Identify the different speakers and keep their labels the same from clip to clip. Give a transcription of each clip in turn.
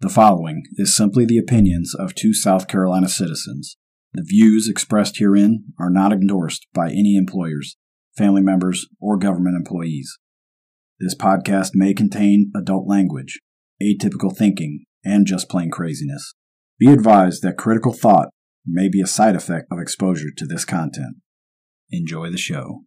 Speaker 1: The following is simply the opinions of two South Carolina citizens. The views expressed herein are not endorsed by any employers, family members, or government employees. This podcast may contain adult language, atypical thinking, and just plain craziness. Be advised that critical thought may be a side effect of exposure to this content. Enjoy the show.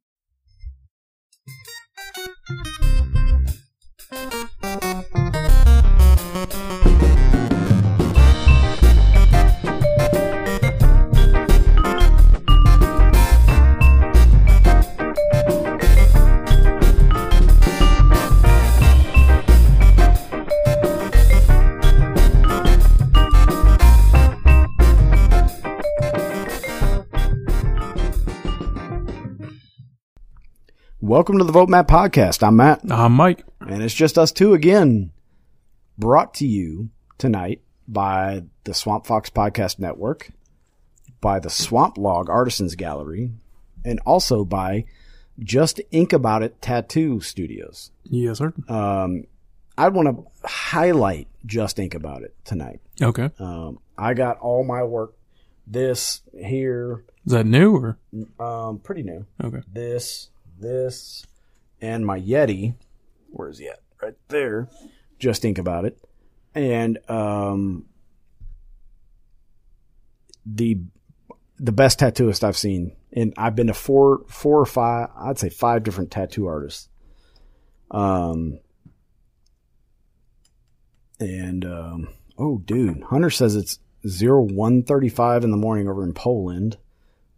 Speaker 2: Welcome to the Vote Matt podcast. I'm Matt,
Speaker 3: Uh, Mike,
Speaker 2: and it's just us two again. Brought to you tonight by the Swamp Fox Podcast Network, by the Swamp Log Artisans Gallery, and also by Just Ink About It Tattoo Studios.
Speaker 3: yes, sir.
Speaker 2: I want to highlight Just Ink About It tonight.
Speaker 3: okay,
Speaker 2: Um, I got all my work, this here,
Speaker 3: is that new or
Speaker 2: um, pretty new.
Speaker 3: okay?
Speaker 2: this, this, and my Yeti. Where's Yet? Right there. Just think about it. And um, the the best tattooist I've seen, and I've been to four four or five, I'd say five different tattoo artists. Um, and um, oh, dude, Hunter says it's zero one thirty five in the morning over in Poland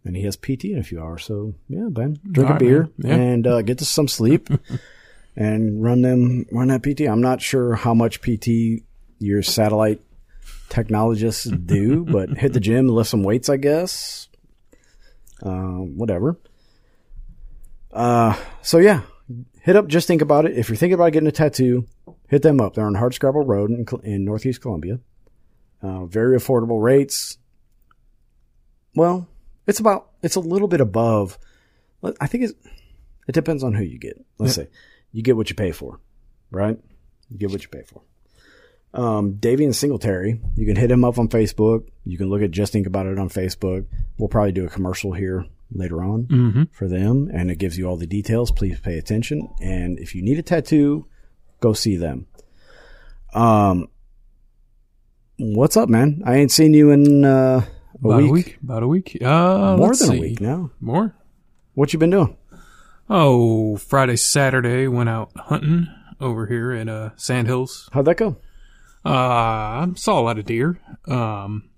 Speaker 2: and he has PT in a few hours. So yeah, Ben, drink
Speaker 3: All
Speaker 2: a
Speaker 3: right,
Speaker 2: beer
Speaker 3: man. Yeah.
Speaker 2: and uh, get to some sleep and run them run that PT. I'm not sure how much PT your satellite technologists do, but hit the gym and lift some weights, I guess. Uh, whatever. Uh, so yeah, hit up. Just think about it. If you're thinking about getting a tattoo, hit them up. They're on Hardscrabble Road in, Col- in Northeast Columbia. Uh, very affordable rates. Well, it's about it's a little bit above. but I think it's, it depends on who you get. Let's say you get what you pay for, right? You get what you pay for. Um, Davey and Singletary, you can hit him up on Facebook. You can look at Just Think About It on Facebook. We'll probably do a commercial here later on
Speaker 3: Mm-hmm.
Speaker 2: for them, and it gives you all the details. Please pay attention. And if you need a tattoo, go see them. Um, what's up, man? I ain't seen you in uh, a
Speaker 3: About
Speaker 2: week.
Speaker 3: a week. About a week. Uh,
Speaker 2: More
Speaker 3: let's
Speaker 2: than
Speaker 3: see.
Speaker 2: a week now.
Speaker 3: More.
Speaker 2: What you been doing?
Speaker 3: Oh, Friday, Saturday, went out hunting over here in uh, Sand Hills.
Speaker 2: How'd that go?
Speaker 3: Uh, I saw a lot of deer. Um,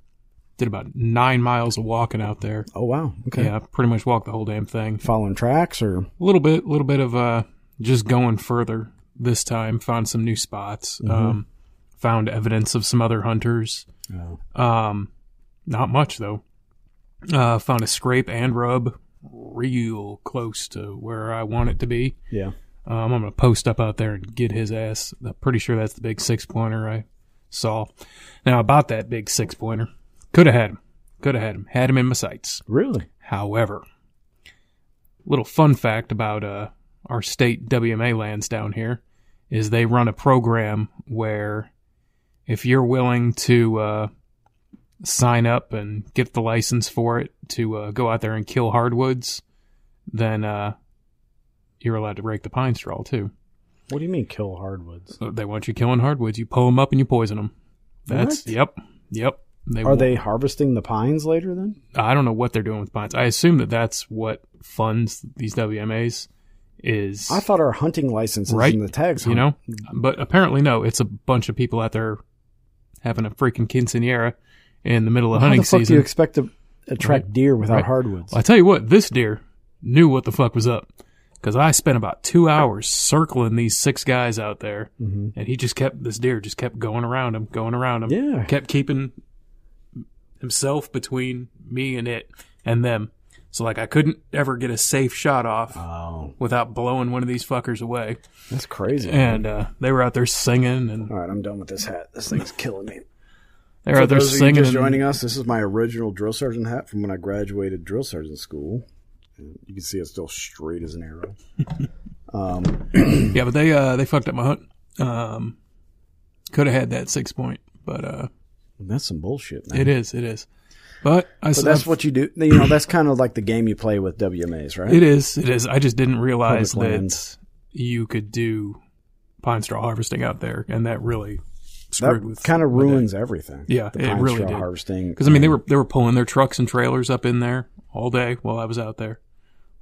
Speaker 3: did about nine miles of walking out there.
Speaker 2: Oh wow. Okay.
Speaker 3: Yeah, pretty much walked the whole damn thing.
Speaker 2: Following tracks or
Speaker 3: A little bit, little bit of uh, just going further this time. Found some new spots. Um, found evidence of some other hunters. Um, not much though. Uh, found a scrape and rub real close to where I want it to be.
Speaker 2: yeah.
Speaker 3: Um, I'm gonna post up out there and get his ass. I'm pretty sure that's the big six pointer I saw. Now about that big six pointer, could have had him. Could have had him. Had him in my sights.
Speaker 2: Really?
Speaker 3: However, little fun fact about uh, our state WMA lands down here is they run a program where if you're willing to uh, sign up and get the license for it to uh, go out there and kill hardwoods, then uh, you're allowed to rake the pine straw too.
Speaker 2: What do you mean kill hardwoods?
Speaker 3: So they want you killing hardwoods. You pull them up and you poison them. That's
Speaker 2: What?
Speaker 3: yep, yep. They
Speaker 2: Are
Speaker 3: want-
Speaker 2: they harvesting the pines later then?
Speaker 3: I don't know what they're doing with pines. I assume that that's what funds these WMAs is,
Speaker 2: I thought our hunting licenses
Speaker 3: Right.
Speaker 2: and the tags.
Speaker 3: you
Speaker 2: hunt-
Speaker 3: know, but apparently no. It's a bunch of people out there having a freaking quinceanera in the middle of
Speaker 2: How
Speaker 3: hunting
Speaker 2: the fuck do
Speaker 3: season.
Speaker 2: you expect to attract deer without
Speaker 3: Right.
Speaker 2: hardwoods?
Speaker 3: I tell you what, this deer knew what the fuck was up because I spent about two hours circling these six guys out there,
Speaker 2: Mhm.
Speaker 3: and he just kept this deer just kept going around him, going around him,
Speaker 2: Yeah.
Speaker 3: kept keeping himself between me and it and them. So like I couldn't ever get a safe shot off
Speaker 2: Oh,
Speaker 3: without blowing one of these fuckers away.
Speaker 2: that's crazy.
Speaker 3: And uh, they were out there singing and
Speaker 2: All right, I'm done with this hat. This thing's killing me.
Speaker 3: they were out there
Speaker 2: those of you
Speaker 3: singing.
Speaker 2: just joining us, this is my original drill sergeant hat from when I graduated drill sergeant school. And You can see it's still straight as an arrow.
Speaker 3: yeah, but they uh, they fucked up my hunt. Um, could have Um, had that six point But uh,
Speaker 2: That's some bullshit, man.
Speaker 3: it is, it is. But, I,
Speaker 2: But that's what you do. You know, that's kind of like the game you play with WMAs, right?
Speaker 3: It is. It is. I just didn't realize
Speaker 2: Public
Speaker 3: that
Speaker 2: lands.
Speaker 3: you could do pine straw harvesting out there, and that really screwed
Speaker 2: that
Speaker 3: with
Speaker 2: kind of ruins everything.
Speaker 3: Yeah,
Speaker 2: the
Speaker 3: it
Speaker 2: pine
Speaker 3: really
Speaker 2: straw
Speaker 3: did.
Speaker 2: harvesting.
Speaker 3: because I mean they were they were pulling their trucks and trailers up in there all day while I was out there.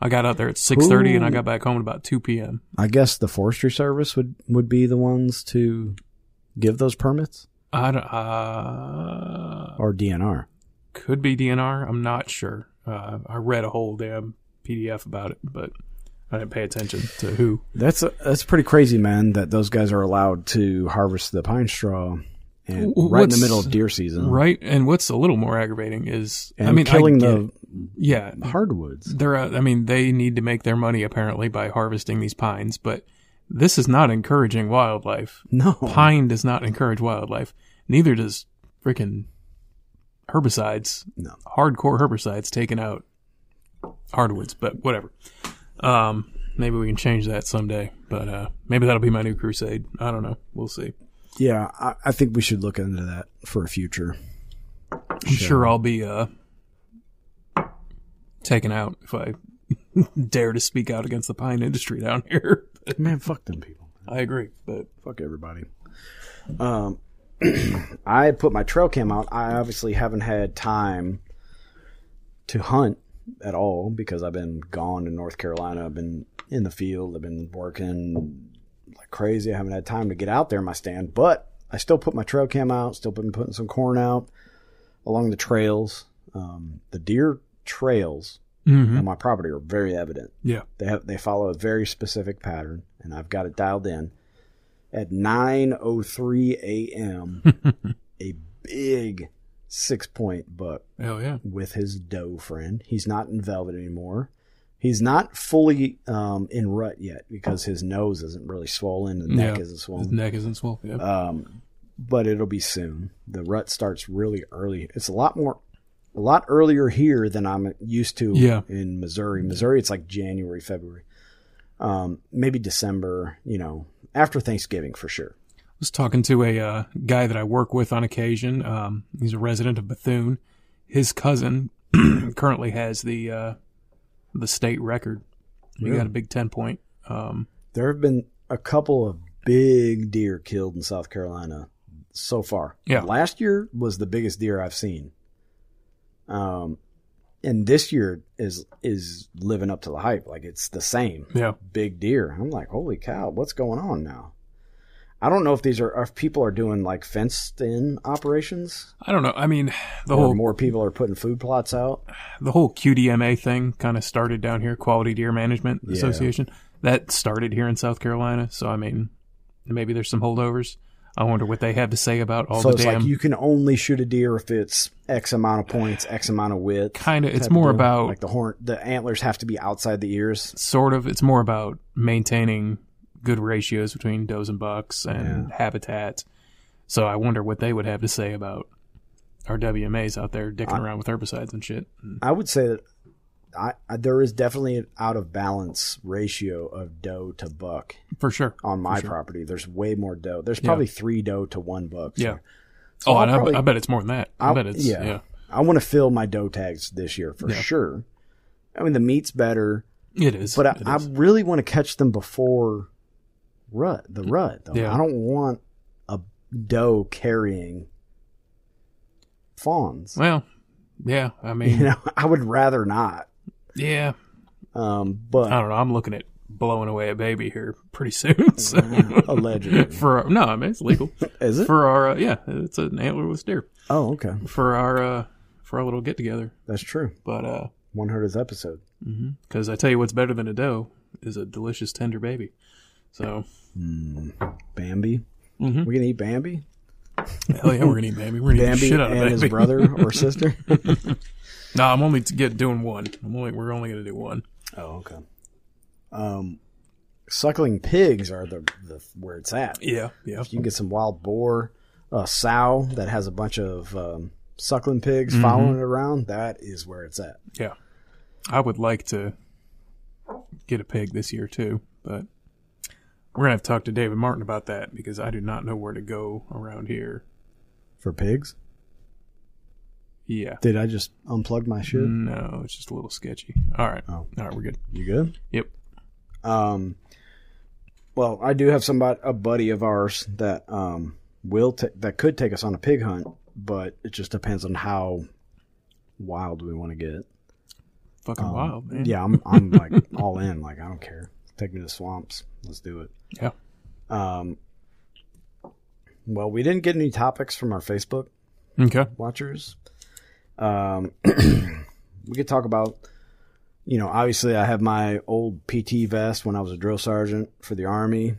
Speaker 3: I got out there at six thirty, and I got back home at about two p.m.
Speaker 2: I guess the Forestry Service would would be the ones to give those permits
Speaker 3: I don't- uh,
Speaker 2: or DNR.
Speaker 3: could be DNR. I'm not sure. Uh, I read a whole damn PDF about it, but I didn't pay attention to who.
Speaker 2: That's that's pretty crazy, man. That those guys are allowed to harvest the pine straw, and
Speaker 3: W-
Speaker 2: right in the
Speaker 3: what's-
Speaker 2: middle of deer season,
Speaker 3: Right, and what's a little more aggravating is
Speaker 2: Mm. And
Speaker 3: I mean I
Speaker 2: killing
Speaker 3: get-
Speaker 2: the
Speaker 3: yeah
Speaker 2: hardwoods.
Speaker 3: they're uh, i mean they need to make their money apparently by harvesting these pines but this is not encouraging wildlife
Speaker 2: No,
Speaker 3: pine does not encourage wildlife neither does freaking herbicides
Speaker 2: No.
Speaker 3: hardcore herbicides taking out hardwoods but whatever um maybe we can change that someday but uh maybe that'll be my new crusade i don't know we'll see
Speaker 2: Yeah, I, I think we should look into that for a future.
Speaker 3: i'm sure i'll be uh taken out if i dare to speak out against the pine industry down here
Speaker 2: Man, fuck them people.
Speaker 3: I agree, but
Speaker 2: Fuck everybody. Um, I put my trail cam out. I obviously haven't had time to hunt at all because I've been gone to North Carolina. I've been in the field. I've been working like crazy. I haven't had time to get out there in my stand, but I still put my trail cam out. Still been putting some corn out along the trails. Um, the deer trails on my property are very evident.
Speaker 3: Hmm? yeah,
Speaker 2: They have, they follow a very specific pattern, and I've got it dialed in. At 9:03
Speaker 3: Hmm.
Speaker 2: a.m., a big six-point buck
Speaker 3: hell yeah,
Speaker 2: with his doe friend. He's not in velvet anymore. He's not fully um, in rut yet because his nose isn't really swollen. The neck
Speaker 3: Yeah.
Speaker 2: isn't
Speaker 3: his
Speaker 2: swollen.
Speaker 3: neck isn't swell. Yeah,
Speaker 2: Um, but it'll be soon. The rut starts really early. It's a lot more, a lot earlier here than I'm used to
Speaker 3: Yeah.
Speaker 2: in Missouri. Missouri, it's like January, February, um, maybe December, you know, after Thanksgiving for sure.
Speaker 3: I was talking to a uh, guy that I work with on occasion. Um, he's a resident of Bethune. His cousin currently has the uh, the state record. He
Speaker 2: Really?
Speaker 3: got a big ten point. Um,
Speaker 2: There have been a couple of big deer killed in South Carolina so far.
Speaker 3: Yeah.
Speaker 2: Last year was the biggest deer I've seen. Um and this year is is living up to the hype. Like it's the same
Speaker 3: yeah,
Speaker 2: big deer. I'm like, holy cow, what's going on now? I don't know if these are if people are doing like fenced in operations
Speaker 3: I don't know. I mean, the
Speaker 2: or
Speaker 3: whole
Speaker 2: more people are putting food plots out.
Speaker 3: the whole QDMA thing kind of started down here, Quality Deer Management
Speaker 2: Yeah.
Speaker 3: Association. That started here in South Carolina. So I mean, maybe there's some holdovers. I wonder what they have to say about all
Speaker 2: so
Speaker 3: Oh, the
Speaker 2: it's
Speaker 3: damn.
Speaker 2: like you can only shoot a deer if it's X amount of points, X amount of width.
Speaker 3: kind of it's
Speaker 2: type of
Speaker 3: more
Speaker 2: deal.
Speaker 3: about
Speaker 2: like the horn the antlers have to be outside the ears
Speaker 3: sort of it's more about maintaining good ratios between does and bucks and habitats so i wonder what they would have to say about our wmas out there dicking around with herbicides and shit
Speaker 2: i would say that I, I there is definitely an out of balance ratio of doe to buck
Speaker 3: for sure
Speaker 2: on my property there's way more doe there's probably three doe to one buck so
Speaker 3: yeah
Speaker 2: So
Speaker 3: oh
Speaker 2: I'll
Speaker 3: and I,
Speaker 2: probably-
Speaker 3: I bet it's more than that i
Speaker 2: I'll-
Speaker 3: bet it's
Speaker 2: yeah.
Speaker 3: yeah,
Speaker 2: i want to fill my doe tags this year for
Speaker 3: Yeah.
Speaker 2: sure i mean the meat's better
Speaker 3: it is
Speaker 2: but
Speaker 3: It
Speaker 2: i, I
Speaker 3: is.
Speaker 2: really want to catch them before rut the rut though
Speaker 3: Mm. Yeah.
Speaker 2: i don't want a doe carrying fawns
Speaker 3: well yeah i mean
Speaker 2: you know i would rather not
Speaker 3: yeah
Speaker 2: um
Speaker 3: i
Speaker 2: but
Speaker 3: don't know i'm looking at blowing away a baby here pretty soon so.
Speaker 2: allegedly
Speaker 3: for no i mean it's legal
Speaker 2: is it
Speaker 3: for our uh, yeah it's an antlerless deer
Speaker 2: oh okay
Speaker 3: for our uh for our little get together
Speaker 2: that's true
Speaker 3: but uh
Speaker 2: 100th episode
Speaker 3: Because Mm-hmm. I tell you what's better than a doe is a delicious tender baby. So
Speaker 2: bambi
Speaker 3: Mhm.
Speaker 2: we gonna eat bambi
Speaker 3: hell yeah, we're gonna eat baby. We're gonna eat the
Speaker 2: bambi
Speaker 3: shit out of
Speaker 2: and
Speaker 3: baby.
Speaker 2: his brother or sister
Speaker 3: No, I'm only to get doing one. I'm only we're only gonna do one.
Speaker 2: oh okay um suckling pigs are the, the where it's at
Speaker 3: Yeah, yeah.
Speaker 2: you can get some wild boar a sow that has a bunch of um, suckling pigs following it around that is where it's at
Speaker 3: I would like to get a pig this year too, but we're gonna have to talk to David Martin about that because I do not know where to go around here
Speaker 2: for pigs.
Speaker 3: Yeah.
Speaker 2: Did I just unplug my shit?
Speaker 3: No, it's just a little sketchy. All right.
Speaker 2: Oh.
Speaker 3: All right, we're good.
Speaker 2: You good?
Speaker 3: Yep.
Speaker 2: Um, well, I do have somebody, a buddy of ours that um will ta- that could take us on a pig hunt, but it just depends on how wild we want to get.
Speaker 3: Fucking
Speaker 2: Um,
Speaker 3: wild, man.
Speaker 2: Yeah, I'm I'm like all in. Like I don't care. Take me to the swamps. Let's do it.
Speaker 3: Yeah.
Speaker 2: Um. Well, we didn't get any topics from our Facebook
Speaker 3: Okay.
Speaker 2: watchers. Um, we could talk about, you know, obviously I have my old PT vest when I was a drill sergeant for the army,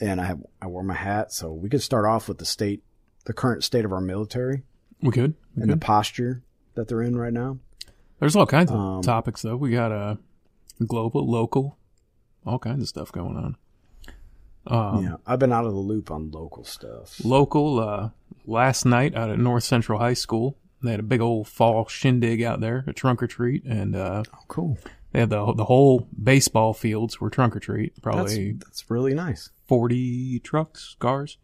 Speaker 2: and I have I wore my hat. So we could start off with the state, the current state of our military
Speaker 3: We good. We
Speaker 2: and the
Speaker 3: good.
Speaker 2: posture that they're in right now.
Speaker 3: There's all kinds of
Speaker 2: um,
Speaker 3: topics though. We got uh global, local, all kinds of stuff going on. Um,
Speaker 2: yeah, I've been out of the loop on local stuff.
Speaker 3: local uh, last night out at North Central High School. They had a big old fall shindig out there, a trunk or treat, and uh,
Speaker 2: Oh, cool.
Speaker 3: they had the the whole baseball fields were trunk or treat.
Speaker 2: That's
Speaker 3: Probably
Speaker 2: that's really nice.
Speaker 3: 40 trucks, cars.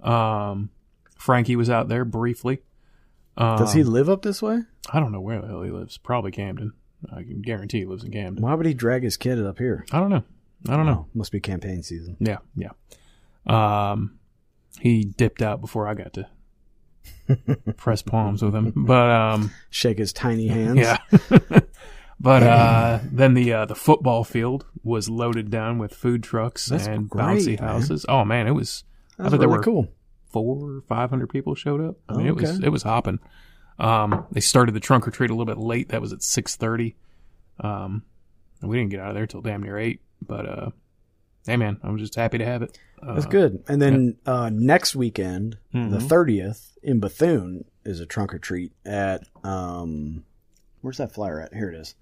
Speaker 3: Um, Frankie was out there briefly. Um,
Speaker 2: Does he live up this way?
Speaker 3: I don't know where the hell he lives. Probably Camden. I can guarantee he lives in Camden.
Speaker 2: Why would he drag his kid up here?
Speaker 3: I don't know. I don't
Speaker 2: Oh,
Speaker 3: know.
Speaker 2: must be campaign season.
Speaker 3: Yeah, yeah. Um, he dipped out before I got to press palms with him, but um,
Speaker 2: Shake his tiny hands.
Speaker 3: yeah. but uh, then the uh, the football field was loaded down with food trucks
Speaker 2: That's
Speaker 3: and
Speaker 2: great,
Speaker 3: bouncy
Speaker 2: man.
Speaker 3: houses. Oh man, it was I
Speaker 2: that's
Speaker 3: thought
Speaker 2: really
Speaker 3: there were-
Speaker 2: cool.
Speaker 3: four or five hundred people showed up. I mean,
Speaker 2: Oh,
Speaker 3: it was
Speaker 2: okay.
Speaker 3: it was hopping. Um, they started the trunk or treat a little bit late. That was at six thirty. Um, and we didn't get out of there till damn near eight. But uh, hey man, I'm just happy to have it. Uh,
Speaker 2: That's good. And then uh, next weekend, the
Speaker 3: Mhm.
Speaker 2: thirtieth in Bethune is a trunk or treat at um, where's that flyer at? Here it is,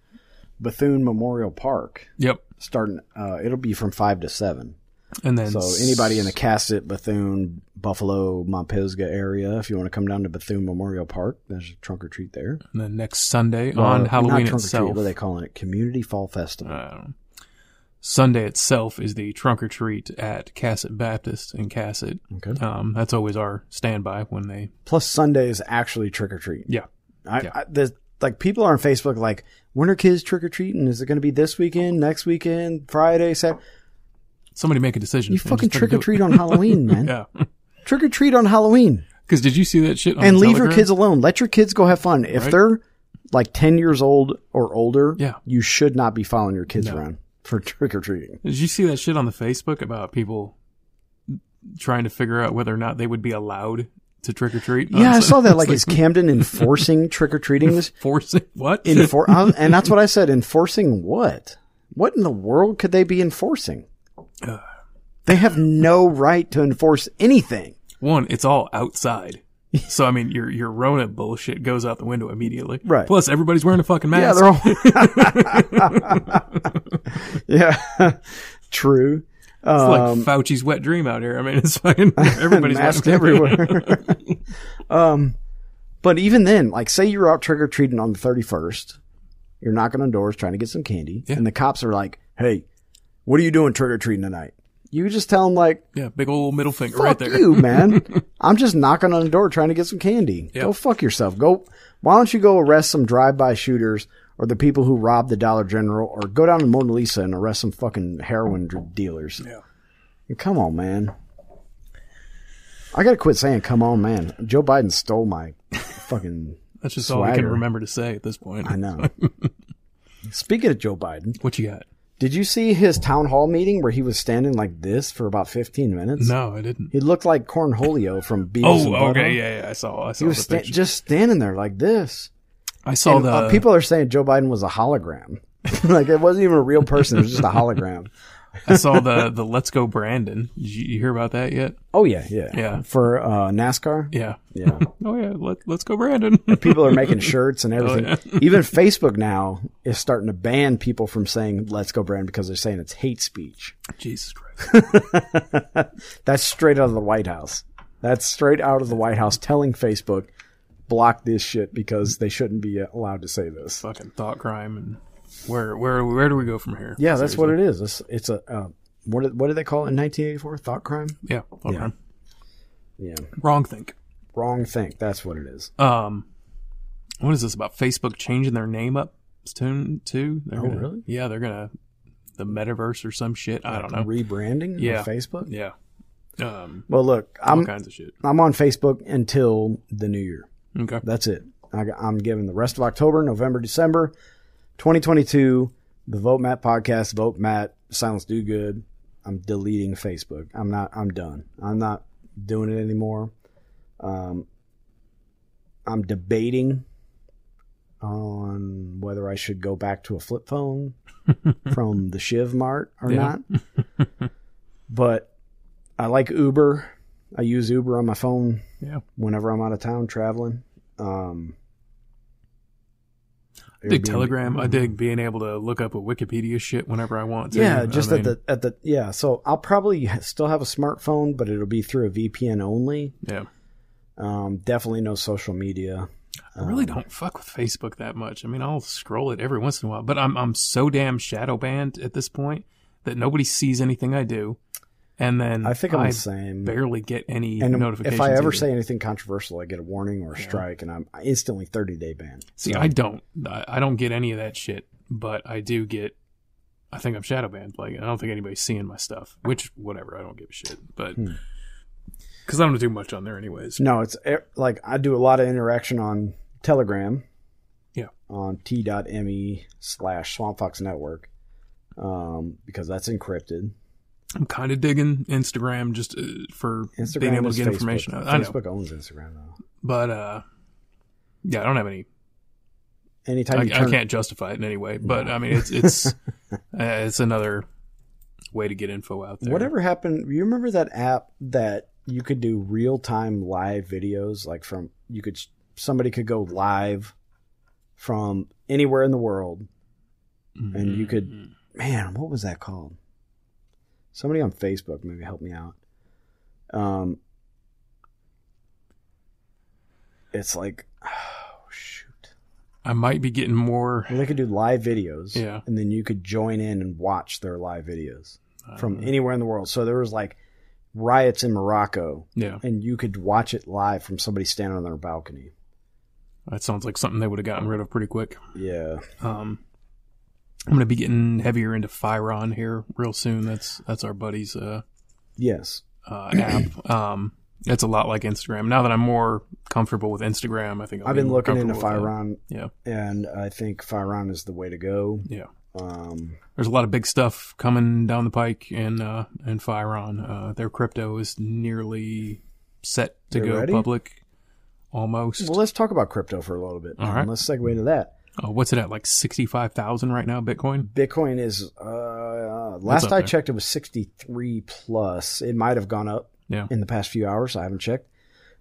Speaker 2: Bethune Memorial Park.
Speaker 3: Yep.
Speaker 2: Starting, uh, it'll be from five to seven.
Speaker 3: And then
Speaker 2: so anybody in the Cassett, Bethune, Buffalo, Montpezga area, if you want to come down to Bethune Memorial Park, there's a trunk or treat there
Speaker 3: and then next Sunday
Speaker 2: Well,
Speaker 3: on
Speaker 2: Uh, not
Speaker 3: Halloween
Speaker 2: trunk or
Speaker 3: itself.
Speaker 2: Treat, what are they calling it? Community Fall Festival.
Speaker 3: uh, Sunday itself is the trunk or treat at Cassett Baptist in Cassett.
Speaker 2: okay.
Speaker 3: Um, that's always our standby when they
Speaker 2: Plus Sunday is actually trick or treat.
Speaker 3: yeah
Speaker 2: I,
Speaker 3: Yeah.
Speaker 2: I there's like people are on Facebook like when are kids trick or treating? Is it going to be this weekend, next weekend, Friday, Saturday?
Speaker 3: somebody make a decision.
Speaker 2: You
Speaker 3: and
Speaker 2: fucking
Speaker 3: just fucking
Speaker 2: trick
Speaker 3: do
Speaker 2: or
Speaker 3: it.
Speaker 2: treat on Halloween, man.
Speaker 3: Yeah,
Speaker 2: Trick or treat on Halloween,
Speaker 3: because did you see that shit? On
Speaker 2: and leave your
Speaker 3: Telegram?
Speaker 2: kids alone. Let your kids go have fun. If
Speaker 3: Right.
Speaker 2: they're like ten years old or older,
Speaker 3: Yeah.
Speaker 2: you should not be following your kids
Speaker 3: No.
Speaker 2: around for trick or treating.
Speaker 3: Did you see that shit on the Facebook about people trying to figure out whether or not they would be allowed to trick or treat?
Speaker 2: Yeah, I saw that. Like, is
Speaker 3: it's
Speaker 2: Camden enforcing trick or treating this?
Speaker 3: forcing what?
Speaker 2: Enfor- I- uh, and that's what I said. Enforcing what? What in the world could they be enforcing? They have no right to enforce anything.
Speaker 3: One, it's all outside. So I mean, your your Rona bullshit goes out the window immediately.
Speaker 2: Right.
Speaker 3: Plus, everybody's wearing a fucking mask.
Speaker 2: Yeah, they're all. yeah, true.
Speaker 3: it's like
Speaker 2: Um,
Speaker 3: Fauci's wet dream out here. I mean, it's fucking everybody's
Speaker 2: masked
Speaker 3: wearing-
Speaker 2: everywhere. um, but even then, like, say you're out trick or treating on the 31st, you're knocking on doors trying to get some candy,
Speaker 3: Yeah.
Speaker 2: and the cops are like, "Hey, what are you doing trick or treating tonight?" You just tell them like,
Speaker 3: Yeah, big old middle finger
Speaker 2: fuck
Speaker 3: right there.
Speaker 2: you, man. I'm just knocking on the door trying to get some candy.
Speaker 3: Yep.
Speaker 2: Go fuck yourself. Go. Why don't you go arrest some drive-by shooters or the people who robbed the Dollar General, or go down to Mona Lisa and arrest some fucking heroin dr- dealers?
Speaker 3: Yeah.
Speaker 2: Come on, man. I gotta quit saying "come on, man." Joe Biden stole my fucking.
Speaker 3: That's just all I can
Speaker 2: Swagger.
Speaker 3: remember to say at this point.
Speaker 2: I know. Speaking of Joe Biden,
Speaker 3: What you got?
Speaker 2: did you see his town hall meeting where he was standing like this for about 15 minutes?
Speaker 3: No, I didn't.
Speaker 2: He looked like Cornholio from Beavis and
Speaker 3: Oh,
Speaker 2: Butthead.
Speaker 3: okay, yeah, yeah, I saw, I saw
Speaker 2: He was
Speaker 3: the
Speaker 2: sta-
Speaker 3: picture.
Speaker 2: just standing there like this.
Speaker 3: I saw
Speaker 2: And,
Speaker 3: the
Speaker 2: uh, people are saying Joe Biden was a hologram. like it wasn't even a real person; it was just a hologram.
Speaker 3: I saw the the Let's Go Brandon. Did you, you hear about that yet?
Speaker 2: Oh yeah, yeah,
Speaker 3: Yeah.
Speaker 2: For uh, NASCAR,
Speaker 3: Yeah.
Speaker 2: yeah.
Speaker 3: Oh yeah. Let Let's Go Brandon.
Speaker 2: people are making shirts and everything. even Facebook now is starting to ban people from saying "Let's go, Brand" because they're saying it's hate speech.
Speaker 3: Jesus Christ.
Speaker 2: That's straight out of the White House. That's straight out of the White House telling Facebook block this shit because they shouldn't be uh, allowed to say this.
Speaker 3: Fucking thought crime and where where where do we go from here?
Speaker 2: Yeah, that's what it is. It's, it's a uh, what did, what did they call it in 1984? Thought crime.
Speaker 3: Yeah. Thought crime.
Speaker 2: Yeah.
Speaker 3: Wrong think.
Speaker 2: Wrong thing. That's what it is.
Speaker 3: Um, what is this about Facebook changing their name up soon too? They're
Speaker 2: Oh,
Speaker 3: gonna-
Speaker 2: really?
Speaker 3: Yeah, they're gonna the metaverse or some shit. I don't know.
Speaker 2: Rebranding. on
Speaker 3: Yeah.
Speaker 2: Facebook.
Speaker 3: yeah. Um,
Speaker 2: Well, look,
Speaker 3: all
Speaker 2: I'm
Speaker 3: kinds of shit.
Speaker 2: I'm on Facebook until the new year.
Speaker 3: Okay.
Speaker 2: That's it. I, am giving the rest of October, November, December, 2022. The Vote Matt podcast, Vote Matt, Silence Do Good. I'm deleting Facebook. I'm not. I'm done. I'm not doing it anymore. Um, I'm debating on whether I should go back to a flip phone from the Shiv Mart or
Speaker 3: Yeah.
Speaker 2: not. but I like Uber. I use Uber on my phone
Speaker 3: Yeah.
Speaker 2: whenever I'm out of town traveling. Um,
Speaker 3: I dig
Speaker 2: Airbnb-
Speaker 3: Telegram. I dig being able to look up a Wikipedia shit whenever I want to.
Speaker 2: Yeah, just
Speaker 3: I
Speaker 2: at the at the yeah. So I'll probably ha- still have a smartphone, but it'll be through a VPN only.
Speaker 3: mean, Yeah.
Speaker 2: Um, definitely no social media.
Speaker 3: I really
Speaker 2: um,
Speaker 3: don't fuck with Facebook that much. I mean, I'll scroll it every once in a while, but I'm I'm so damn shadow banned at this point that nobody sees anything I do, and then
Speaker 2: I think I'm the same.
Speaker 3: barely get any
Speaker 2: Mm. and
Speaker 3: notifications.
Speaker 2: if I ever
Speaker 3: either.
Speaker 2: say anything controversial, I get a warning or a strike, and I'm instantly 30 day ban.
Speaker 3: See, I don't. I I don't get any of that shit, but I do get. I think I'm shadow banned. Like, I don't think anybody's seeing my stuff, which, whatever, I don't give a shit. But
Speaker 2: Hmm.
Speaker 3: because I don't do much on there, anyways.
Speaker 2: No, it's eh, like I do a lot of interaction on Telegram.
Speaker 3: Yeah.
Speaker 2: On t.me E slash Swamp Fox Network um, because that's encrypted.
Speaker 3: I'm kind of digging Instagram just uh, for
Speaker 2: Instagram
Speaker 3: being able to
Speaker 2: is
Speaker 3: get
Speaker 2: Facebook.
Speaker 3: information. out. I know,
Speaker 2: Facebook owns Instagram now.
Speaker 3: but uh, yeah, I don't have any.
Speaker 2: Anytime
Speaker 3: I,
Speaker 2: you turn,
Speaker 3: I can't justify it in any way. But I mean, it's it's uh, it's another way to get info out there.
Speaker 2: whatever happened. You remember that app that you could do real time live videos, like from you could somebody could go live from anywhere in the world,
Speaker 3: Mm-hmm.
Speaker 2: and you could. Man, what was that called? Somebody on Facebook maybe help me out. Um, it's like, oh shoot.
Speaker 3: I might be getting more.
Speaker 2: Well, they could do live videos.
Speaker 3: Yeah.
Speaker 2: And then you could join in and watch their live videos from
Speaker 3: uh, Uh-huh.
Speaker 2: anywhere in the world. So there was like riots in Morocco
Speaker 3: Yeah,
Speaker 2: and you could watch it live from somebody standing on their balcony.
Speaker 3: that sounds like something they would have gotten rid of pretty quick.
Speaker 2: Yeah.
Speaker 3: Um, I'm gonna be getting heavier into Firon here real soon. That's that's our buddy's uh,
Speaker 2: Yes.
Speaker 3: uh, app. Um, that's a lot like Instagram. Now that I'm more comfortable with Instagram, I think I'll
Speaker 2: I've
Speaker 3: be
Speaker 2: been
Speaker 3: more
Speaker 2: looking into
Speaker 3: comfortable with
Speaker 2: Firon
Speaker 3: that. Yeah,
Speaker 2: and I think Firon is the way to go.
Speaker 3: yeah.
Speaker 2: Um,
Speaker 3: There's a lot of big stuff coming down the pike in uh, in Firon. Uh, their crypto is nearly set to
Speaker 2: They're
Speaker 3: go
Speaker 2: ready?
Speaker 3: public, almost.
Speaker 2: well, let's talk about crypto for a little bit.
Speaker 3: All right.
Speaker 2: Let's segue into that.
Speaker 3: Uh, what's it at? Like sixty five thousand right now, Bitcoin.
Speaker 2: Bitcoin is, uh, last
Speaker 3: up
Speaker 2: I
Speaker 3: there?
Speaker 2: checked, it was 63 plus. It might have gone up
Speaker 3: Yeah.
Speaker 2: in the past few hours. I haven't checked.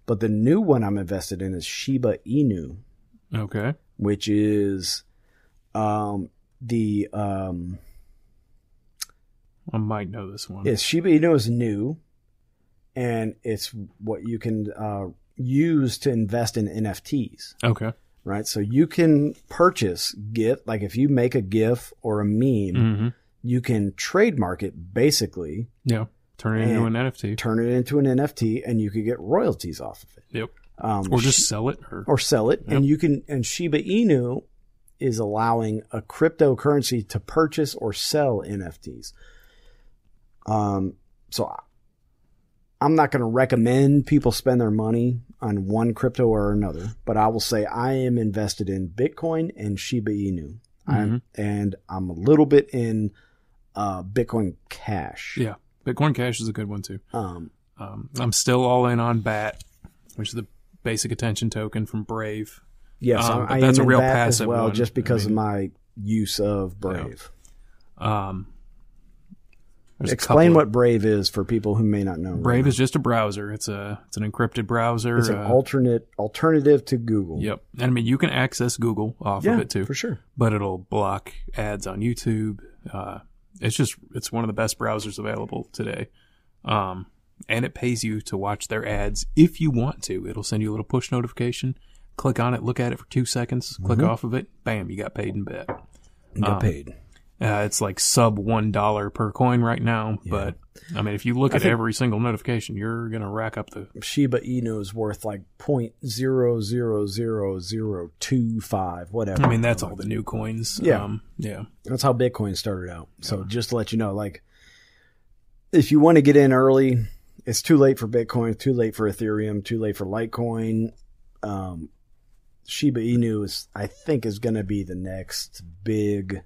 Speaker 2: But the new one I'm invested in is Shiba Inu,
Speaker 3: Okay.
Speaker 2: which is um, the um,
Speaker 3: I might know this one.
Speaker 2: is Shiba Inu is new, and it's what you can uh, use to invest in NFTs.
Speaker 3: Okay.
Speaker 2: Right, so you can purchase GIF, like if you make a GIF or a meme,
Speaker 3: Mm-hmm.
Speaker 2: you can trademark it basically,
Speaker 3: Yeah. Turn it into an
Speaker 2: And-
Speaker 3: NFT.
Speaker 2: turn it into an NFT, and you could get royalties off of it.
Speaker 3: Yep.
Speaker 2: Um,
Speaker 3: Or just sell it. Or,
Speaker 2: or sell it and you can and Shiba Inu is allowing a cryptocurrency to purchase or sell NFTs. Um so I- I'm not going to recommend people spend their money on one crypto or another, but I will say I am invested in Bitcoin and Shiba Inu.
Speaker 3: Mm-hmm.
Speaker 2: I'm, and I'm a little bit in uh, Bitcoin Cash.
Speaker 3: yeah. Bitcoin Cash is a good one too.
Speaker 2: Um,
Speaker 3: Um, I'm still all in on BAT, which is the basic attention token from Brave.
Speaker 2: yes,
Speaker 3: Um,
Speaker 2: I'm-
Speaker 3: but
Speaker 2: I
Speaker 3: that's
Speaker 2: am
Speaker 3: a
Speaker 2: in
Speaker 3: real
Speaker 2: that as
Speaker 3: passive
Speaker 2: well,
Speaker 3: one.
Speaker 2: just
Speaker 3: I
Speaker 2: because
Speaker 3: mean-
Speaker 2: of my use of Brave.
Speaker 3: Um, there's a
Speaker 2: Explain
Speaker 3: couple of-
Speaker 2: what Brave is for people who may not know.
Speaker 3: Brave is. Just a browser. It's a it's an encrypted browser.
Speaker 2: It's an
Speaker 3: uh,
Speaker 2: alternate alternative to Google.
Speaker 3: Yep. And I mean, you can access Google off
Speaker 2: Yeah,
Speaker 3: of it too,
Speaker 2: for sure.
Speaker 3: but it'll block ads on YouTube. Uh, it's just it's one of the best browsers available today. Um, and it pays you to watch their ads if you want to. It'll send you a little push notification.
Speaker 2: Mm-hmm.
Speaker 3: Click on it, look at it for two seconds, click off of it, bam, you got paid in bet.
Speaker 2: And get paid.
Speaker 3: Uh, it's like sub one dollar per coin right now,
Speaker 2: Yeah.
Speaker 3: but I mean, if you look
Speaker 2: I
Speaker 3: at
Speaker 2: think-
Speaker 3: every single notification, you're gonna rack up the
Speaker 2: Shiba Inu is worth like point zero zero zero zero two five, whatever.
Speaker 3: I mean, that's all the new coins.
Speaker 2: Yeah.
Speaker 3: Um, yeah.
Speaker 2: That's how Bitcoin started out. So just to let you know, like if you want to get in early, it's too late for Bitcoin, too late for Ethereum, too late for Litecoin. Um, Shiba Inu is, I think, is going to be the next big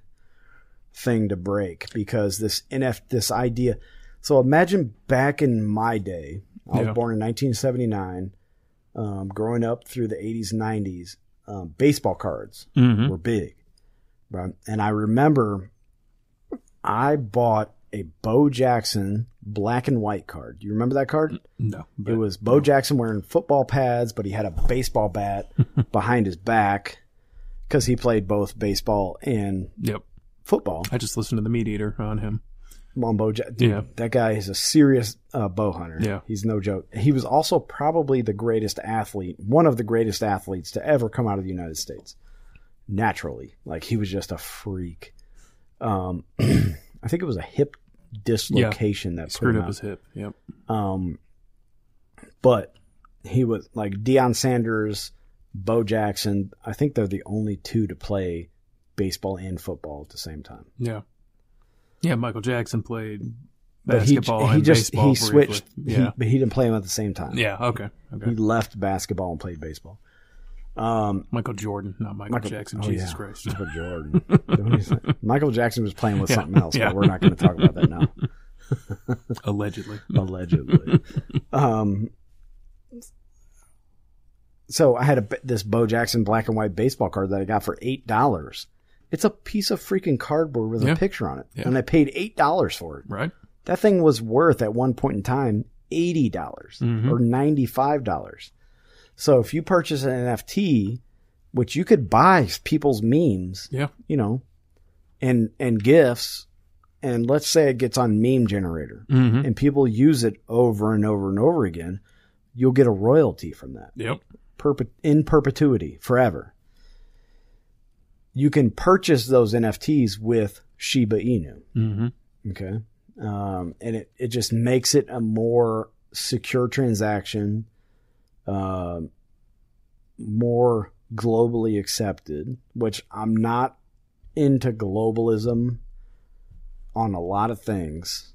Speaker 2: thing to break because this NF, this idea. So imagine back in my day, I was
Speaker 3: Yeah.
Speaker 2: born in 1979, um, growing up through the 80s, 90s, um, baseball cards
Speaker 3: Mm-hmm.
Speaker 2: were big. Right? And I remember I bought a Bo Jackson black and white card. Do you remember that card?
Speaker 3: No, but
Speaker 2: it was Bo Jackson wearing football pads, but he had a baseball bat behind his back because he played both baseball and
Speaker 3: yep.
Speaker 2: football.
Speaker 3: I just listened to the meat eater on him.
Speaker 2: Mom Bo Jack- dude,
Speaker 3: Yeah.
Speaker 2: that guy is a serious uh, bow hunter.
Speaker 3: Yeah.
Speaker 2: he's no joke. He was also probably the greatest athlete, one of the greatest athletes to ever come out of the United States. Naturally, like he was just a freak. Um, I think it was a hip dislocation that put
Speaker 3: Screwed
Speaker 2: him
Speaker 3: up
Speaker 2: out.
Speaker 3: his hip. Yep.
Speaker 2: Um, but he was like Deion Sanders, Bo Jackson. I think they're the only two to play baseball and football at the same time.
Speaker 3: Yeah. Yeah. Michael Jackson played
Speaker 2: But he-
Speaker 3: basketball
Speaker 2: he,
Speaker 3: and
Speaker 2: just
Speaker 3: baseball
Speaker 2: he
Speaker 3: briefly.
Speaker 2: switched.
Speaker 3: Yeah.
Speaker 2: he, but he didn't play them at the same time.
Speaker 3: yeah. Okay. Okay.
Speaker 2: he left basketball and played baseball. Um,
Speaker 3: Michael Jordan, not Michael, Jackson.
Speaker 2: oh,
Speaker 3: Jesus
Speaker 2: yeah,
Speaker 3: Christ.
Speaker 2: Michael Jordan. Don't you think- Michael Jackson was playing with
Speaker 3: Yeah,
Speaker 2: something else,
Speaker 3: yeah.
Speaker 2: but we're not going to talk about that now.
Speaker 3: Allegedly.
Speaker 2: Oh. allegedly. um, so I had a b- this Bo Jackson black and white baseball card that I got for eight dollars. It's a piece of freaking cardboard with
Speaker 3: Yeah.
Speaker 2: a picture on it,
Speaker 3: Yeah.
Speaker 2: and I paid eight dollars for it.
Speaker 3: Right.
Speaker 2: That thing was worth at one point in time eighty dollars
Speaker 3: Mhm.
Speaker 2: or ninety five dollars. So if you purchase an NFT, which you could buy people's memes,
Speaker 3: Yeah.
Speaker 2: you know, and and gifts, and let's say it gets on meme generator,
Speaker 3: Mm-hmm.
Speaker 2: and people use it over and over and over again, you'll get a royalty from that
Speaker 3: Yep.
Speaker 2: perpe- in perpetuity forever. You can purchase those NFTs with Shiba Inu.
Speaker 3: Mm-hmm.
Speaker 2: Okay. Um, and it, it just makes it a more secure transaction, um, more globally accepted, which I'm not into globalism on a lot of things.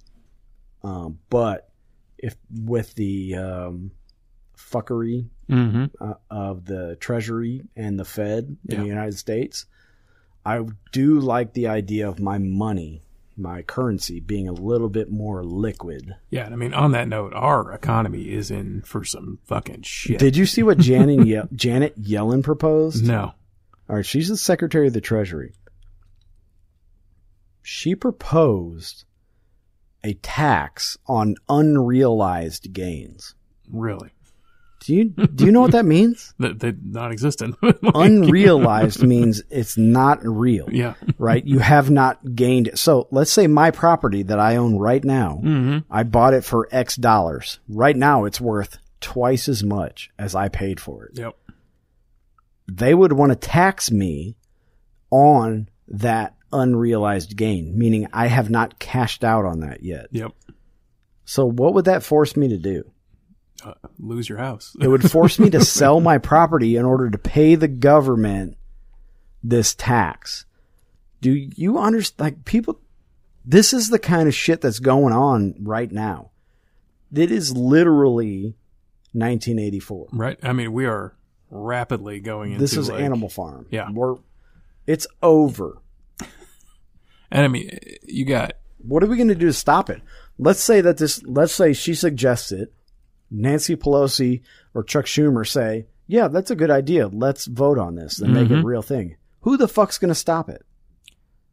Speaker 2: Um, but if with the um, fuckery
Speaker 3: Mm-hmm.
Speaker 2: uh, of the Treasury and the Fed in
Speaker 3: Yeah.
Speaker 2: the United States, I do like the idea of my money, my currency, being a little bit more liquid.
Speaker 3: Yeah. and I mean, on that note, our economy is in for some fucking shit.
Speaker 2: Did you see what Janet, Ye- Janet Yellen proposed?
Speaker 3: no.
Speaker 2: All right, she's the Secretary of the Treasury. She proposed a tax on unrealized gains.
Speaker 3: Really.
Speaker 2: Do you do you know what that means?
Speaker 3: That they non-existent.
Speaker 2: Unrealized means it's not real.
Speaker 3: yeah.
Speaker 2: right? You have not gained it. So let's say my property that I own right now,
Speaker 3: Mm-hmm.
Speaker 2: I bought it for X dollars. Right now, it's worth twice as much as I paid for it.
Speaker 3: Yep.
Speaker 2: They would want to tax me on that unrealized gain, meaning I have not cashed out on that yet.
Speaker 3: Yep.
Speaker 2: So what would that force me to do?
Speaker 3: Uh, lose your house.
Speaker 2: It would force me to sell my property in order to pay the government this tax. Do you understand? Like, people, this is the kind of shit that's going on right now. It is literally 1984.
Speaker 3: Right. I mean, we are rapidly going into
Speaker 2: This is
Speaker 3: like-
Speaker 2: Animal Farm.
Speaker 3: Yeah.
Speaker 2: We're, it's over.
Speaker 3: And I mean, you got
Speaker 2: What are we going to do to stop it? Let's say that this, let's say she suggests it. Nancy Pelosi or Chuck Schumer say, yeah, that's a good idea. Let's vote on this and make
Speaker 3: Mm-hmm.
Speaker 2: it a real thing. Who the fuck's going to stop it?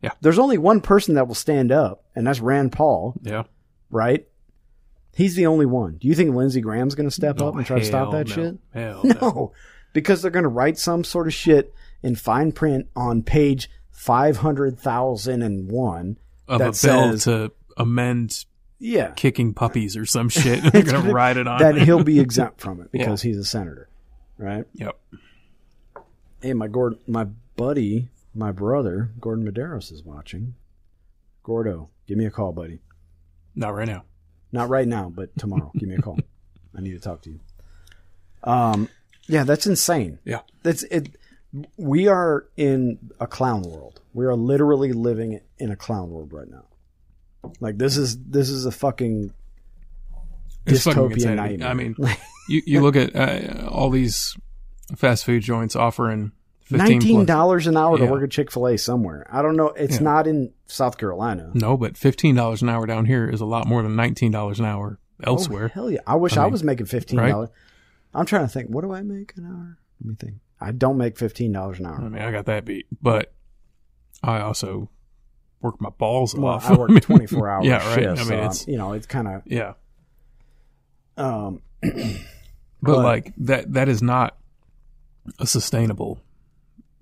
Speaker 3: Yeah.
Speaker 2: There's only one person that will stand up, and that's Rand Paul,
Speaker 3: yeah.
Speaker 2: right? He's the only one. Do you think Lindsey Graham's going to step
Speaker 3: Oh,
Speaker 2: up and try to stop
Speaker 3: hell
Speaker 2: that
Speaker 3: no.
Speaker 2: shit?
Speaker 3: Hell no.
Speaker 2: No, because they're going to write some sort of shit in fine print on page 500,001
Speaker 3: Of
Speaker 2: that
Speaker 3: a bill
Speaker 2: says-
Speaker 3: to amend
Speaker 2: Yeah.
Speaker 3: kicking puppies or some shit. They're gonna,
Speaker 2: gonna-
Speaker 3: ride it on.
Speaker 2: that he'll be exempt from it because he's a senator, right?
Speaker 3: yep.
Speaker 2: Hey, my Gordon, my buddy, my brother, Gordon Medeiros is watching. Gordo, give me a call, buddy.
Speaker 3: Not right now.
Speaker 2: Not right now, but tomorrow. give me a call. I need to talk to you. Um, yeah, that's insane.
Speaker 3: Yeah.
Speaker 2: That's it. We are in a clown world. We are literally living in a clown world right now. Like this is this is a fucking
Speaker 3: It's fucking
Speaker 2: Dystopian
Speaker 3: insane.
Speaker 2: nightmare.
Speaker 3: I mean, you, you look at uh, all these fast food joints offering 15
Speaker 2: nineteen
Speaker 3: plus-
Speaker 2: dollars an hour
Speaker 3: Yeah.
Speaker 2: to work at Chick Fil A somewhere. I don't know. It's
Speaker 3: Yeah.
Speaker 2: not in South Carolina.
Speaker 3: No, but fifteen dollars an hour down here is a lot more than nineteen dollars an hour
Speaker 2: Oh,
Speaker 3: elsewhere.
Speaker 2: hell yeah! I wish
Speaker 3: I
Speaker 2: I,
Speaker 3: mean,
Speaker 2: was making fifteen dollars. I'm trying to think. What do I make an hour? Let me think. I don't make fifteen dollars an hour.
Speaker 3: I mean, I got that beat, but I also work my balls
Speaker 2: Well,
Speaker 3: off.
Speaker 2: I work
Speaker 3: mean,
Speaker 2: 24 hours.
Speaker 3: yeah, right.
Speaker 2: shifts,
Speaker 3: I
Speaker 2: so
Speaker 3: mean,
Speaker 2: I'm-
Speaker 3: it's
Speaker 2: you know, it's kind of
Speaker 3: yeah,
Speaker 2: um,
Speaker 3: but,
Speaker 2: But-
Speaker 3: like that that is not a sustainable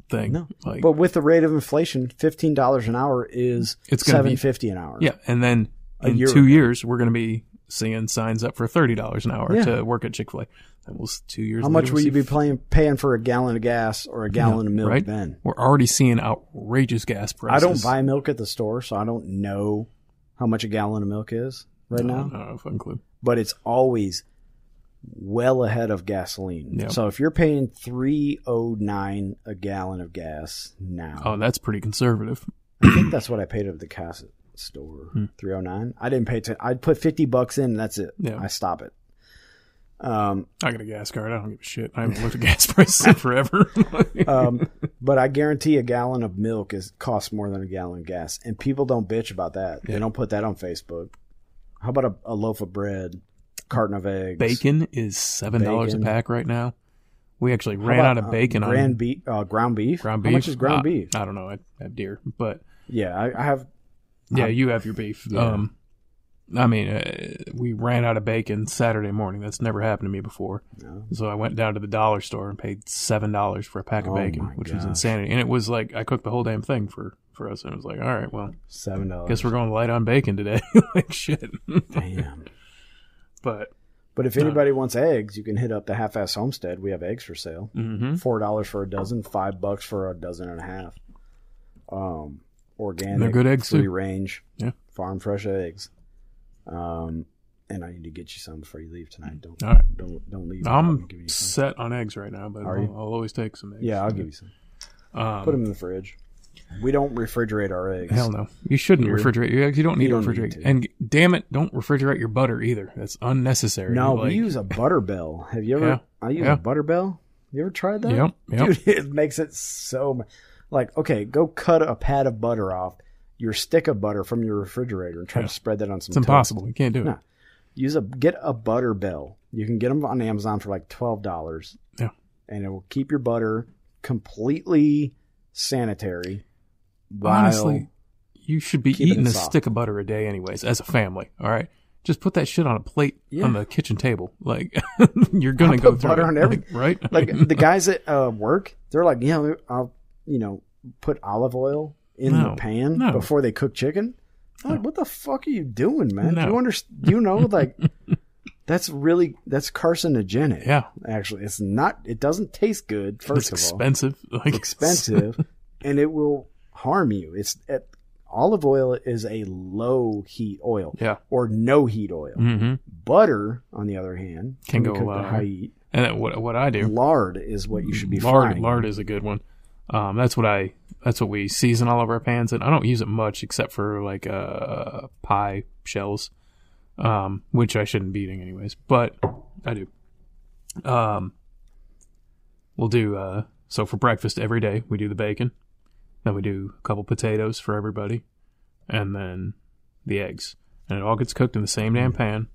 Speaker 3: thing.
Speaker 2: No,
Speaker 3: like
Speaker 2: but with the rate of inflation, fifteen dollars an hour is
Speaker 3: It's gonna be-
Speaker 2: seven fifty an hour.
Speaker 3: yeah, and then
Speaker 2: A
Speaker 3: in
Speaker 2: year
Speaker 3: two
Speaker 2: ago.
Speaker 3: years we're going to be seeing signs up for thirty dollars an hour
Speaker 2: Yeah.
Speaker 3: to work at Chick Fil A. That was two years.
Speaker 2: How
Speaker 3: later,
Speaker 2: much
Speaker 3: we'll
Speaker 2: will you
Speaker 3: see
Speaker 2: be paying paying for a gallon of gas or a gallon of milk
Speaker 3: right?
Speaker 2: then?
Speaker 3: We're already seeing outrageous gas
Speaker 2: I don't
Speaker 3: prices.
Speaker 2: buy milk at the store, so I don't know how much a gallon of milk is right
Speaker 3: I
Speaker 2: now.
Speaker 3: don't have a fucking clue.
Speaker 2: But it's always well ahead of gasoline.
Speaker 3: Yeah.
Speaker 2: So if you're paying three oh nine a gallon of gas now,
Speaker 3: Oh, that's pretty conservative.
Speaker 2: I think that's what I paid at the cassette store.
Speaker 3: Oh. Hmm.
Speaker 2: Three oh nine. I didn't pay. T- I put fifty bucks in. And that's it.
Speaker 3: Yeah.
Speaker 2: I stop it. Um,
Speaker 3: I got a gas card. I don't give a shit. I haven't looked at gas prices in forever.
Speaker 2: um, but I guarantee a gallon of milk is costs more than a gallon of gas, and people don't bitch about that. They
Speaker 3: Yeah.
Speaker 2: don't put that on Facebook. How about a, a loaf of bread, carton of eggs,
Speaker 3: bacon is seven dollars a
Speaker 2: Bacon.
Speaker 3: pack right now. We actually
Speaker 2: How
Speaker 3: ran
Speaker 2: about,
Speaker 3: out of
Speaker 2: uh,
Speaker 3: bacon on
Speaker 2: ground beef, uh, ground beef.
Speaker 3: ground
Speaker 2: How
Speaker 3: beef.
Speaker 2: much is ground
Speaker 3: Uh,
Speaker 2: beef?
Speaker 3: I don't know. I have deer, but
Speaker 2: Yeah, I, I have.
Speaker 3: yeah,
Speaker 2: Uh,
Speaker 3: you have your beef.
Speaker 2: yeah.
Speaker 3: Um, I mean, uh, we ran out of bacon Saturday morning. That's never happened to me before.
Speaker 2: no.
Speaker 3: So I went down to the dollar store and paid seven dollars for a pack of
Speaker 2: Oh
Speaker 3: bacon,
Speaker 2: my
Speaker 3: which was
Speaker 2: gosh.
Speaker 3: insanity. And it was like I cooked the whole damn thing for for us, and it was like, all right, well,
Speaker 2: seven dollars.
Speaker 3: guess we're going light on bacon today. like shit.
Speaker 2: Damn.
Speaker 3: but
Speaker 2: But if
Speaker 3: No.
Speaker 2: anybody wants eggs, you can hit up the Half Ass Homestead. We have eggs for sale.
Speaker 3: mm-hmm.
Speaker 2: Four dollars for a dozen, five bucks for a dozen and a half. Um, organic,
Speaker 3: They're good eggs, too.
Speaker 2: free range,
Speaker 3: Yeah.
Speaker 2: farm fresh eggs. Um, and I need to get you some before you leave tonight. Don't
Speaker 3: All right.
Speaker 2: don't don't leave.
Speaker 3: I'm
Speaker 2: give you some.
Speaker 3: set on eggs right now, but I'll,
Speaker 2: Are you?
Speaker 3: I'll always take some eggs.
Speaker 2: Yeah, I'll give you some.
Speaker 3: Um,
Speaker 2: Put them in the fridge. We don't refrigerate our eggs.
Speaker 3: Hell no, you shouldn't
Speaker 2: Weird.
Speaker 3: refrigerate your eggs. You don't need
Speaker 2: You
Speaker 3: to
Speaker 2: don't need
Speaker 3: refrigerate.
Speaker 2: to.
Speaker 3: And damn it, don't refrigerate your butter either. That's unnecessary.
Speaker 2: No,
Speaker 3: Like,
Speaker 2: we use a butter bell. Have you ever?
Speaker 3: Yeah.
Speaker 2: I use
Speaker 3: Yeah.
Speaker 2: a butter bell. You ever tried that?
Speaker 3: Yep, yep.
Speaker 2: Dude, it makes it so mu- like okay, go cut a pat of butter off your stick of butter from your refrigerator and try
Speaker 3: Yeah.
Speaker 2: to spread that on some.
Speaker 3: it's
Speaker 2: toast.
Speaker 3: impossible. You can't do it.
Speaker 2: No. Use a get a butter bell. You can get them on Amazon for like twelve dollars.
Speaker 3: Yeah.
Speaker 2: and it will keep your butter completely sanitary. while-
Speaker 3: Honestly, you should be
Speaker 2: Keep it
Speaker 3: eating a
Speaker 2: soft.
Speaker 3: stick of butter a day, anyways, as a family. All right, just put that shit on a plate
Speaker 2: Yeah.
Speaker 3: on the kitchen table. Like you're gonna
Speaker 2: I
Speaker 3: go
Speaker 2: put
Speaker 3: through
Speaker 2: butter
Speaker 3: it.
Speaker 2: on everything.
Speaker 3: Like, right?
Speaker 2: like the guys at uh, work, they're like, yeah, I'll you know put olive oil in
Speaker 3: No,
Speaker 2: the pan
Speaker 3: no.
Speaker 2: before they cook chicken. I'm Like, what the fuck are you doing, man? Do
Speaker 3: No.
Speaker 2: you understand? You know, like that's really that's carcinogenic.
Speaker 3: yeah,
Speaker 2: actually, it's not. It doesn't taste good. First
Speaker 3: it's
Speaker 2: of all,
Speaker 3: expensive. Like
Speaker 2: it's expensive, and it will harm you. It's at, olive oil is a low heat oil
Speaker 3: Yeah.
Speaker 2: or no heat oil.
Speaker 3: Mm-hmm.
Speaker 2: Butter, on the other hand,
Speaker 3: Can
Speaker 2: we
Speaker 3: go a
Speaker 2: cook
Speaker 3: lot
Speaker 2: the
Speaker 3: higher.
Speaker 2: high heat.
Speaker 3: And that, what what I do
Speaker 2: Lard is what you should be
Speaker 3: lard.
Speaker 2: frying.
Speaker 3: Lard is a good one. Um, that's what I. That's what we season all of our pans in. I don't use it much except for like uh, pie shells, um, which I shouldn't be eating anyways, but I do. Um, we'll do uh, so for breakfast every day. We do the bacon, then we do a couple potatoes for everybody, and then the eggs, and it all gets cooked in the same damn pan.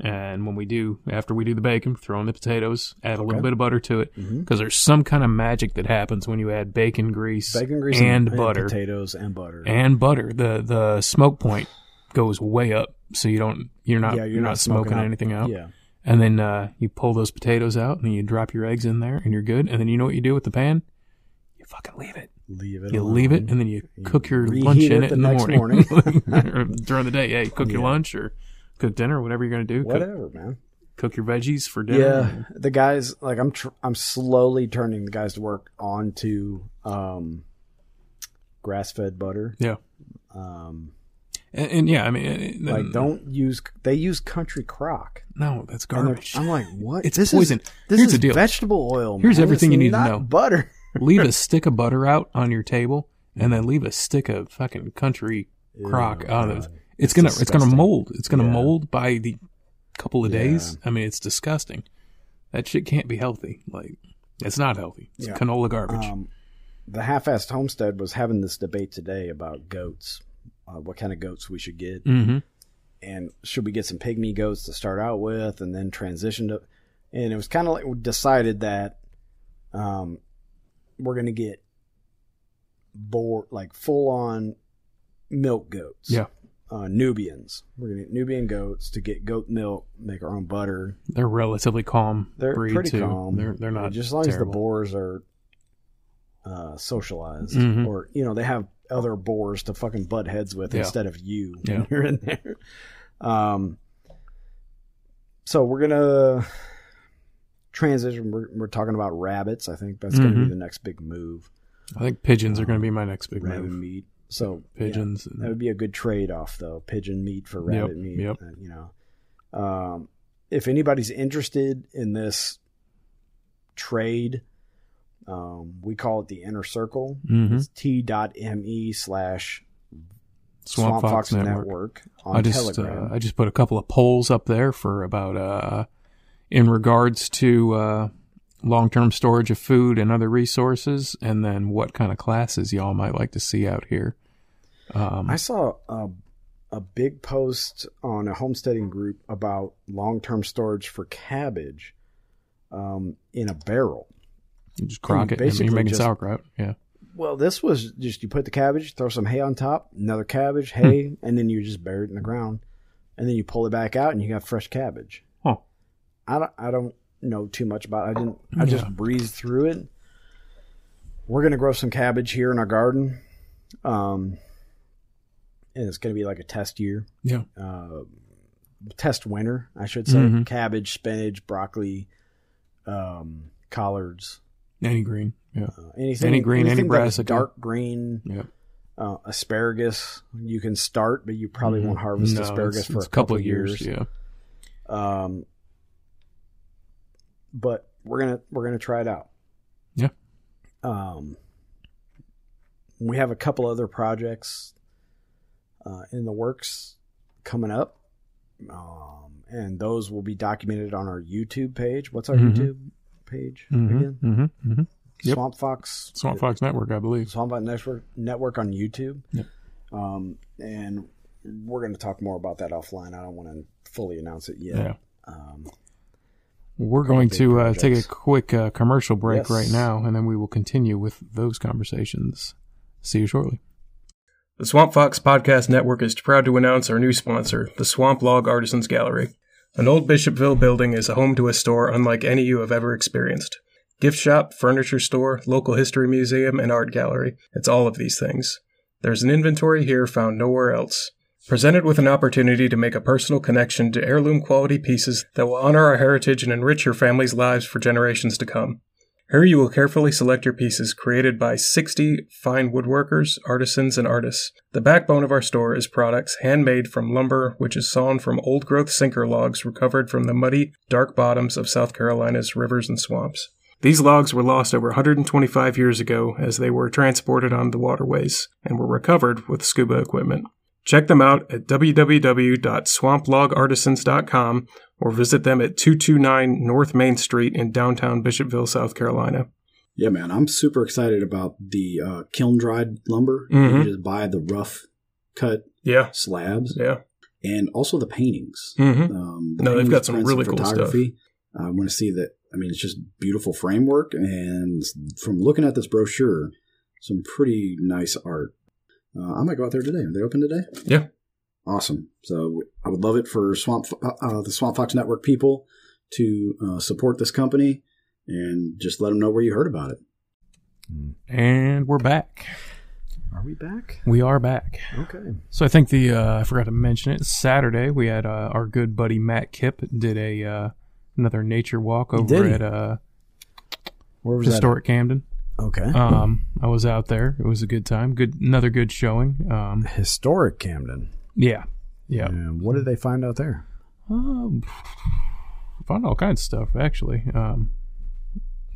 Speaker 3: And when we do, after we do the bacon, throw in the potatoes, add a little
Speaker 2: Okay.
Speaker 3: bit of butter to it,
Speaker 2: Mhm.
Speaker 3: because there's some kind of magic that happens when you add bacon grease,
Speaker 2: bacon grease
Speaker 3: and, butter
Speaker 2: potatoes and butter.
Speaker 3: and butter. The the smoke point goes way up, so you don't you're not
Speaker 2: Yeah,
Speaker 3: you're, not, smoking,
Speaker 2: up.
Speaker 3: anything out.
Speaker 2: yeah,
Speaker 3: And then uh, you pull those potatoes out, and you drop your eggs in there, and you're good. And then you know what you do with the pan? You fucking leave it.
Speaker 2: leave it.
Speaker 3: You
Speaker 2: alone.
Speaker 3: leave it, and then you
Speaker 2: You
Speaker 3: cook your
Speaker 2: reheat
Speaker 3: lunch in
Speaker 2: it
Speaker 3: it
Speaker 2: the
Speaker 3: in
Speaker 2: next
Speaker 3: the morning,
Speaker 2: morning.
Speaker 3: or during the day. Hey, cook your
Speaker 2: Yeah.
Speaker 3: lunch or cook dinner, whatever you're gonna do. Cook,
Speaker 2: whatever, man.
Speaker 3: cook your veggies for
Speaker 2: Yeah.
Speaker 3: dinner.
Speaker 2: the guys like I'm. Tr- I'm slowly turning the guys to work onto um, grass fed butter.
Speaker 3: Yeah.
Speaker 2: Um,
Speaker 3: And, and yeah, I mean, and-
Speaker 2: Like,
Speaker 3: and-
Speaker 2: don't use. They use country crock.
Speaker 3: No, that's
Speaker 2: And they're-
Speaker 3: garbage.
Speaker 2: I'm like, what?
Speaker 3: It's
Speaker 2: this
Speaker 3: poison.
Speaker 2: Is, this
Speaker 3: Here's
Speaker 2: is
Speaker 3: the deal.
Speaker 2: vegetable oil.
Speaker 3: Here's
Speaker 2: man.
Speaker 3: everything
Speaker 2: It's
Speaker 3: you need to
Speaker 2: not
Speaker 3: know.
Speaker 2: Butter.
Speaker 3: leave a stick of butter out on your table, and then leave a stick of fucking country crock Oh,
Speaker 2: Ew,
Speaker 3: on it.
Speaker 2: God.
Speaker 3: It's gonna it's gonna
Speaker 2: disgusting.
Speaker 3: mold. It's gonna
Speaker 2: Yeah.
Speaker 3: mold by the couple of
Speaker 2: Yeah.
Speaker 3: days. I mean, it's disgusting. That shit can't be healthy. Like, it's not healthy. It's
Speaker 2: Yeah.
Speaker 3: canola garbage.
Speaker 2: Um, the half-assed homestead was having this debate today about goats, uh, what kind of goats we should get,
Speaker 3: hmm
Speaker 2: and should we get some pygmy goats to start out with, and then transition to. And it was kind of like we decided that um, we're going to get boar, like full-on milk goats.
Speaker 3: Yeah.
Speaker 2: Uh, Nubians. We're gonna get Nubian goats to get goat milk, make our own butter,
Speaker 3: They're relatively calm.
Speaker 2: they're
Speaker 3: breed
Speaker 2: pretty
Speaker 3: too.
Speaker 2: calm.
Speaker 3: They're they're not
Speaker 2: just as long as the
Speaker 3: terrible.
Speaker 2: boars are uh, socialized,
Speaker 3: Mhm.
Speaker 2: or you know they have other boars to fucking butt heads with
Speaker 3: Yeah.
Speaker 2: instead of you
Speaker 3: Yeah.
Speaker 2: when you're in there. Um, so we're gonna transition. We're, we're talking about rabbits. I think that's gonna be
Speaker 3: Mhm.
Speaker 2: the next big move.
Speaker 3: I think pigeons are going to be my next big
Speaker 2: rabbit
Speaker 3: move.
Speaker 2: meat. So yeah.
Speaker 3: Pigeons.
Speaker 2: That would be a good trade off, though. Pigeon meat for
Speaker 3: Yep,
Speaker 2: rabbit meat.
Speaker 3: yep.
Speaker 2: uh, You know, um, if anybody's interested in this trade, um, we call it the inner circle.
Speaker 3: hmm
Speaker 2: It's t.me E slash
Speaker 3: Swamp, Fox, Network.
Speaker 2: on
Speaker 3: I just
Speaker 2: Telegram.
Speaker 3: uh, I just put a couple of polls up there for about uh, in regards to uh, long term storage of food and other resources, and then what kind of classes y'all might like to see out here. Um,
Speaker 2: I saw a, a big post on a homesteading group about long term storage for cabbage um, in a barrel.
Speaker 3: just crock it. and
Speaker 2: basically
Speaker 3: you're making
Speaker 2: just-
Speaker 3: sauerkraut. Yeah.
Speaker 2: Well, this was just you put the cabbage, throw some hay on top, another cabbage,
Speaker 3: Hmm.
Speaker 2: hay, and then you just bury it in the ground, and then you pull it back out, and you got fresh cabbage.
Speaker 3: Huh.
Speaker 2: I don't, I don't know too much about. It. I didn't. I just
Speaker 3: Yeah.
Speaker 2: breezed through it. We're gonna grow some cabbage here in our garden, um, and it's gonna be like a test year,
Speaker 3: Yeah.
Speaker 2: uh, test winter, I should say.
Speaker 3: Mhm.
Speaker 2: Cabbage, spinach, broccoli, um, collards,
Speaker 3: Any green. Yeah.
Speaker 2: uh, anything,
Speaker 3: Any green, any
Speaker 2: anything that is
Speaker 3: brassica.
Speaker 2: dark green,
Speaker 3: Yeah.
Speaker 2: uh, asparagus. You can start, but you probably won't harvest
Speaker 3: Mm-hmm. No,
Speaker 2: asparagus
Speaker 3: it's-
Speaker 2: for
Speaker 3: it's
Speaker 2: a couple, of years.
Speaker 3: Yeah.
Speaker 2: Um, but we're gonna we're gonna try it out.
Speaker 3: Yeah.
Speaker 2: Um, we have a couple other projects uh, in the works coming up, um, and those will be documented on our YouTube page. What's our
Speaker 3: Mhm.
Speaker 2: YouTube page again?
Speaker 3: Mm-hmm. hmm hmm Yep.
Speaker 2: Swamp Fox.
Speaker 3: Swamp Fox Network, I believe.
Speaker 2: Swamp Fox Network Network on YouTube.
Speaker 3: Yep.
Speaker 2: Um, and we're going to talk more about that offline. I don't want to fully announce it yet.
Speaker 3: Yeah.
Speaker 2: Um,
Speaker 3: We're going
Speaker 2: big
Speaker 3: to uh, take a
Speaker 2: projects.
Speaker 3: quick uh, commercial break
Speaker 2: Yes.
Speaker 3: right now, and then we will continue with those conversations. See you shortly.
Speaker 4: The Swamp Fox Podcast Network is proud to announce our new sponsor, the Swamp Log Artisans Gallery. An old Bishopville building is a home to a store unlike any you have ever experienced. Gift shop, furniture store, local history museum, and art gallery. It's all of these things. There's an inventory here found nowhere else. Presented with an opportunity to make a personal connection to heirloom quality pieces that will honor our heritage and enrich your family's lives for generations to come. Here you will carefully select your pieces created by 60 fine woodworkers, artisans, and artists. The backbone of our store is products handmade from lumber, which is sawn from old growth sinker logs recovered from the muddy, dark bottoms of South Carolina's rivers and swamps. These logs were lost over 125 years ago as they were transported on the waterways and were recovered with scuba equipment. Check them out at www.swamplogartisans.com or visit them at 229 North Main Street in downtown Bishopville, South Carolina.
Speaker 1: Yeah, man, I'm super excited about the uh, kiln dried lumber.
Speaker 3: Mm-hmm.
Speaker 1: You
Speaker 4: Mhm.
Speaker 1: can just buy the rough cut
Speaker 4: Yeah.
Speaker 1: slabs
Speaker 4: Yeah.
Speaker 1: and also the paintings.
Speaker 4: Mm-hmm.
Speaker 1: Um,
Speaker 4: No, they've
Speaker 1: paintings,
Speaker 4: got some
Speaker 1: prints,
Speaker 4: really
Speaker 1: and
Speaker 4: cool stuff.
Speaker 1: photography. I want to see that. I mean, it's just beautiful framework, and from looking at this brochure, some pretty nice art. Uh, I might go out there today. Are they open today?
Speaker 4: Yeah.
Speaker 1: Awesome. So I would love it for Swamp Fo- uh, uh, the Swamp Fox Network people to uh, support this company and just let them know where you heard about it.
Speaker 3: And we're back.
Speaker 2: are we back?
Speaker 3: We are back.
Speaker 2: Okay.
Speaker 3: So I think the uh, I forgot to mention it. Saturday we had uh, our good buddy Matt Kipp did a uh, another nature walk over
Speaker 2: Did he?
Speaker 3: at uh,
Speaker 2: Where was that?
Speaker 3: historic Camden.
Speaker 2: Okay.
Speaker 3: Um, I was out there. It was a good time. Good another good showing. Um,
Speaker 2: historic Camden.
Speaker 3: Yeah. Yeah.
Speaker 2: Yeah, what did they find out there?
Speaker 3: Um, found all kinds of stuff actually. Um,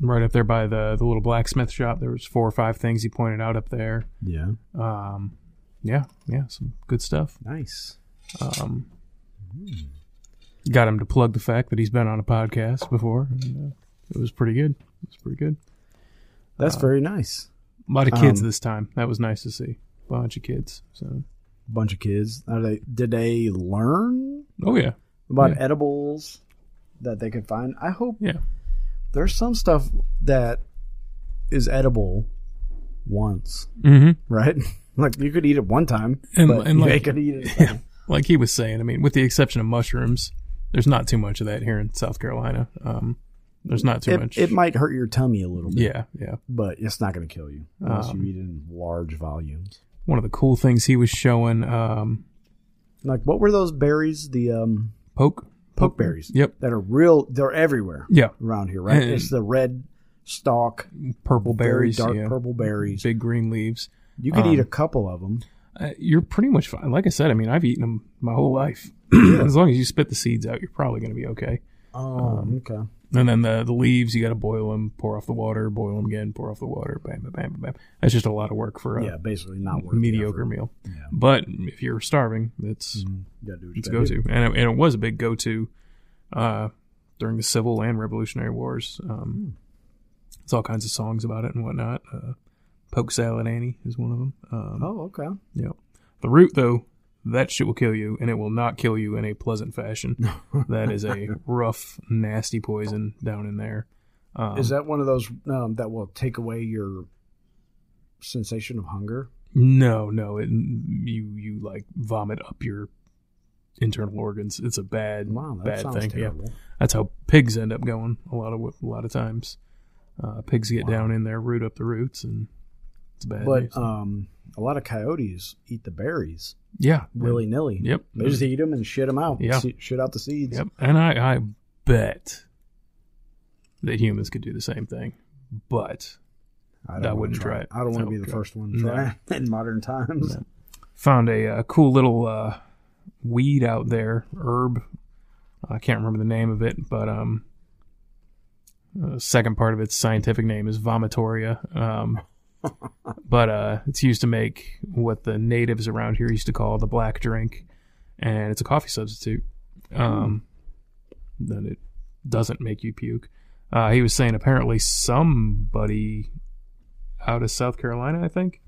Speaker 3: right up there by the the little blacksmith shop, there was four or five things he pointed out up there.
Speaker 2: Yeah,
Speaker 3: Um, yeah, yeah, some good stuff.
Speaker 2: nice.
Speaker 3: Um, got him to plug the fact that he's been on a podcast before. And, uh, it was pretty good. It was pretty good.
Speaker 2: That's
Speaker 1: Uh,
Speaker 2: very nice.
Speaker 3: A lot of kids
Speaker 2: Um,
Speaker 3: this time. That was nice to see. Bunch of kids. So,
Speaker 2: Bunch of kids. Are they? Did they learn
Speaker 3: oh yeah,
Speaker 2: about
Speaker 3: Yeah.
Speaker 2: edibles that they could find? I hope
Speaker 3: yeah,
Speaker 2: there's some stuff that is edible once,
Speaker 3: mm-hmm.
Speaker 2: right? like you could eat it one time,
Speaker 3: And-
Speaker 2: but
Speaker 3: and
Speaker 2: they
Speaker 3: like-
Speaker 2: could eat it. again.
Speaker 3: like he was saying, I mean, with the exception of mushrooms, there's not too much of that here in South Carolina. Um, there's not too
Speaker 2: it,
Speaker 3: much.
Speaker 2: it might hurt your tummy a little bit,
Speaker 3: yeah, yeah.
Speaker 2: but it's not going to kill you unless
Speaker 3: Um,
Speaker 2: you eat it in large volumes.
Speaker 3: One of the cool things he was showing, um,
Speaker 2: Like what were those berries? The um,
Speaker 3: poke,
Speaker 2: pokeberries
Speaker 3: Yep.
Speaker 2: that are real. They're everywhere
Speaker 3: Yeah,
Speaker 2: around here, right?
Speaker 3: And-
Speaker 2: it's the red stalk,
Speaker 3: purple
Speaker 2: very
Speaker 3: berries,
Speaker 2: dark
Speaker 3: yeah.
Speaker 2: purple berries.
Speaker 3: big green leaves.
Speaker 2: You could eat
Speaker 3: um,
Speaker 2: a couple of them.
Speaker 3: Uh, you're pretty much fine. Like I said, I mean, I've eaten them my whole life. as long as you spit the seeds out, you're probably going to be okay.
Speaker 2: Oh, okay.
Speaker 3: And then the the leaves, you got to boil them, pour off the water, boil them again, pour off the water, bam, bam, bam, bam. That's just a lot of work for uh, a
Speaker 2: Yeah, basically not worth the
Speaker 3: mediocre
Speaker 2: effort.
Speaker 3: meal.
Speaker 2: Yeah. Mm-hmm.
Speaker 3: But if you're starving, that's
Speaker 2: You gotta do what you
Speaker 3: it's a
Speaker 2: gotta
Speaker 3: go
Speaker 2: do.
Speaker 3: to, and it, and it was a big go to uh, during the Civil and Revolutionary Wars.
Speaker 2: Hmm.
Speaker 3: Um, It's all kinds of songs about it and whatnot. Uh, Poke Salad Annie is one of them. Um,
Speaker 2: Oh, okay.
Speaker 3: Yeah. The root, though, that shit will kill you, and it will not kill you in a pleasant fashion. that is a rough, nasty poison down in there. Um,
Speaker 2: Is that one of those um, that will take away your sensation of hunger?
Speaker 3: No, no. It, you you like vomit up your internal organs. It's a bad,
Speaker 2: Wow, that
Speaker 3: bad
Speaker 2: sounds
Speaker 3: thing. Yeah,
Speaker 2: terrible.
Speaker 3: that's how pigs end up going a lot of a lot of times. Uh, pigs get down in there, root up the roots, and it's bad. news.
Speaker 2: But um, a lot of coyotes eat the berries
Speaker 3: yeah,
Speaker 2: willy nilly.
Speaker 3: Yep.
Speaker 2: They just eat them and shit them out.
Speaker 3: Yeah.
Speaker 2: Se- shit out the seeds.
Speaker 3: Yep. And I, I bet that humans could do the same thing, but
Speaker 2: I, don't
Speaker 3: I
Speaker 2: wanna
Speaker 3: wouldn't try it.
Speaker 2: I don't want
Speaker 3: No,
Speaker 2: to be the
Speaker 3: go.
Speaker 2: first one to try it in modern times.
Speaker 3: found a, uh cool little uh, weed out there, herb. I can't remember the name of it, but um, the second part of its scientific name is vomitoria. Um, but uh, it's used to make what the natives around here used to call the black drink, and it's a coffee substitute. Um, Then it doesn't make you puke. Uh, he was saying apparently somebody out of South Carolina, I think,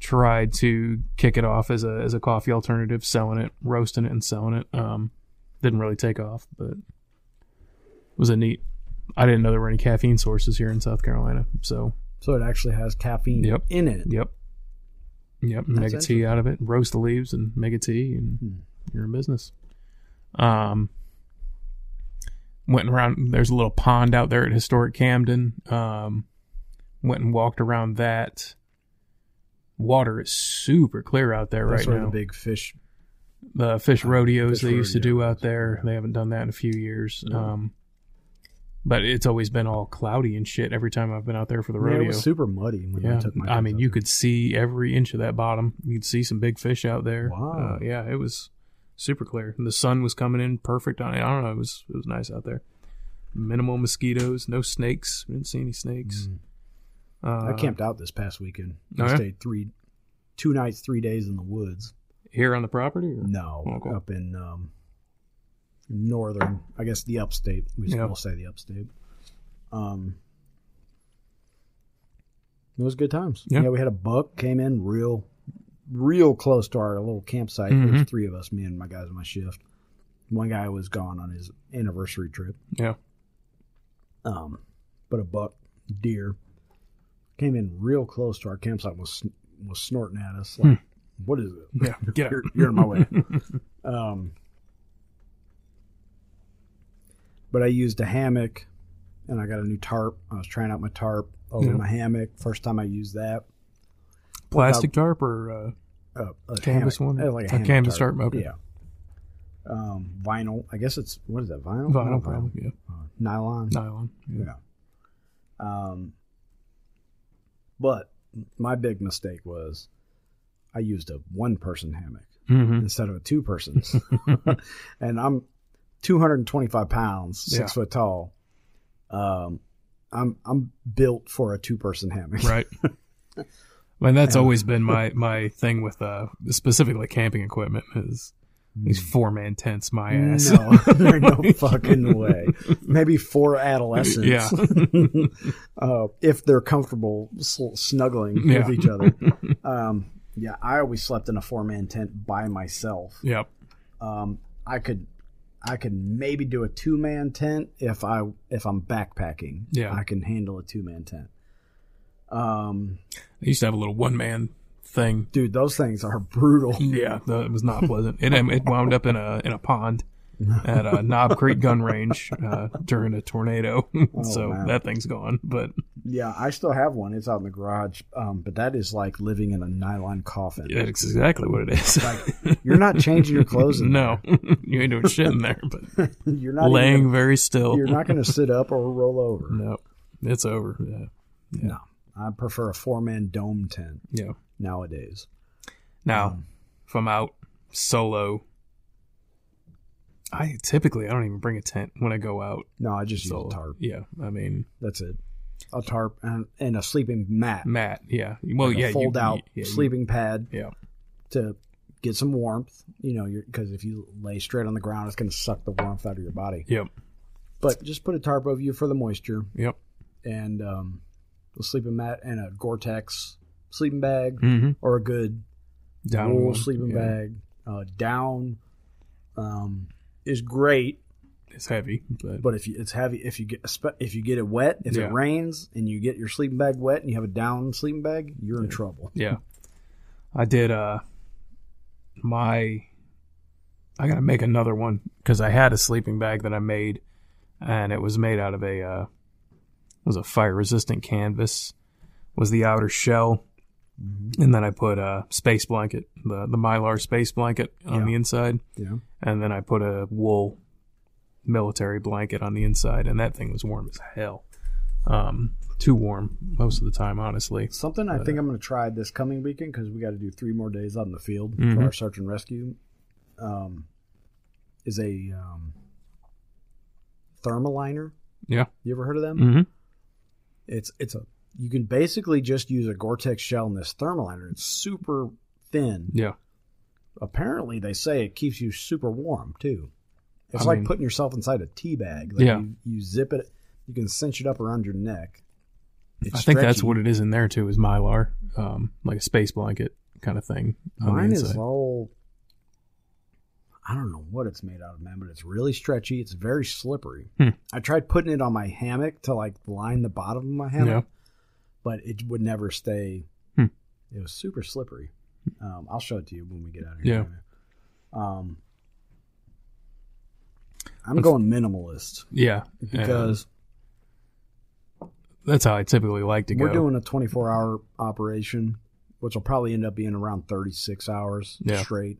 Speaker 3: tried to kick it off as a as a coffee alternative, selling it, roasting it, and selling it. Um, didn't really take off, but it was a neat. I didn't know there were any caffeine sources here in South Carolina, so
Speaker 2: So it actually has caffeine
Speaker 3: Yep.
Speaker 2: in it.
Speaker 3: yep, yep. make a tea out of it, roast the leaves, and make a tea, and
Speaker 2: Hmm.
Speaker 3: you're in business. Um, went around. There's a little pond out there at historic Camden. Um, went and walked around that. Water is super clear out there
Speaker 2: That's
Speaker 3: right
Speaker 2: where
Speaker 3: now.
Speaker 2: the big fish.
Speaker 3: the fish rodeos
Speaker 2: fish
Speaker 3: they used to do out there. They haven't done that in a few years. Um, but it's always been all cloudy and shit every time I've been out there for the
Speaker 2: Yeah, it
Speaker 3: rodeo.
Speaker 2: was super muddy when I
Speaker 3: Yeah,
Speaker 2: took my.
Speaker 3: I
Speaker 2: kids
Speaker 3: mean,
Speaker 2: out
Speaker 3: you
Speaker 2: there.
Speaker 3: could see every inch of that bottom. You could see some big fish out there.
Speaker 2: Wow.
Speaker 3: Uh, yeah, it was super clear. And the sun was coming in perfect on it. I don't know. It was it was nice out there. Minimal mosquitoes, no snakes. Didn't see any snakes.
Speaker 2: Mm. I
Speaker 3: Uh,
Speaker 2: camped out this past weekend.
Speaker 3: Oh,
Speaker 2: I
Speaker 3: yeah?
Speaker 2: stayed three, two nights, three days in the woods.
Speaker 3: here on the property. Or?
Speaker 2: No,
Speaker 3: Oh, cool.
Speaker 2: up in um, northern, I guess the upstate. We
Speaker 3: Yeah.
Speaker 2: will say the upstate. Um, it was good times.
Speaker 3: Yeah.
Speaker 2: Yeah. we had a buck came in real, real close to our little campsite. There
Speaker 3: Mm-hmm.
Speaker 2: was three of us, me and my guys on my shift. One guy was gone on his anniversary trip.
Speaker 3: Yeah.
Speaker 2: Um, but a buck, deer, came in real close to our campsite. and Was sn- was snorting at us like, "What is it?
Speaker 3: Hmm. Yeah. Get out.
Speaker 2: you're, you're in my way. um, but I used a hammock, and I got a new tarp. I was trying out my tarp over
Speaker 3: Yeah.
Speaker 2: my hammock. First time I used that.
Speaker 3: Plastic tarp or uh,
Speaker 2: Uh, a
Speaker 3: Canvas
Speaker 2: hammock.
Speaker 3: one?
Speaker 2: Uh, like
Speaker 3: A
Speaker 2: a, hammock
Speaker 3: canvas
Speaker 2: tarp.
Speaker 3: tarp, okay.
Speaker 2: Yeah. Um, vinyl. I guess it's what is that? Vinyl.
Speaker 3: vinyl,
Speaker 2: Not
Speaker 3: probably. Yeah.
Speaker 2: Uh, Nylon.
Speaker 3: Nylon. Yeah.
Speaker 2: Yeah. Um, but my big mistake was I used a one person hammock.
Speaker 3: hmm
Speaker 2: instead of a two persons. and I'm 225 pounds, six
Speaker 3: Yeah.
Speaker 2: foot tall. Um, I'm I'm built for a two person hammock.
Speaker 3: Right. I mean, that's always been my, my thing with uh, specifically camping equipment is these four man tents, my ass.
Speaker 2: Mm. No, there's no fucking way. Maybe for adolescents,
Speaker 3: Yeah.
Speaker 2: uh, if they're comfortable sl- snuggling
Speaker 3: Yeah.
Speaker 2: with each other. Um, yeah, I always slept in a four man tent by myself.
Speaker 3: Yep.
Speaker 2: Um, I could, I could maybe do a two man tent if I if I'm backpacking.
Speaker 3: Yeah.
Speaker 2: I can handle a two man tent. Um,
Speaker 3: They used to have a little one man thing.
Speaker 2: dude, those things are brutal.
Speaker 3: Yeah, the, it was not pleasant. It it wound up in a in a pond at uh, Knob Creek Gun Range uh, during a tornado. so
Speaker 2: man.
Speaker 3: that thing's gone. But
Speaker 2: Yeah, I still have one. It's out in the garage. Um, but that is like living in a nylon coffin.
Speaker 3: that's exactly what it is.
Speaker 2: You're not changing your clothes. In
Speaker 3: no, you ain't doing shit in there. But
Speaker 2: there. you're not
Speaker 3: laying
Speaker 2: Even,
Speaker 3: very still.
Speaker 2: you're not going to sit up or roll over.
Speaker 3: no, it's over. Yeah,
Speaker 2: No, I prefer a four man dome tent
Speaker 3: yeah.
Speaker 2: nowadays.
Speaker 3: Now,
Speaker 2: Um,
Speaker 3: if I'm out solo, I typically I don't even bring a tent when I go out.
Speaker 2: No, I just
Speaker 3: solo.
Speaker 2: use a tarp.
Speaker 3: Yeah, I mean
Speaker 2: That's it. A tarp and, and a sleeping mat.
Speaker 3: Matt. Yeah, well,
Speaker 2: Like a
Speaker 3: Oh, yeah, you-
Speaker 2: fold out
Speaker 3: yeah, you-
Speaker 2: sleeping pad
Speaker 3: Yeah,
Speaker 2: to get some warmth. You know, because if you lay straight on the ground, it's going to suck the warmth out of your body.
Speaker 3: yep,
Speaker 2: But just put a tarp over you for the moisture
Speaker 3: yep.
Speaker 2: and um, a sleeping mat and a Gore-Tex sleeping bag
Speaker 3: Mm-hmm.
Speaker 2: or a good
Speaker 3: down
Speaker 2: wool
Speaker 3: one.
Speaker 2: sleeping
Speaker 3: Yeah.
Speaker 2: bag. Uh, down um, is great
Speaker 3: It's heavy, but,
Speaker 2: But if you, it's heavy, if you get spe- if you get it wet, if
Speaker 3: Yeah.
Speaker 2: it rains and you get your sleeping bag wet and you have a down sleeping bag, you're in trouble.
Speaker 3: yeah, I did. Uh, my I gotta make another one because I had a sleeping bag that I made, and it was made out of a uh, it was a fire resistant canvas, was the outer shell, and then I put a space blanket, the the mylar space blanket on
Speaker 2: Yeah.
Speaker 3: the inside,
Speaker 2: Yeah,
Speaker 3: and then I put a wool military blanket on the inside, and that thing was warm as hell. Um, too warm most of the time, honestly.
Speaker 2: something I
Speaker 3: uh,
Speaker 2: think I'm going to try this coming weekend because we got to do three more days out in the field
Speaker 3: Mhm.
Speaker 2: for our search and rescue. Um, is a um, thermaliner.
Speaker 3: Yeah.
Speaker 2: You ever heard of them?
Speaker 3: Mm-hmm.
Speaker 2: It's it's a you can basically just use a Gore-Tex shell in this thermaliner. It's super thin.
Speaker 3: Yeah.
Speaker 2: apparently they say it keeps you super warm too. It's
Speaker 3: I
Speaker 2: like
Speaker 3: mean-
Speaker 2: putting yourself inside a tea bag. Like
Speaker 3: Yeah.
Speaker 2: you, you zip it, you can cinch it up around your neck. It's
Speaker 3: I think that's
Speaker 2: stretchy.
Speaker 3: what it is in there too. Is mylar, um, like a space blanket kind of thing. on the
Speaker 2: mine is.
Speaker 3: inside.
Speaker 2: All I don't know what it's made out of, man, but it's really stretchy. It's very slippery.
Speaker 3: Hmm.
Speaker 2: I tried putting it on my hammock to like line the bottom of my
Speaker 3: yeah.
Speaker 2: hammock, but it would never stay.
Speaker 3: Hmm.
Speaker 2: It was super slippery. Um, I'll show it to you when we get out of
Speaker 3: Yeah.
Speaker 2: here. Yeah. Um, I'm going minimalist.
Speaker 3: yeah,
Speaker 2: because
Speaker 3: And that's how I typically like to go.
Speaker 2: we're doing a 24 hour operation, which will probably end up being around 36 hours
Speaker 3: Yeah.
Speaker 2: straight.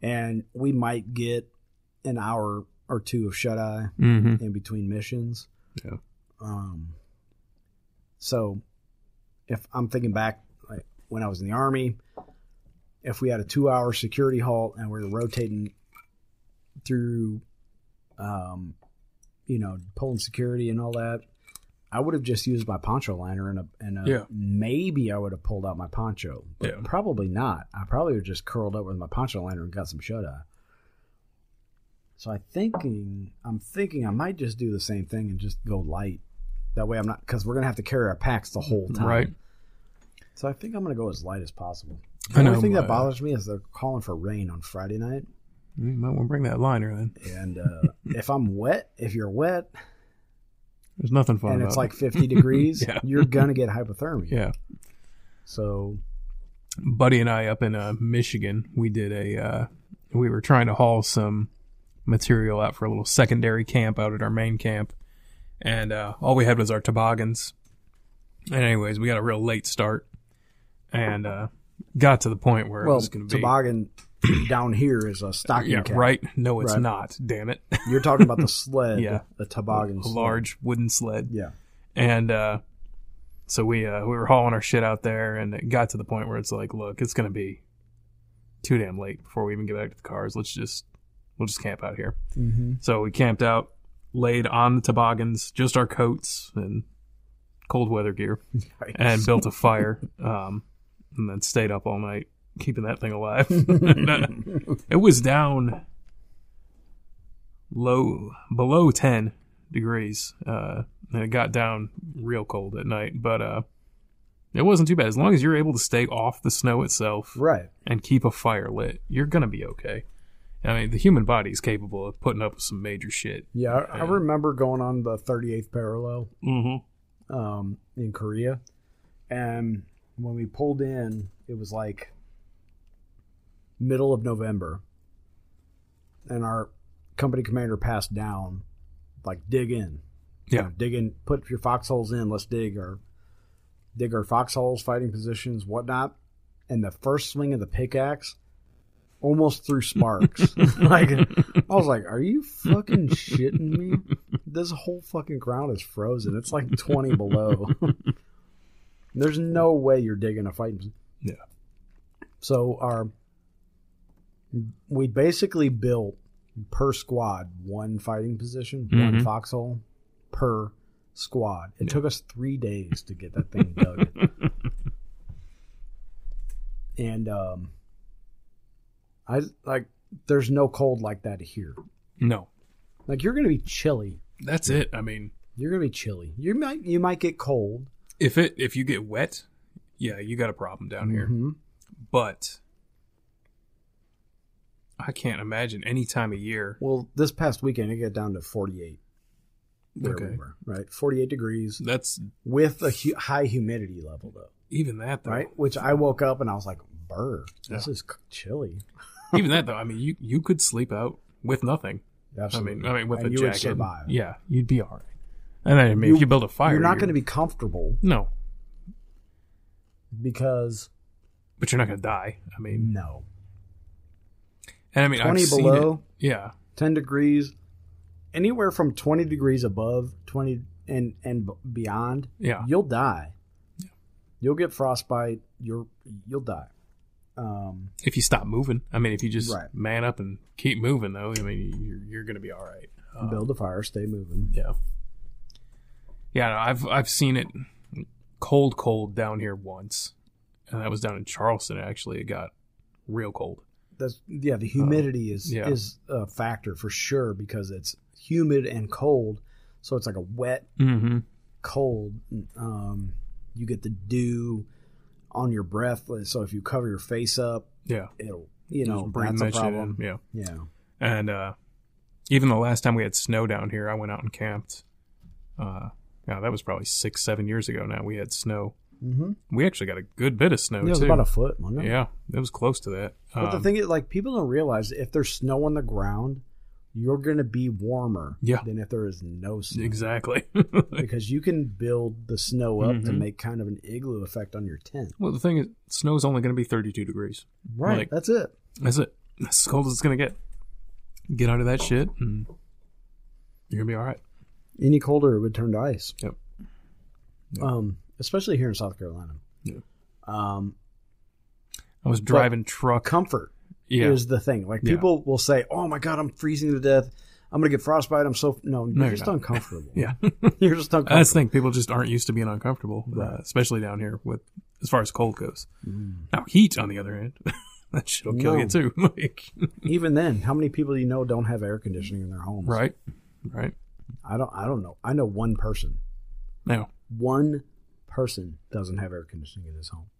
Speaker 2: And we might get an hour or two of shut eye
Speaker 3: hmm
Speaker 2: in between missions.
Speaker 3: Yeah.
Speaker 2: Um, so if I'm thinking back like when I was in the army, if we had a two hour security halt and we were rotating through, um, you know, pulling security and all that, I would have just used my poncho liner and a, and a
Speaker 3: Yeah.
Speaker 2: maybe I would have pulled out my poncho, but
Speaker 3: Yeah.
Speaker 2: probably not. I probably would have just curled up with my poncho liner and got some shut eye. So I thinking I'm thinking I might just do the same thing and just go light. That way I'm not because we're gonna have to carry our packs the whole time.
Speaker 3: Right.
Speaker 2: So I think I'm gonna go as light as possible.
Speaker 3: I
Speaker 2: The
Speaker 3: know,
Speaker 2: only thing
Speaker 3: uh,
Speaker 2: that bothers me is they're calling for rain on Friday night,
Speaker 3: You might want to bring that liner then.
Speaker 2: and uh, if I'm wet, if you're wet,
Speaker 3: There's nothing fun
Speaker 2: and
Speaker 3: about
Speaker 2: it's
Speaker 3: it.
Speaker 2: like 50 degrees,
Speaker 3: Yeah.
Speaker 2: you're gonna get hypothermia.
Speaker 3: yeah.
Speaker 2: So
Speaker 3: buddy and I up in uh, Michigan, we did a uh, we were trying to haul some material out for a little secondary camp out at our main camp, and uh, all we had was our toboggans. And anyways, we got a real late start, and uh, got to the point where it
Speaker 2: well,
Speaker 3: was going to be
Speaker 2: toboggan down here is a stocking
Speaker 3: yeah
Speaker 2: cap.
Speaker 3: right. No, it's
Speaker 2: Right.
Speaker 3: not. Damn it!
Speaker 2: You're talking about the sled,
Speaker 3: Yeah.
Speaker 2: the toboggan,
Speaker 3: a
Speaker 2: sled.
Speaker 3: large wooden sled.
Speaker 2: yeah.
Speaker 3: And uh, so we uh, we were hauling our shit out there, and it got to the point where it's like, look, it's gonna be too damn late before we even get back to the cars. Let's just we'll just camp out here.
Speaker 2: Mm-hmm.
Speaker 3: So we camped out, laid on the toboggans, just our coats and cold weather gear, and built a fire. Um, and then stayed up all night keeping that thing alive. it was down low below ten degrees, uh, and it got down real cold at night. But uh, it wasn't too bad as long as you're able to stay off the snow itself
Speaker 2: Right.
Speaker 3: and keep a fire lit, you're gonna be okay. I mean, the human body is capable of putting up with some major shit.
Speaker 2: Yeah, I, I
Speaker 3: Yeah.
Speaker 2: remember going on the 38th parallel
Speaker 3: Mm-hmm.
Speaker 2: um, in Korea, and when we pulled in, it was like middle of November, and our company commander passed down, like dig in, You
Speaker 3: Yeah.
Speaker 2: know, dig in, put your foxholes in, let's dig our dig our foxholes, fighting positions, whatnot, and the first swing of the pickaxe. Almost threw sparks. like I was like, "Are you fucking shitting me?" this whole fucking ground is frozen. It's like 20 below. There's no way you're digging a fight.
Speaker 3: Yeah.
Speaker 2: So our we basically built per squad one fighting position, one
Speaker 3: Mhm.
Speaker 2: foxhole per squad. It took us three days to get that thing dug. and um, I like there's no cold like that here.
Speaker 3: No,
Speaker 2: Like you're gonna be chilly
Speaker 3: that's it. I mean,
Speaker 2: you're gonna be chilly. You might you might get cold.
Speaker 3: if it if you get wet, yeah, you got a problem down here.
Speaker 2: Mhm.
Speaker 3: But I can't imagine any time of year.
Speaker 2: Well, this past weekend it got down to 48 where we
Speaker 3: Okay,
Speaker 2: were, right? 48 degrees
Speaker 3: that's
Speaker 2: with a hu- high humidity level though,
Speaker 3: even that though.
Speaker 2: right? Which I woke up and I was like, "Burr, this is c- chilly."
Speaker 3: even that though. I mean, you you could sleep out with nothing. I mean, I mean with
Speaker 2: and
Speaker 3: a
Speaker 2: you
Speaker 3: jacket.
Speaker 2: would survive.
Speaker 3: Yeah, you'd be all right. And I mean,
Speaker 2: You-
Speaker 3: if you build a fire,
Speaker 2: you're not going to be comfortable
Speaker 3: no,
Speaker 2: because
Speaker 3: but you're not going to die. I mean,
Speaker 2: no,
Speaker 3: and I mean,
Speaker 2: 20
Speaker 3: I've seen
Speaker 2: below?
Speaker 3: it. Yeah,
Speaker 2: 10 degrees, anywhere from 20 degrees above, 20 and and b- beyond,
Speaker 3: yeah.
Speaker 2: you'll die. You'll get frostbite. You're you'll die. Um,
Speaker 3: If you stop moving, I mean, if you just
Speaker 2: Right.
Speaker 3: man up and keep moving, though, I mean, you're you're going to be all right. Um,
Speaker 2: build a fire, stay moving.
Speaker 3: Yeah. Yeah, no, I've I've seen it cold, cold down here once, and that was down in Charleston. Actually, it got real cold.
Speaker 2: That's yeah. The humidity is
Speaker 3: Uh, yeah.
Speaker 2: is a factor for sure because it's humid and cold, so it's like a wet
Speaker 3: Mm-hmm.
Speaker 2: cold. Um, you get the dew on your breath, so if you cover your face up,
Speaker 3: Yeah,
Speaker 2: it'll you know
Speaker 3: Just breathe
Speaker 2: that's a
Speaker 3: that shit in,
Speaker 2: problem.
Speaker 3: Yeah,
Speaker 2: Yeah,
Speaker 3: and uh, even the last time we had snow down here, I went out and camped. Uh, yeah, that was probably six, seven years ago. Now we had snow.
Speaker 2: mm-hmm.
Speaker 3: We actually got a good bit of snow
Speaker 2: it was
Speaker 3: too.
Speaker 2: about a foot. wasn't it?
Speaker 3: yeah, it was close to that.
Speaker 2: But the
Speaker 3: Um,
Speaker 2: thing is, like, people don't realize if there's snow on the ground, you're going to be warmer
Speaker 3: Yeah.
Speaker 2: than if there is no snow.
Speaker 3: exactly.
Speaker 2: Because you can build the snow up to
Speaker 3: Mhm.
Speaker 2: make kind of an igloo effect on your tent.
Speaker 3: well, the thing is, snow's only going to be thirty-two degrees.
Speaker 2: Right.
Speaker 3: Like-
Speaker 2: That's it.
Speaker 3: That's it. That's as cold as it's gonna get. Get under that shit, and you're gonna be all right.
Speaker 2: Any colder, it would turn to ice.
Speaker 3: Yep.
Speaker 2: Um, especially here in South Carolina.
Speaker 3: Yeah.
Speaker 2: Um,
Speaker 3: I was driving truck.
Speaker 2: comfort
Speaker 3: Yeah,
Speaker 2: is the thing. Like,
Speaker 3: Yeah.
Speaker 2: people will say, oh my God, I'm freezing to death. I'm going to get frostbite. I'm so. No, you're
Speaker 3: you're
Speaker 2: just
Speaker 3: not.
Speaker 2: uncomfortable.
Speaker 3: yeah.
Speaker 2: You're just uncomfortable.
Speaker 3: That's the thing. People just aren't used to being uncomfortable, uh, especially down here with as far as cold goes. Now heat, on the other hand, that shit'll kill
Speaker 2: Mm. No.
Speaker 3: you too. like,
Speaker 2: Even then, how many people do you know don't have air conditioning in their homes?
Speaker 3: right, right.
Speaker 2: I don't I don't know. I know one person.
Speaker 3: Now,
Speaker 2: One person doesn't have air conditioning in his home.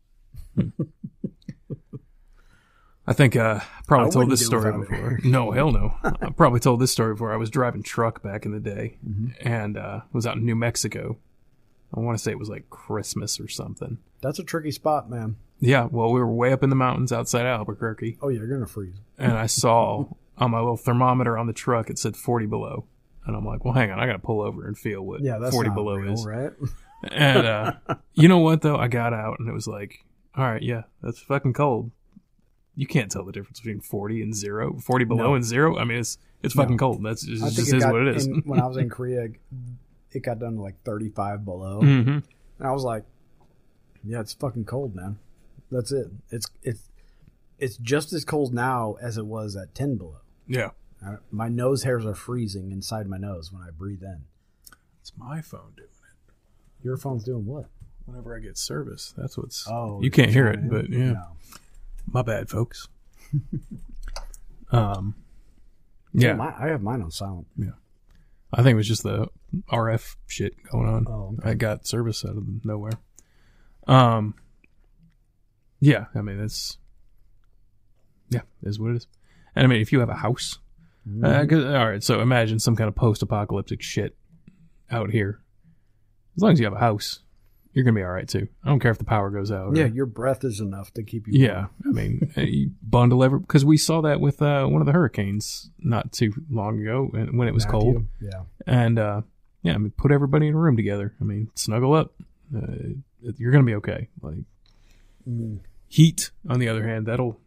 Speaker 3: I think uh, I
Speaker 2: I
Speaker 3: probably told
Speaker 2: wouldn't
Speaker 3: this
Speaker 2: do
Speaker 3: story
Speaker 2: without it.
Speaker 3: before. no, hell no. I probably told this story before. I was driving truck back in the day
Speaker 2: Mm-hmm.
Speaker 3: and uh, was out in New Mexico. I want to say it was like Christmas or something.
Speaker 2: That's a tricky spot, man.
Speaker 3: Yeah, well, we were way up in the mountains outside Albuquerque,
Speaker 2: Oh, you're gonna freeze.
Speaker 3: and I saw on my little thermometer on the truck it said 40 below, and I'm like, well, hang on, I gotta pull over and feel what
Speaker 2: Yeah, that's
Speaker 3: 40
Speaker 2: not
Speaker 3: below
Speaker 2: real,
Speaker 3: is.
Speaker 2: right?
Speaker 3: And uh, you know what though, I got out and it was like, all right, yeah, that's fucking cold. You can't tell the difference between 40 and zero, 40 below
Speaker 2: No.
Speaker 3: and zero. I mean, it's it's fucking cold. That's it just is
Speaker 2: got,
Speaker 3: what it is.
Speaker 2: in- when I was in Korea, it got down to like 35 below,
Speaker 3: Mhm.
Speaker 2: and I was like, "Yeah, it's fucking cold, man. That's it. It's it's it's just as cold now as it was at 10 below.
Speaker 3: Yeah.
Speaker 2: I, my nose hairs are freezing inside my nose when I breathe in.
Speaker 3: It's my phone doing it.
Speaker 2: Your phone's doing what?
Speaker 3: Whenever I get service, that's what's.
Speaker 2: Oh,
Speaker 3: you can't hear
Speaker 2: it's
Speaker 3: it,
Speaker 2: coming
Speaker 3: but
Speaker 2: in?
Speaker 3: yeah.
Speaker 2: No.
Speaker 3: My bad, folks. um, yeah,
Speaker 2: My- I have mine on silent.
Speaker 3: I think it was just the RF shit going on.
Speaker 2: Oh,
Speaker 3: I got service out of nowhere. Um, yeah, I mean that's yeah, is what it is. And I mean, if you have a house,
Speaker 2: Mm.
Speaker 3: uh,
Speaker 2: Mm-hmm.
Speaker 3: 'cause- all right. So imagine some kind of post-apocalyptic shit out here. As long as you have a house, you're gonna be all right too. I don't care if the power goes out. or-
Speaker 2: Yeah, your breath is enough to keep you.
Speaker 3: yeah, I mean, you bundle every because we saw that with uh, one of the hurricanes not too long ago, and when it was cold,
Speaker 2: Matthew. Yeah.
Speaker 3: and uh, yeah, I mean, put everybody in a room together. I mean, snuggle up. Uh, you're gonna be okay. Like
Speaker 2: Mm.
Speaker 3: heat, on the other hand, that'll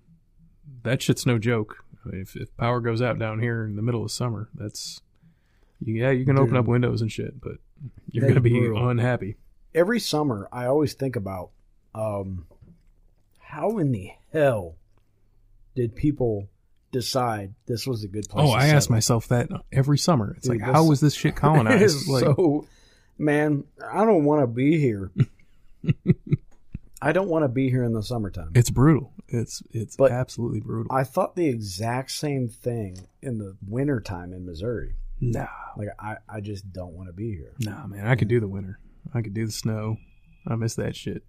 Speaker 3: that shit's no joke. I mean, if, if power goes out down here in the middle of summer, that's yeah, you can open
Speaker 2: Dude.
Speaker 3: up windows and shit, but you're
Speaker 2: That's
Speaker 3: gonna be
Speaker 2: brutal.
Speaker 3: unhappy.
Speaker 2: Every summer, I always think about um, how in the hell did people decide this was a good place?
Speaker 3: Oh,
Speaker 2: to
Speaker 3: I ask
Speaker 2: settle?
Speaker 3: myself that every summer. It's
Speaker 2: Dude,
Speaker 3: like,
Speaker 2: that's-
Speaker 3: how was this shit colonized?
Speaker 2: It is
Speaker 3: like,
Speaker 2: so, man, I don't want to be here. I don't want to be here in the summertime.
Speaker 3: It's brutal. It's it's
Speaker 2: But-
Speaker 3: absolutely brutal.
Speaker 2: I thought the exact same thing in the wintertime in Missouri.
Speaker 3: nah,
Speaker 2: Like, I, I just don't want to be here.
Speaker 3: nah, man. I could do the winter. I could do the snow. I miss that shit.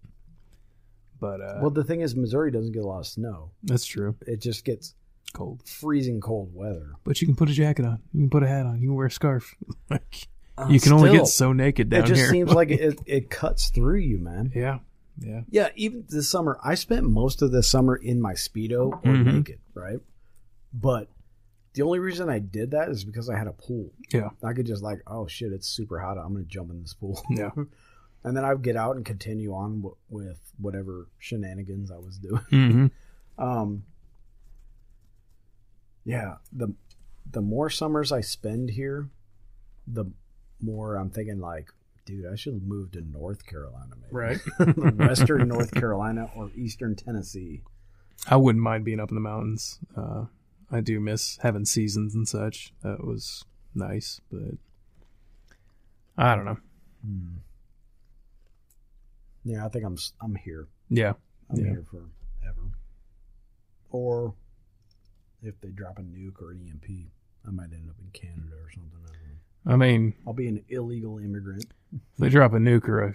Speaker 3: But uh,
Speaker 2: Well, the thing is, Missouri doesn't get a lot of snow.
Speaker 3: that's true.
Speaker 2: It just gets
Speaker 3: Cold,
Speaker 2: freezing cold weather.
Speaker 3: but you can put a jacket on. You can put a hat on. You can wear a scarf. like you can only get so naked down
Speaker 2: It just
Speaker 3: here.
Speaker 2: seems like it, it cuts through you, man.
Speaker 3: yeah, yeah.
Speaker 2: Yeah, even this summer, I spent most of the summer in my Speedo or
Speaker 3: Mhm.
Speaker 2: naked, right? But the only reason I did that is because I had a pool.
Speaker 3: Yeah.
Speaker 2: I could just, like, oh shit, it's super hot. I'm going to jump in this pool.
Speaker 3: Yeah.
Speaker 2: And then I would get out and continue on w- with whatever shenanigans I was doing.
Speaker 3: Mm-hmm.
Speaker 2: Um, yeah, the the more summers I spend here, the more I'm thinking like, dude, I should move to North Carolina, maybe.
Speaker 3: Right.
Speaker 2: Western North Carolina or Eastern Tennessee.
Speaker 3: I wouldn't mind being up in the mountains. Uh, I do miss having seasons and such. That was nice, but I don't know.
Speaker 2: Yeah, I think I'm s- I'm here.
Speaker 3: Yeah,
Speaker 2: I'm
Speaker 3: Yeah.
Speaker 2: here forever. Or if they drop a nuke or an EMP, I might end up in Canada or something. I don't know.
Speaker 3: I mean,
Speaker 2: I'll be an illegal immigrant.
Speaker 3: if they drop a nuke or a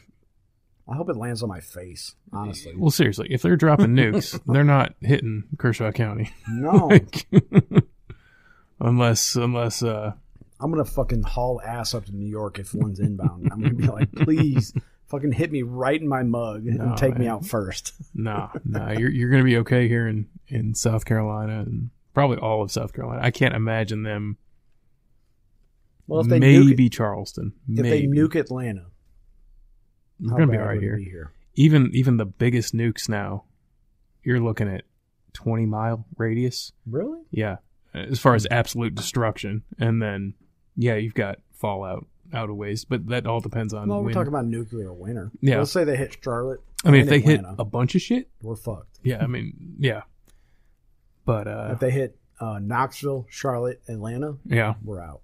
Speaker 2: I hope it lands on my face. Honestly,
Speaker 3: Well, seriously, if they're dropping nukes, they're not hitting Kershaw County,
Speaker 2: no.
Speaker 3: unless unless uh,
Speaker 2: I'm gonna fucking haul ass up to New York if one's inbound. I'm gonna be like, please, fucking hit me right in my mug and
Speaker 3: No,
Speaker 2: take me
Speaker 3: Oh, man.
Speaker 2: out first.
Speaker 3: nah, nah, you're you're gonna be okay here in in South Carolina and probably all of South Carolina. I can't imagine them.
Speaker 2: Well, if they nuke,
Speaker 3: maybe Charleston,
Speaker 2: if they
Speaker 3: maybe
Speaker 2: nuke Atlanta,
Speaker 3: we're
Speaker 2: how
Speaker 3: gonna be
Speaker 2: bad would
Speaker 3: all right
Speaker 2: it
Speaker 3: here.
Speaker 2: Be here.
Speaker 3: Even even the biggest nukes now, you're looking at twenty mile radius.
Speaker 2: Really?
Speaker 3: Yeah, as far as absolute destruction, and then yeah, you've got fallout out of ways, but that all depends on
Speaker 2: Well, we're
Speaker 3: when.
Speaker 2: talking about nuclear winter.
Speaker 3: Yeah.
Speaker 2: Let's say they hit Charlotte.
Speaker 3: I mean, if
Speaker 2: and
Speaker 3: they hit
Speaker 2: Atlanta.
Speaker 3: a bunch of shit.
Speaker 2: We're fucked.
Speaker 3: Yeah, I mean, yeah. But uh
Speaker 2: if they hit uh, Knoxville, Charlotte, Atlanta,
Speaker 3: yeah.
Speaker 2: we're out.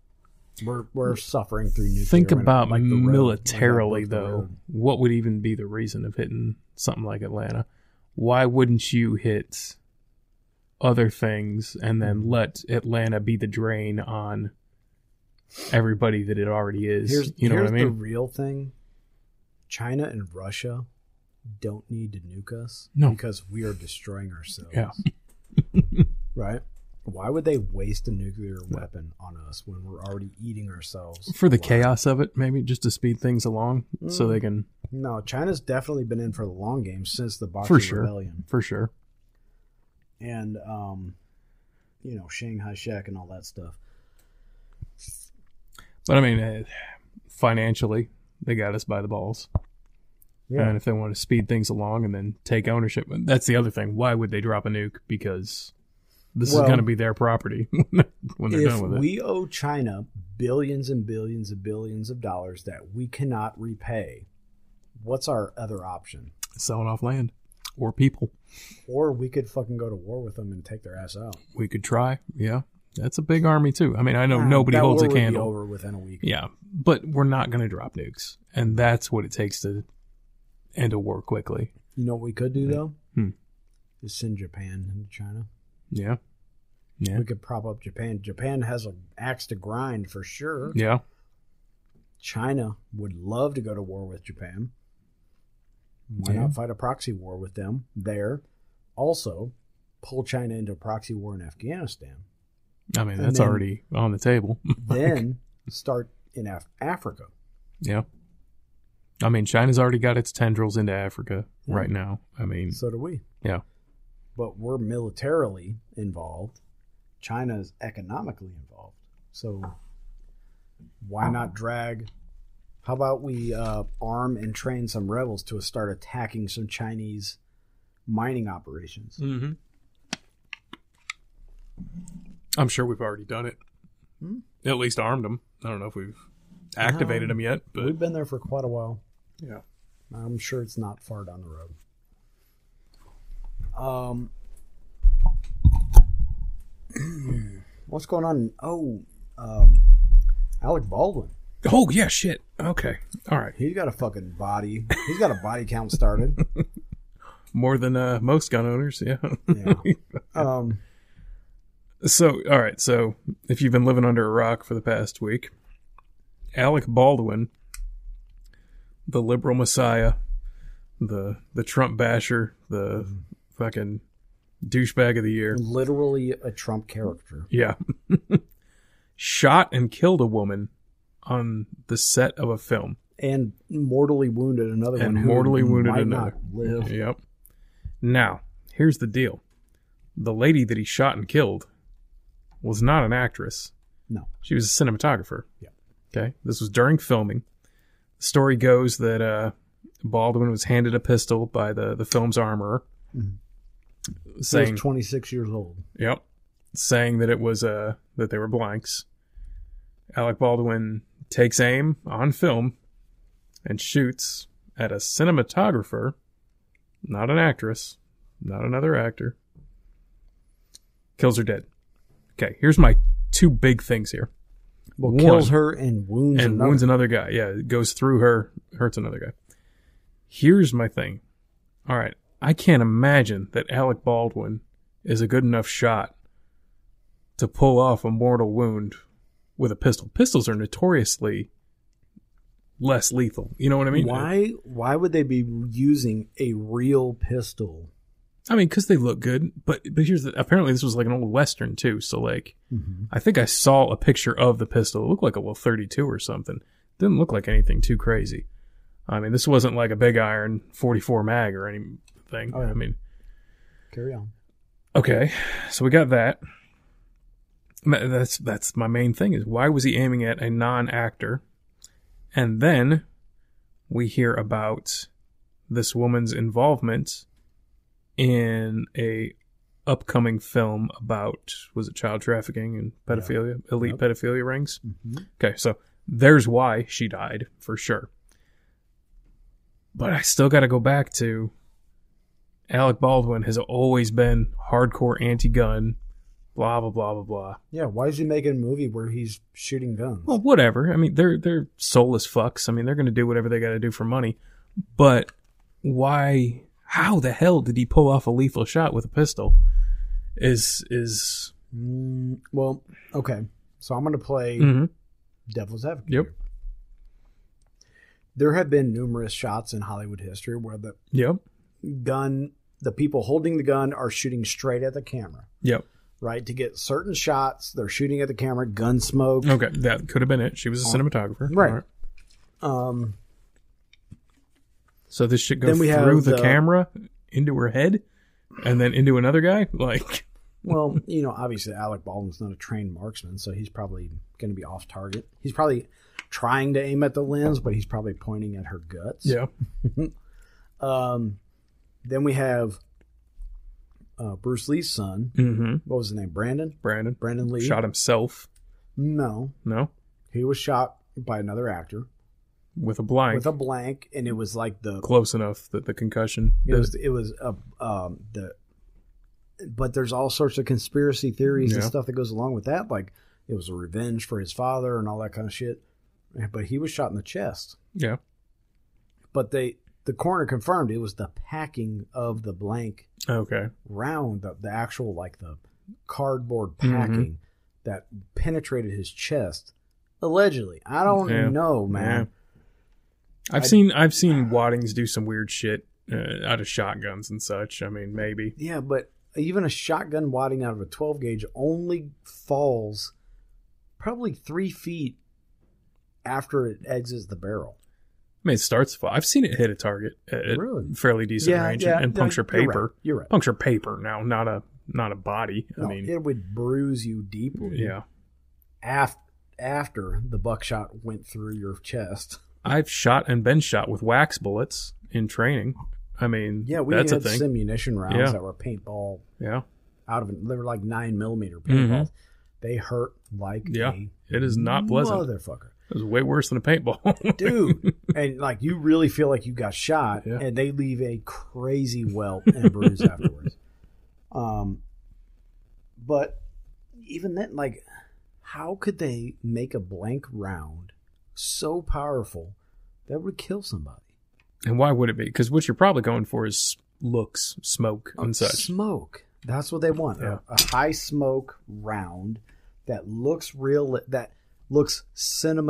Speaker 2: We're we're suffering through nuclear.
Speaker 3: Think
Speaker 2: winter,
Speaker 3: about
Speaker 2: like the road,
Speaker 3: militarily
Speaker 2: like the
Speaker 3: though.
Speaker 2: road.
Speaker 3: What would even be the reason of hitting something like Atlanta? Why wouldn't you hit other things
Speaker 2: Mm-hmm.
Speaker 3: and then let Atlanta be the drain on everybody that it already is?
Speaker 2: Here's
Speaker 3: you know
Speaker 2: here's
Speaker 3: what I
Speaker 2: the
Speaker 3: mean?
Speaker 2: real thing. China and Russia don't need to nuke us
Speaker 3: No.
Speaker 2: because we are destroying ourselves.
Speaker 3: Yeah.
Speaker 2: right? Why would they waste a nuclear weapon on us when we're already eating ourselves?
Speaker 3: For the
Speaker 2: alive?
Speaker 3: chaos of it, maybe just to speed things along so
Speaker 2: Mm.
Speaker 3: they can
Speaker 2: No, China's definitely been in for the long game since the Boxer
Speaker 3: For sure.
Speaker 2: Rebellion.
Speaker 3: for sure.
Speaker 2: And um you know, Shanghai Shek and all that stuff.
Speaker 3: But I mean, uh, financially, they got us by the balls. And if they want to speed things along and then take ownership, and that's the other thing. Why would they drop a nuke? Because this
Speaker 2: Well,
Speaker 3: is going to be their property when they're, when they're
Speaker 2: if
Speaker 3: done with
Speaker 2: we owe China billions and billions and billions of dollars that we cannot repay, what's our other option?
Speaker 3: it. Selling off land. or people.
Speaker 2: Or we could fucking go to war with them and take their ass out.
Speaker 3: We could try. Yeah. That's a big army too. I mean, I know nobody
Speaker 2: That
Speaker 3: holds
Speaker 2: war
Speaker 3: a
Speaker 2: would be
Speaker 3: candle.
Speaker 2: over within a week.
Speaker 3: Yeah, but we're not going to drop nukes, and that's what it takes to end a war quickly.
Speaker 2: You know what we could do though?
Speaker 3: Hmm.
Speaker 2: Is send Japan into China.
Speaker 3: Yeah, yeah,
Speaker 2: We could prop up Japan. Japan has an axe to grind for sure.
Speaker 3: yeah.
Speaker 2: China would love to go to war with Japan. Why
Speaker 3: Yeah.
Speaker 2: not fight a proxy war with them there? Also, pull China into a proxy war in Afghanistan.
Speaker 3: I mean,
Speaker 2: And
Speaker 3: that's
Speaker 2: then-
Speaker 3: already on the table.
Speaker 2: Then start in Af- Africa.
Speaker 3: yeah, I mean, China's already got its tendrils into Africa right now. I mean,
Speaker 2: So do we.
Speaker 3: yeah,
Speaker 2: But we're militarily involved. China is economically involved. So why not drag? How about we uh, arm and train some rebels to start attacking some Chinese mining operations?
Speaker 3: mm-hmm. I'm sure we've already done it. At least armed them. I don't know if we've activated them yet, but
Speaker 2: We've been there for quite a while.
Speaker 3: yeah,
Speaker 2: I'm sure it's not far down the road. Um, what's going on? Oh, um, Alec Baldwin.
Speaker 3: Oh yeah, shit. Okay, all right.
Speaker 2: He's got a fucking body. He's got a body count started.
Speaker 3: More than uh, most gun owners. Yeah.
Speaker 2: Yeah. Um,
Speaker 3: so, all right. So, if you've been living under a rock for the past week, Alec Baldwin, the liberal messiah, the the Trump basher, the fucking douchebag of the year.
Speaker 2: literally a Trump character.
Speaker 3: Yeah. Shot and killed a woman on the set of a film.
Speaker 2: And mortally wounded another
Speaker 3: And
Speaker 2: one. who
Speaker 3: mortally wounded
Speaker 2: might
Speaker 3: another.
Speaker 2: Not live.
Speaker 3: Yep. Now, here's the deal. The lady that he shot and killed was not an actress.
Speaker 2: No.
Speaker 3: She was a cinematographer.
Speaker 2: Yeah.
Speaker 3: Okay. This was during filming. The story goes that uh, Baldwin was handed a pistol by the, the film's armorer,
Speaker 2: He was
Speaker 3: saying,
Speaker 2: 26 years old.
Speaker 3: "Yep," saying that it was uh that they were blanks. Alec Baldwin takes aim on film and shoots at a cinematographer, not an actress, not another actor. Kills her dead. Okay, here's my two big things here
Speaker 2: Well,
Speaker 3: One.
Speaker 2: kills her and wounds
Speaker 3: and
Speaker 2: another.
Speaker 3: wounds another guy. Yeah, it goes through her, hurts another guy. Here's my thing. All right, I can't imagine that Alec Baldwin is a good enough shot to pull off a mortal wound with a pistol. Pistols are notoriously less lethal. You know what I mean?
Speaker 2: why? Why would they be using a real pistol?
Speaker 3: I mean, because they look good, but but here's the, apparently this was like an old western too. So like, I think I saw a picture of the pistol. It looked like a little thirty-two or something. Didn't look like anything too crazy. I mean, this wasn't like a big iron forty-four mag or anything.
Speaker 2: Oh, yeah.
Speaker 3: I mean,
Speaker 2: Carry on.
Speaker 3: okay, so we got that. Ma- That's that's my main thing is why was he aiming at a non-actor? And then we hear about this woman's involvement in a upcoming film about was it child trafficking and pedophilia, elite pedophilia rings. Okay, so there's why she died for sure. But I still got to go back to Alec Baldwin has always been hardcore anti-gun, blah blah blah blah blah.
Speaker 2: Yeah, why is he making a movie where he's shooting guns?
Speaker 3: Well, whatever. I mean, they're they're soulless fucks. I mean, they're going to do whatever they got to do for money. But why? How the hell did he pull off a lethal shot with a pistol? Is is
Speaker 2: Mm, well, okay. So I'm going to play
Speaker 3: Mhm.
Speaker 2: devil's advocate.
Speaker 3: Yep.
Speaker 2: here. There have been numerous shots in Hollywood history where the
Speaker 3: yep
Speaker 2: gun, the people holding the gun are shooting straight at the camera,
Speaker 3: yep
Speaker 2: right? To get certain shots, they're shooting at the camera, gun smoke.
Speaker 3: okay that could have been it. She was a cinematographer,
Speaker 2: Right.
Speaker 3: All
Speaker 2: Um,
Speaker 3: So this shit goes
Speaker 2: Then we have
Speaker 3: through the,
Speaker 2: the-
Speaker 3: camera into her head, and then into another guy. Like
Speaker 2: well, you know, obviously Alec Baldwin's not a trained marksman, so he's probably going to be off target. He's probably trying to aim at the lens, but he's probably pointing at her guts.
Speaker 3: yeah
Speaker 2: Um, then we have uh, Bruce Lee's son.
Speaker 3: mm-hmm.
Speaker 2: What was his name? Brandon.
Speaker 3: Brandon
Speaker 2: Brandon Lee.
Speaker 3: shot himself.
Speaker 2: No,
Speaker 3: No.
Speaker 2: he was shot by another actor.
Speaker 3: with a blank
Speaker 2: with a blank, and it was like the
Speaker 3: close enough that the concussion.
Speaker 2: it was it was a um the. But there's all sorts of conspiracy theories and
Speaker 3: Yeah.
Speaker 2: stuff that goes along with that, like it was a revenge for his father and all that kind of shit. But he was shot in the chest.
Speaker 3: yeah.
Speaker 2: But they the coroner confirmed it was the packing of the blank
Speaker 3: Okay.
Speaker 2: round, the, the actual like the cardboard
Speaker 3: Mm-hmm.
Speaker 2: packing that penetrated his chest. Allegedly, I don't
Speaker 3: Yeah.
Speaker 2: know, man.
Speaker 3: Yeah. I've seen I've seen Waddings do some weird shit uh, out of shotguns and such. I mean, maybe.
Speaker 2: Yeah, but even a shotgun wadding out of a 12 gauge only falls probably three feet after it exits the barrel.
Speaker 3: I mean, it starts. fly. I've seen it hit a target at at
Speaker 2: Really?
Speaker 3: fairly decent range and- and
Speaker 2: no,
Speaker 3: puncture
Speaker 2: you're right,
Speaker 3: paper.
Speaker 2: You're right.
Speaker 3: Puncture paper now, not a not a body. I
Speaker 2: No,
Speaker 3: mean,
Speaker 2: it would bruise you deeply
Speaker 3: yeah.
Speaker 2: af- after the buckshot went through your chest.
Speaker 3: I've shot and been shot with wax bullets in training. I mean,
Speaker 2: Yeah, we
Speaker 3: that's a
Speaker 2: had
Speaker 3: thing.
Speaker 2: simunition rounds
Speaker 3: Yeah.
Speaker 2: that were paintball
Speaker 3: yeah,
Speaker 2: out of they were like nine millimeter
Speaker 3: Mhm.
Speaker 2: paintballs. They hurt like
Speaker 3: Yeah.
Speaker 2: a
Speaker 3: it is not pleasant.
Speaker 2: motherfucker.
Speaker 3: It was way worse than a paintball.
Speaker 2: dude. and like you really feel like you got shot,
Speaker 3: Yeah.
Speaker 2: and they leave a crazy welt and bruise afterwards. Um, but even then, like, how could they make a blank round so powerful that would kill somebody?
Speaker 3: and why would it be? Because what you're probably going for is looks, smoke,
Speaker 2: Oh,
Speaker 3: and such.
Speaker 2: Smoke. That's what they want.
Speaker 3: Yeah.
Speaker 2: A, a high smoke round that looks real. That looks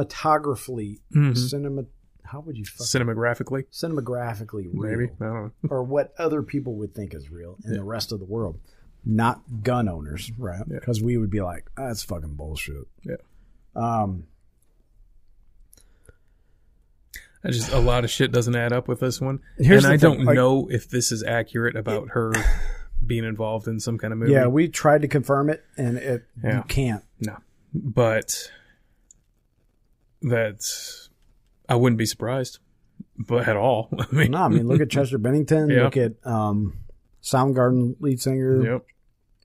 Speaker 2: cinematographically.
Speaker 3: Mhm.
Speaker 2: Cinema. How would you fucking
Speaker 3: Cinematographically,
Speaker 2: cinemagraphically real?
Speaker 3: maybe. I don't know.
Speaker 2: or what other people would think is real in the rest of the world, not gun owners, right?
Speaker 3: Yeah.
Speaker 2: Because we would be like, that's fucking bullshit.
Speaker 3: Yeah.
Speaker 2: Um.
Speaker 3: I just a lot of shit doesn't add up with this one,
Speaker 2: Here's
Speaker 3: and
Speaker 2: the
Speaker 3: I
Speaker 2: thing,
Speaker 3: don't
Speaker 2: like-
Speaker 3: know if this is accurate about her being involved in some kind of movie.
Speaker 2: Yeah, we tried to confirm it, and it
Speaker 3: Yeah.
Speaker 2: you can't.
Speaker 3: no, but that's I wouldn't be surprised, but at all. I mean,
Speaker 2: No, I mean, look at Chester Bennington.
Speaker 3: Yeah.
Speaker 2: Look at um, Soundgarden lead singer.
Speaker 3: yep.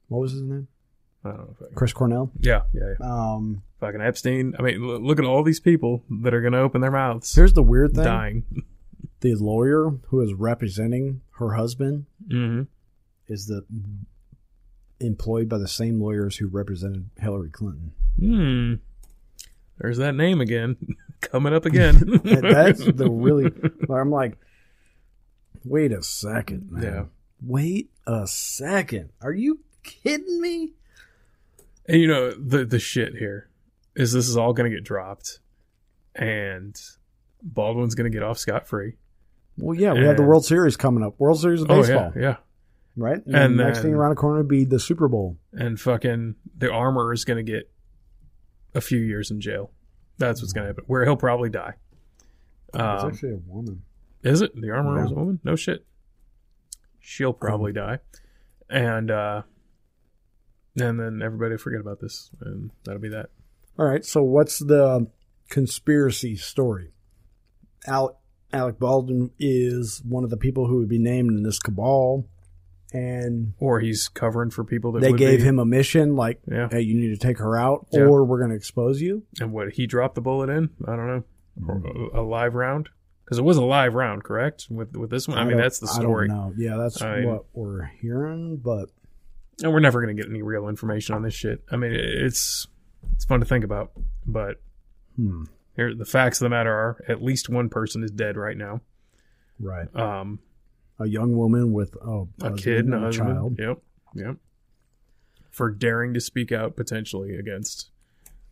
Speaker 2: What was his name?
Speaker 3: I don't know. If I
Speaker 2: Chris Cornell.
Speaker 3: yeah, yeah, yeah.
Speaker 2: Um.
Speaker 3: Fucking Epstein. I mean, l- look at all these people that are going to open their mouths
Speaker 2: Here's the weird thing:
Speaker 3: dying.
Speaker 2: the lawyer who is representing her husband
Speaker 3: Mm-hmm.
Speaker 2: is the employed by the same lawyers who represented Hillary Clinton.
Speaker 3: Hmm. There's that name again. Coming up again.
Speaker 2: That- that's the really i'm like wait a second man
Speaker 3: Yeah.
Speaker 2: wait a second are you kidding me
Speaker 3: And you know the the shit here is this is all going to get dropped, and Baldwin's going to get off scot free.
Speaker 2: well yeah we have the
Speaker 3: And-
Speaker 2: world series coming up world series of
Speaker 3: Oh
Speaker 2: baseball
Speaker 3: yeah, yeah.
Speaker 2: right and,
Speaker 3: And
Speaker 2: the next thing
Speaker 3: then-
Speaker 2: around the corner would be the super bowl
Speaker 3: And fucking the armor is going to get a few years in jail. That's what's going
Speaker 2: Mm-hmm.
Speaker 3: to happen. Where he'll probably die.
Speaker 2: it's
Speaker 3: Um,
Speaker 2: actually a woman
Speaker 3: Is it the armor
Speaker 2: Yeah. Um,
Speaker 3: was a woman? No shit. She'll probably die, and uh, and then everybody will forget about this, and that'll be that.
Speaker 2: all right so what's the conspiracy story Al- alec baldwin is one of the people who would be named in this cabal and
Speaker 3: Or he's covering for people that
Speaker 2: they
Speaker 3: would
Speaker 2: gave
Speaker 3: be-
Speaker 2: him a mission like
Speaker 3: Yeah,
Speaker 2: hey you need to take her out
Speaker 3: Yeah.
Speaker 2: or we're going to expose you
Speaker 3: and what he dropped the bullet in. I don't know,
Speaker 2: Mm.
Speaker 3: Or a, a live round because it was a live round, correct? With with this one, I, mean
Speaker 2: don't-
Speaker 3: that's the story,
Speaker 2: I don't know. Yeah, that's
Speaker 3: I-
Speaker 2: what we're hearing, but
Speaker 3: and we're never gonna get any real information on this shit. I mean, it- it's it's fun to think about, but
Speaker 2: hmm,
Speaker 3: here the facts of the matter are at least one person is dead right now.
Speaker 2: right.
Speaker 3: Um,
Speaker 2: A young woman with oh,
Speaker 3: a kid and a husband.
Speaker 2: child.
Speaker 3: Yep, yep. For daring to speak out potentially against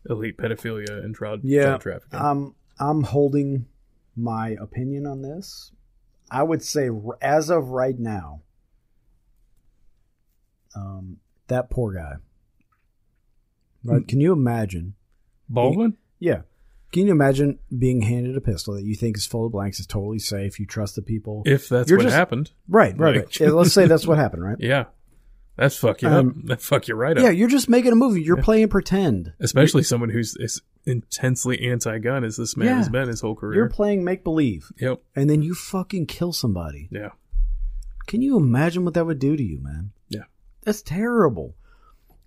Speaker 3: elite pedophilia and child,
Speaker 2: Yeah,
Speaker 3: child trafficking.
Speaker 2: Um, I'm holding my opinion on this. I would say, r- as of right now, um, that poor guy.
Speaker 3: Hmm.
Speaker 2: Right? Can you imagine?
Speaker 3: Baldwin?
Speaker 2: Yeah. Can you imagine being handed a pistol that you think is full of blanks, is totally safe? You trust the people,
Speaker 3: If that's
Speaker 2: You're
Speaker 3: what
Speaker 2: just-
Speaker 3: happened,
Speaker 2: right? Right.
Speaker 3: Like-
Speaker 2: right. Yeah, Let's say that's what happened, right?
Speaker 3: yeah, that's fuck you
Speaker 2: Um,
Speaker 3: up. That fuck you right
Speaker 2: Yeah,
Speaker 3: up.
Speaker 2: you're just making a movie. You're playing pretend.
Speaker 3: Especially someone who's as intensely anti-gun as this man
Speaker 2: Yeah.
Speaker 3: has been his whole
Speaker 2: You're
Speaker 3: career.
Speaker 2: playing make believe,
Speaker 3: yep.
Speaker 2: and then you fucking kill somebody.
Speaker 3: Yeah.
Speaker 2: Can you imagine what that would do to you, man?
Speaker 3: Yeah.
Speaker 2: That's terrible.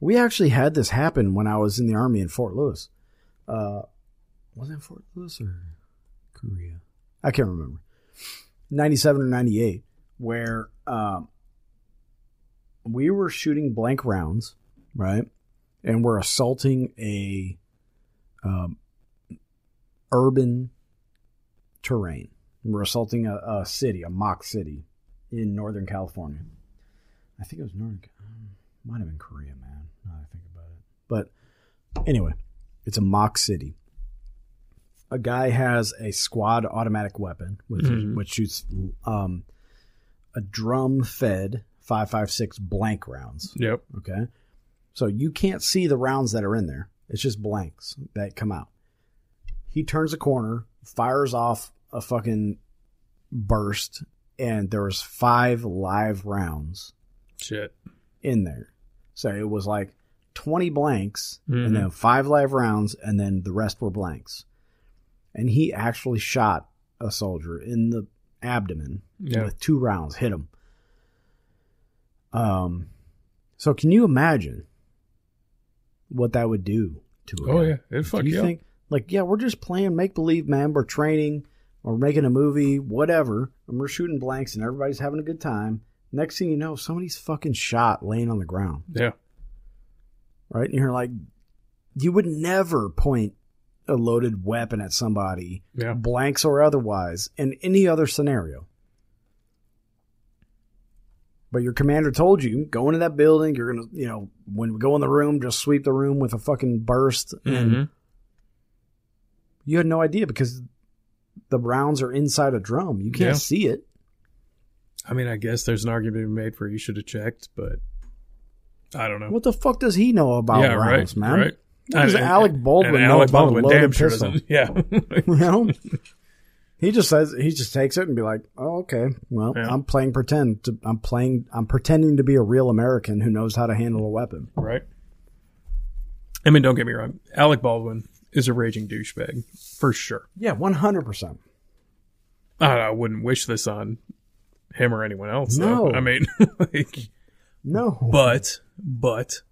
Speaker 2: We actually had this happen when I was in the army in Fort Lewis. Uh, was it Fort Lewis or Korea. I can't remember. 97 or 98, where um, we were shooting blank rounds, right? And we're assaulting a um, urban terrain. We're assaulting a, a city, a mock city in Northern California. I think it was Northern. um, Might have been Korea, man. Now that I think about it. But anyway, it's a mock city. A guy has a squad automatic weapon, which,
Speaker 3: Mhm.
Speaker 2: which shoots um, a drum-fed 5.56 blank rounds.
Speaker 3: Yep.
Speaker 2: Okay. So you can't see the rounds that are in there. It's just blanks that come out. He turns a corner, fires off a fucking burst, and there was five live rounds
Speaker 3: Shit.
Speaker 2: in there. So it was like 20 blanks
Speaker 3: Mhm.
Speaker 2: and then five live rounds and then the rest were blanks. And he actually shot a soldier in the abdomen
Speaker 3: Yeah.
Speaker 2: with two rounds, hit him. Um so can you imagine what that would do to a
Speaker 3: Oh
Speaker 2: guy?
Speaker 3: yeah. It fuck
Speaker 2: Do you
Speaker 3: you. up.
Speaker 2: think like yeah, we're just playing make believe, man. We're training, we're making a movie, whatever, and we're shooting blanks, and everybody's having a good time. Next thing you know, somebody's fucking shot laying on the ground,
Speaker 3: Yeah.
Speaker 2: right? And you're like, you would never point a loaded weapon at somebody,
Speaker 3: Yeah.
Speaker 2: blanks or otherwise, in any other scenario. But your commander told you go into that building. You're gonna, you know, when we go in the room, just sweep the room with a fucking burst and
Speaker 3: Mhm.
Speaker 2: you had no idea because the rounds are inside a drum. You can't
Speaker 3: Yeah.
Speaker 2: see it.
Speaker 3: I mean, I guess there's an argument to be made for you should have checked, but I don't know.
Speaker 2: What the fuck does he know about
Speaker 3: yeah,
Speaker 2: rounds,
Speaker 3: right,
Speaker 2: man?
Speaker 3: right.
Speaker 2: What does
Speaker 3: And-
Speaker 2: Alec
Speaker 3: and-
Speaker 2: Baldwin
Speaker 3: and
Speaker 2: know
Speaker 3: Alec
Speaker 2: about a
Speaker 3: Baldwin
Speaker 2: loaded
Speaker 3: damn sure
Speaker 2: pistol?
Speaker 3: doesn't. Yeah,
Speaker 2: You know? he just says he just takes it and be like, "Oh, okay. Well,
Speaker 3: Yeah.
Speaker 2: I'm playing pretend. To, I'm playing. I'm pretending to be a real American who knows how to handle a weapon."
Speaker 3: right. I mean, don't get me wrong. Alec Baldwin is a raging douchebag for sure.
Speaker 2: Yeah, one hundred percent.
Speaker 3: I, I wouldn't wish this on him or anyone else.
Speaker 2: No.
Speaker 3: Though. I mean, like,
Speaker 2: No,
Speaker 3: but but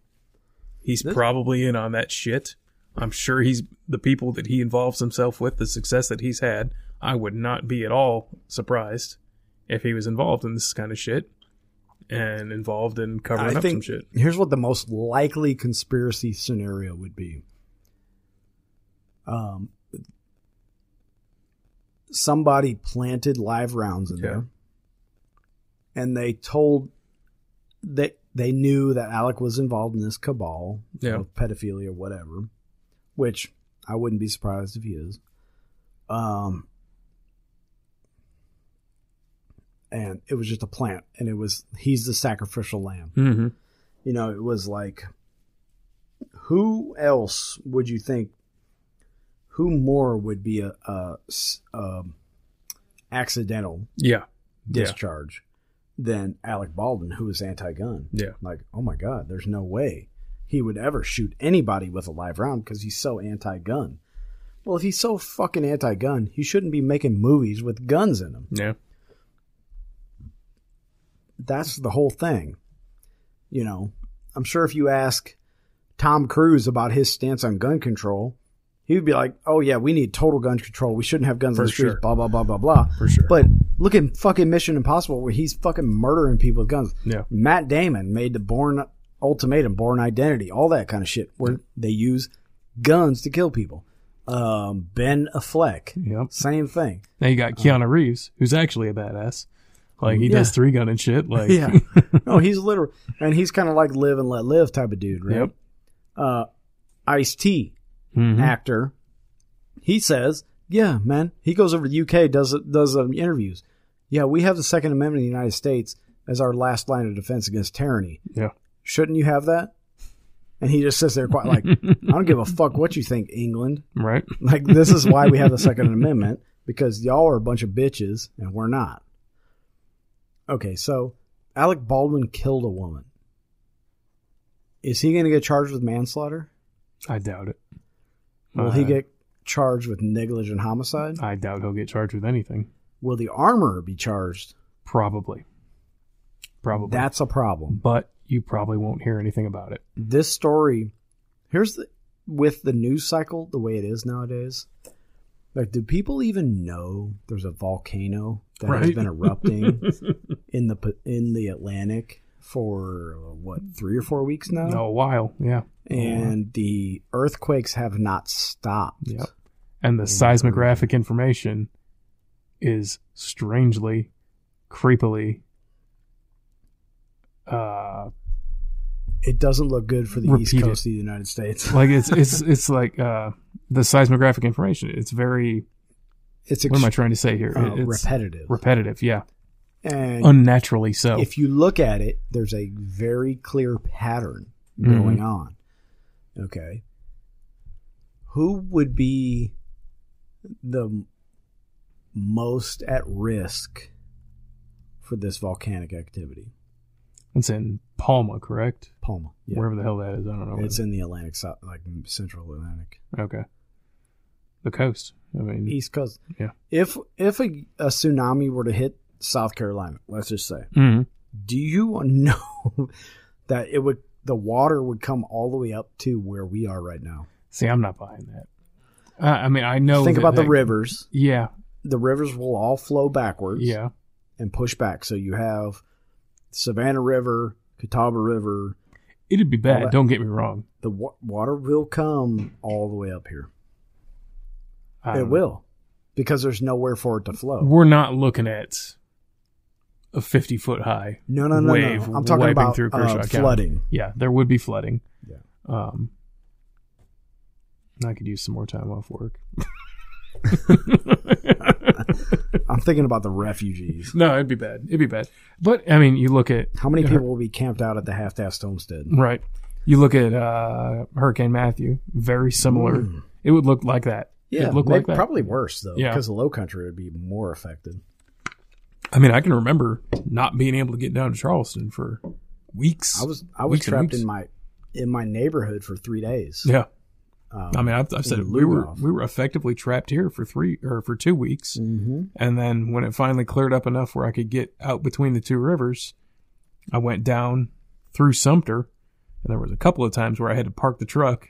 Speaker 3: he's probably in on that shit. I'm sure he's the people that he involves himself with, the success that he's had. I would not be at all surprised if he was involved in this kind of shit and involved in covering
Speaker 2: I
Speaker 3: up
Speaker 2: think
Speaker 3: some shit.
Speaker 2: here's what the most likely conspiracy scenario would be. Um, somebody planted live rounds in
Speaker 3: Yeah.
Speaker 2: there, and they told they they knew that Alec was involved in this cabal
Speaker 3: Yeah.
Speaker 2: of pedophilia, whatever. Which I wouldn't be surprised if he is. Um, and it was just a plant, and it was he's the sacrificial lamb
Speaker 3: Mm-hmm.
Speaker 2: you know, it was like, who else would you think, who more would be a, a s- um, accidental
Speaker 3: Yeah. Yeah.
Speaker 2: discharge than Alec Baldwin, who is anti-gun?
Speaker 3: Yeah.
Speaker 2: Like, oh my God, there's no way he would ever shoot anybody with a live round because he's so anti-gun. Well, if he's so fucking anti-gun, he shouldn't be making movies with guns in them
Speaker 3: Yeah.
Speaker 2: that's the whole thing. You know, I'm sure if you ask Tom Cruise about his stance on gun control, he would be like, "Oh yeah, we need total gun control. We shouldn't have guns in
Speaker 3: For
Speaker 2: the streets."
Speaker 3: sure.
Speaker 2: Blah blah blah blah blah.
Speaker 3: For sure.
Speaker 2: But look at fucking Mission Impossible, where he's fucking murdering people with guns.
Speaker 3: Yeah.
Speaker 2: Matt Damon made the Born Ultimatum, Born Identity, all that kind of shit, where they use guns to kill people. Um, ben Affleck,
Speaker 3: Yep.
Speaker 2: same thing.
Speaker 3: Now you got Keanu Reeves, who's actually a badass. Like he does
Speaker 2: Uh, Yeah.
Speaker 3: three gun and shit. Like
Speaker 2: Yeah. no, he's literal, and he's kind of like live and let live type of dude, right?
Speaker 3: Yep.
Speaker 2: uh, Ice T
Speaker 3: Mhm.
Speaker 2: actor, he says, "Yeah, man." He goes over to the UK, does does um, interviews. Yeah, we have the Second Amendment in the United States as our last line of defense against tyranny.
Speaker 3: Yeah.
Speaker 2: Shouldn't you have that? And he just sits there quite like, I don't give a fuck what you think, England.
Speaker 3: Right.
Speaker 2: Like this is why we have the Second Amendment because y'all are a bunch of bitches and we're not. Okay, so Alec Baldwin killed a woman. Is he going to get charged with manslaughter?
Speaker 3: I doubt it.
Speaker 2: Will he
Speaker 3: Uh,
Speaker 2: get charged with negligent homicide?
Speaker 3: I doubt he'll get charged with anything.
Speaker 2: Will the armorer be charged?
Speaker 3: Probably. Probably.
Speaker 2: That's a problem.
Speaker 3: but you probably won't hear anything about it.
Speaker 2: This story, here's the with the news cycle the way it is nowadays. Like, do people even know there's a volcano that has
Speaker 3: Right.
Speaker 2: been erupting in the Pa- in the Atlantic for uh, what three or four weeks now?
Speaker 3: No, a while, yeah.
Speaker 2: and the earthquakes have not stopped.
Speaker 3: Yep. And the seismographic information is strangely, creepily, uh,
Speaker 2: It doesn't look good for the
Speaker 3: Repeat
Speaker 2: east
Speaker 3: it.
Speaker 2: coast of the United States.
Speaker 3: like it's it's it's like uh, the seismographic information. It's very
Speaker 2: It's
Speaker 3: what am I
Speaker 2: ex-
Speaker 3: trying to say here?
Speaker 2: uh,
Speaker 3: It- it's
Speaker 2: repetitive.
Speaker 3: repetitive, yeah,
Speaker 2: and
Speaker 3: unnaturally so.
Speaker 2: if you look at it, there's a very clear pattern
Speaker 3: Mhm.
Speaker 2: going on. Okay. Who would be the m- most at risk for this volcanic activity?
Speaker 3: It's in Palma, correct?
Speaker 2: Palma.
Speaker 3: Wherever the hell that is, I don't know.
Speaker 2: It's in the Atlantic, Sou- like central Atlantic,
Speaker 3: okay. The coast. I mean,
Speaker 2: east coast.
Speaker 3: Mm-hmm. Yeah.
Speaker 2: If if a, a tsunami were to hit South Carolina, let's just say,
Speaker 3: mhm.
Speaker 2: Do you know that it would the water would come all the way up to where we are right now?
Speaker 3: see, I'm not buying that. I, I mean, I know.
Speaker 2: Think
Speaker 3: that-
Speaker 2: about the
Speaker 3: that-
Speaker 2: rivers.
Speaker 3: Yeah,
Speaker 2: The rivers will all flow backwards
Speaker 3: yeah,
Speaker 2: and push back. So you have Savannah River, Catawba River.
Speaker 3: it'd be
Speaker 2: All
Speaker 3: bad.
Speaker 2: that-
Speaker 3: Don't get me wrong.
Speaker 2: The wa- water will come all the way up here.
Speaker 3: I
Speaker 2: It
Speaker 3: don't-
Speaker 2: will because there's nowhere for it to flow.
Speaker 3: Um, We're not looking at a 50 foot high.
Speaker 2: No, no, no,
Speaker 3: wave
Speaker 2: no. I'm talking
Speaker 3: wiping
Speaker 2: about
Speaker 3: through
Speaker 2: uh,
Speaker 3: Kershaw County.
Speaker 2: flooding.
Speaker 3: Yeah, there would be flooding.
Speaker 2: Yeah.
Speaker 3: Um, I could use some more time off work.
Speaker 2: I'm thinking about the refugees.
Speaker 3: no, it'd be bad. It'd be bad. But I mean, you look at
Speaker 2: How many people will be camped out at the half-assed homestead?
Speaker 3: right. You look at uh, Hurricane Matthew. Very similar.
Speaker 2: Mm.
Speaker 3: It would look like that.
Speaker 2: Yeah,
Speaker 3: it looked
Speaker 2: may-
Speaker 3: like that.
Speaker 2: probably worse though,
Speaker 3: Yeah.
Speaker 2: because the low country would be more affected.
Speaker 3: I mean, I can remember not being able to get down to Charleston for weeks.
Speaker 2: I was I was
Speaker 3: Weeks and
Speaker 2: trapped
Speaker 3: weeks.
Speaker 2: in my in my neighborhood for three days.
Speaker 3: yeah.
Speaker 2: Um,
Speaker 3: I mean, I've, I've said
Speaker 2: in
Speaker 3: it. we were
Speaker 2: Lugoff.
Speaker 3: we were effectively trapped here for three or for two weeks,
Speaker 2: mhm.
Speaker 3: and then when it finally cleared up enough where I could get out between the two rivers, I went down through Sumter, and there was a couple of times where I had to park the truck,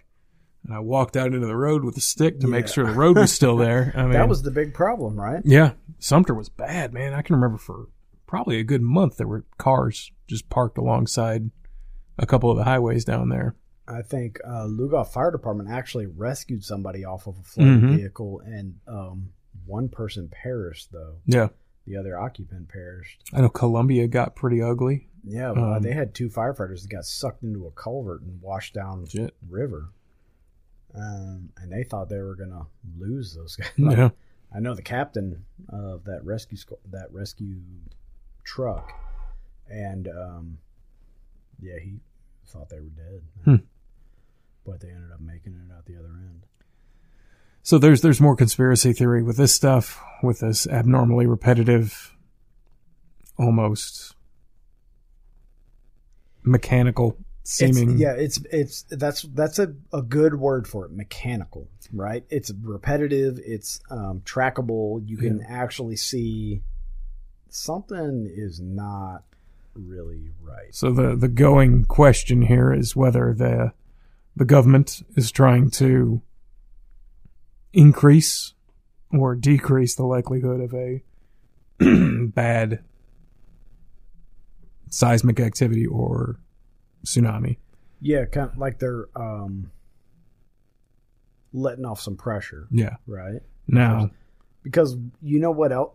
Speaker 3: and I walked out into the road with a stick to make
Speaker 2: Yeah.
Speaker 3: sure the road was still there. I mean,
Speaker 2: that was the big problem, right?
Speaker 3: yeah, Sumter was bad, man. I can remember for probably a good month there were cars just parked alongside a couple of the highways down there.
Speaker 2: I think uh, Lugoff Fire Department actually rescued somebody off of a flood
Speaker 3: Mhm.
Speaker 2: vehicle, and um, one person perished though.
Speaker 3: Yeah,
Speaker 2: The other occupant perished.
Speaker 3: I know Columbia got pretty ugly.
Speaker 2: Yeah, well,
Speaker 3: Um,
Speaker 2: they had two firefighters that got sucked into a culvert and washed down
Speaker 3: Shit.
Speaker 2: river. Um, and they thought they were gonna lose those guys.
Speaker 3: Yeah,
Speaker 2: I know the captain of that rescue squ- that rescue truck, and um, yeah, he thought they were dead,
Speaker 3: Hmm.
Speaker 2: but they ended up making it out the other end.
Speaker 3: So there's there's more conspiracy theory with this stuff, with this abnormally repetitive, almost mechanical seeming.
Speaker 2: It's, yeah, it's it's that's that's a, a good word for it. Mechanical, right? It's repetitive. It's um, trackable. You can actually see something is not really right.
Speaker 3: So the the going question here is whether the the government is trying to increase or decrease the likelihood of a bad seismic activity or tsunami.
Speaker 2: Yeah, kind of like they're um, letting off some pressure,
Speaker 3: Yeah.
Speaker 2: right?
Speaker 3: Now.
Speaker 2: Because you know what else?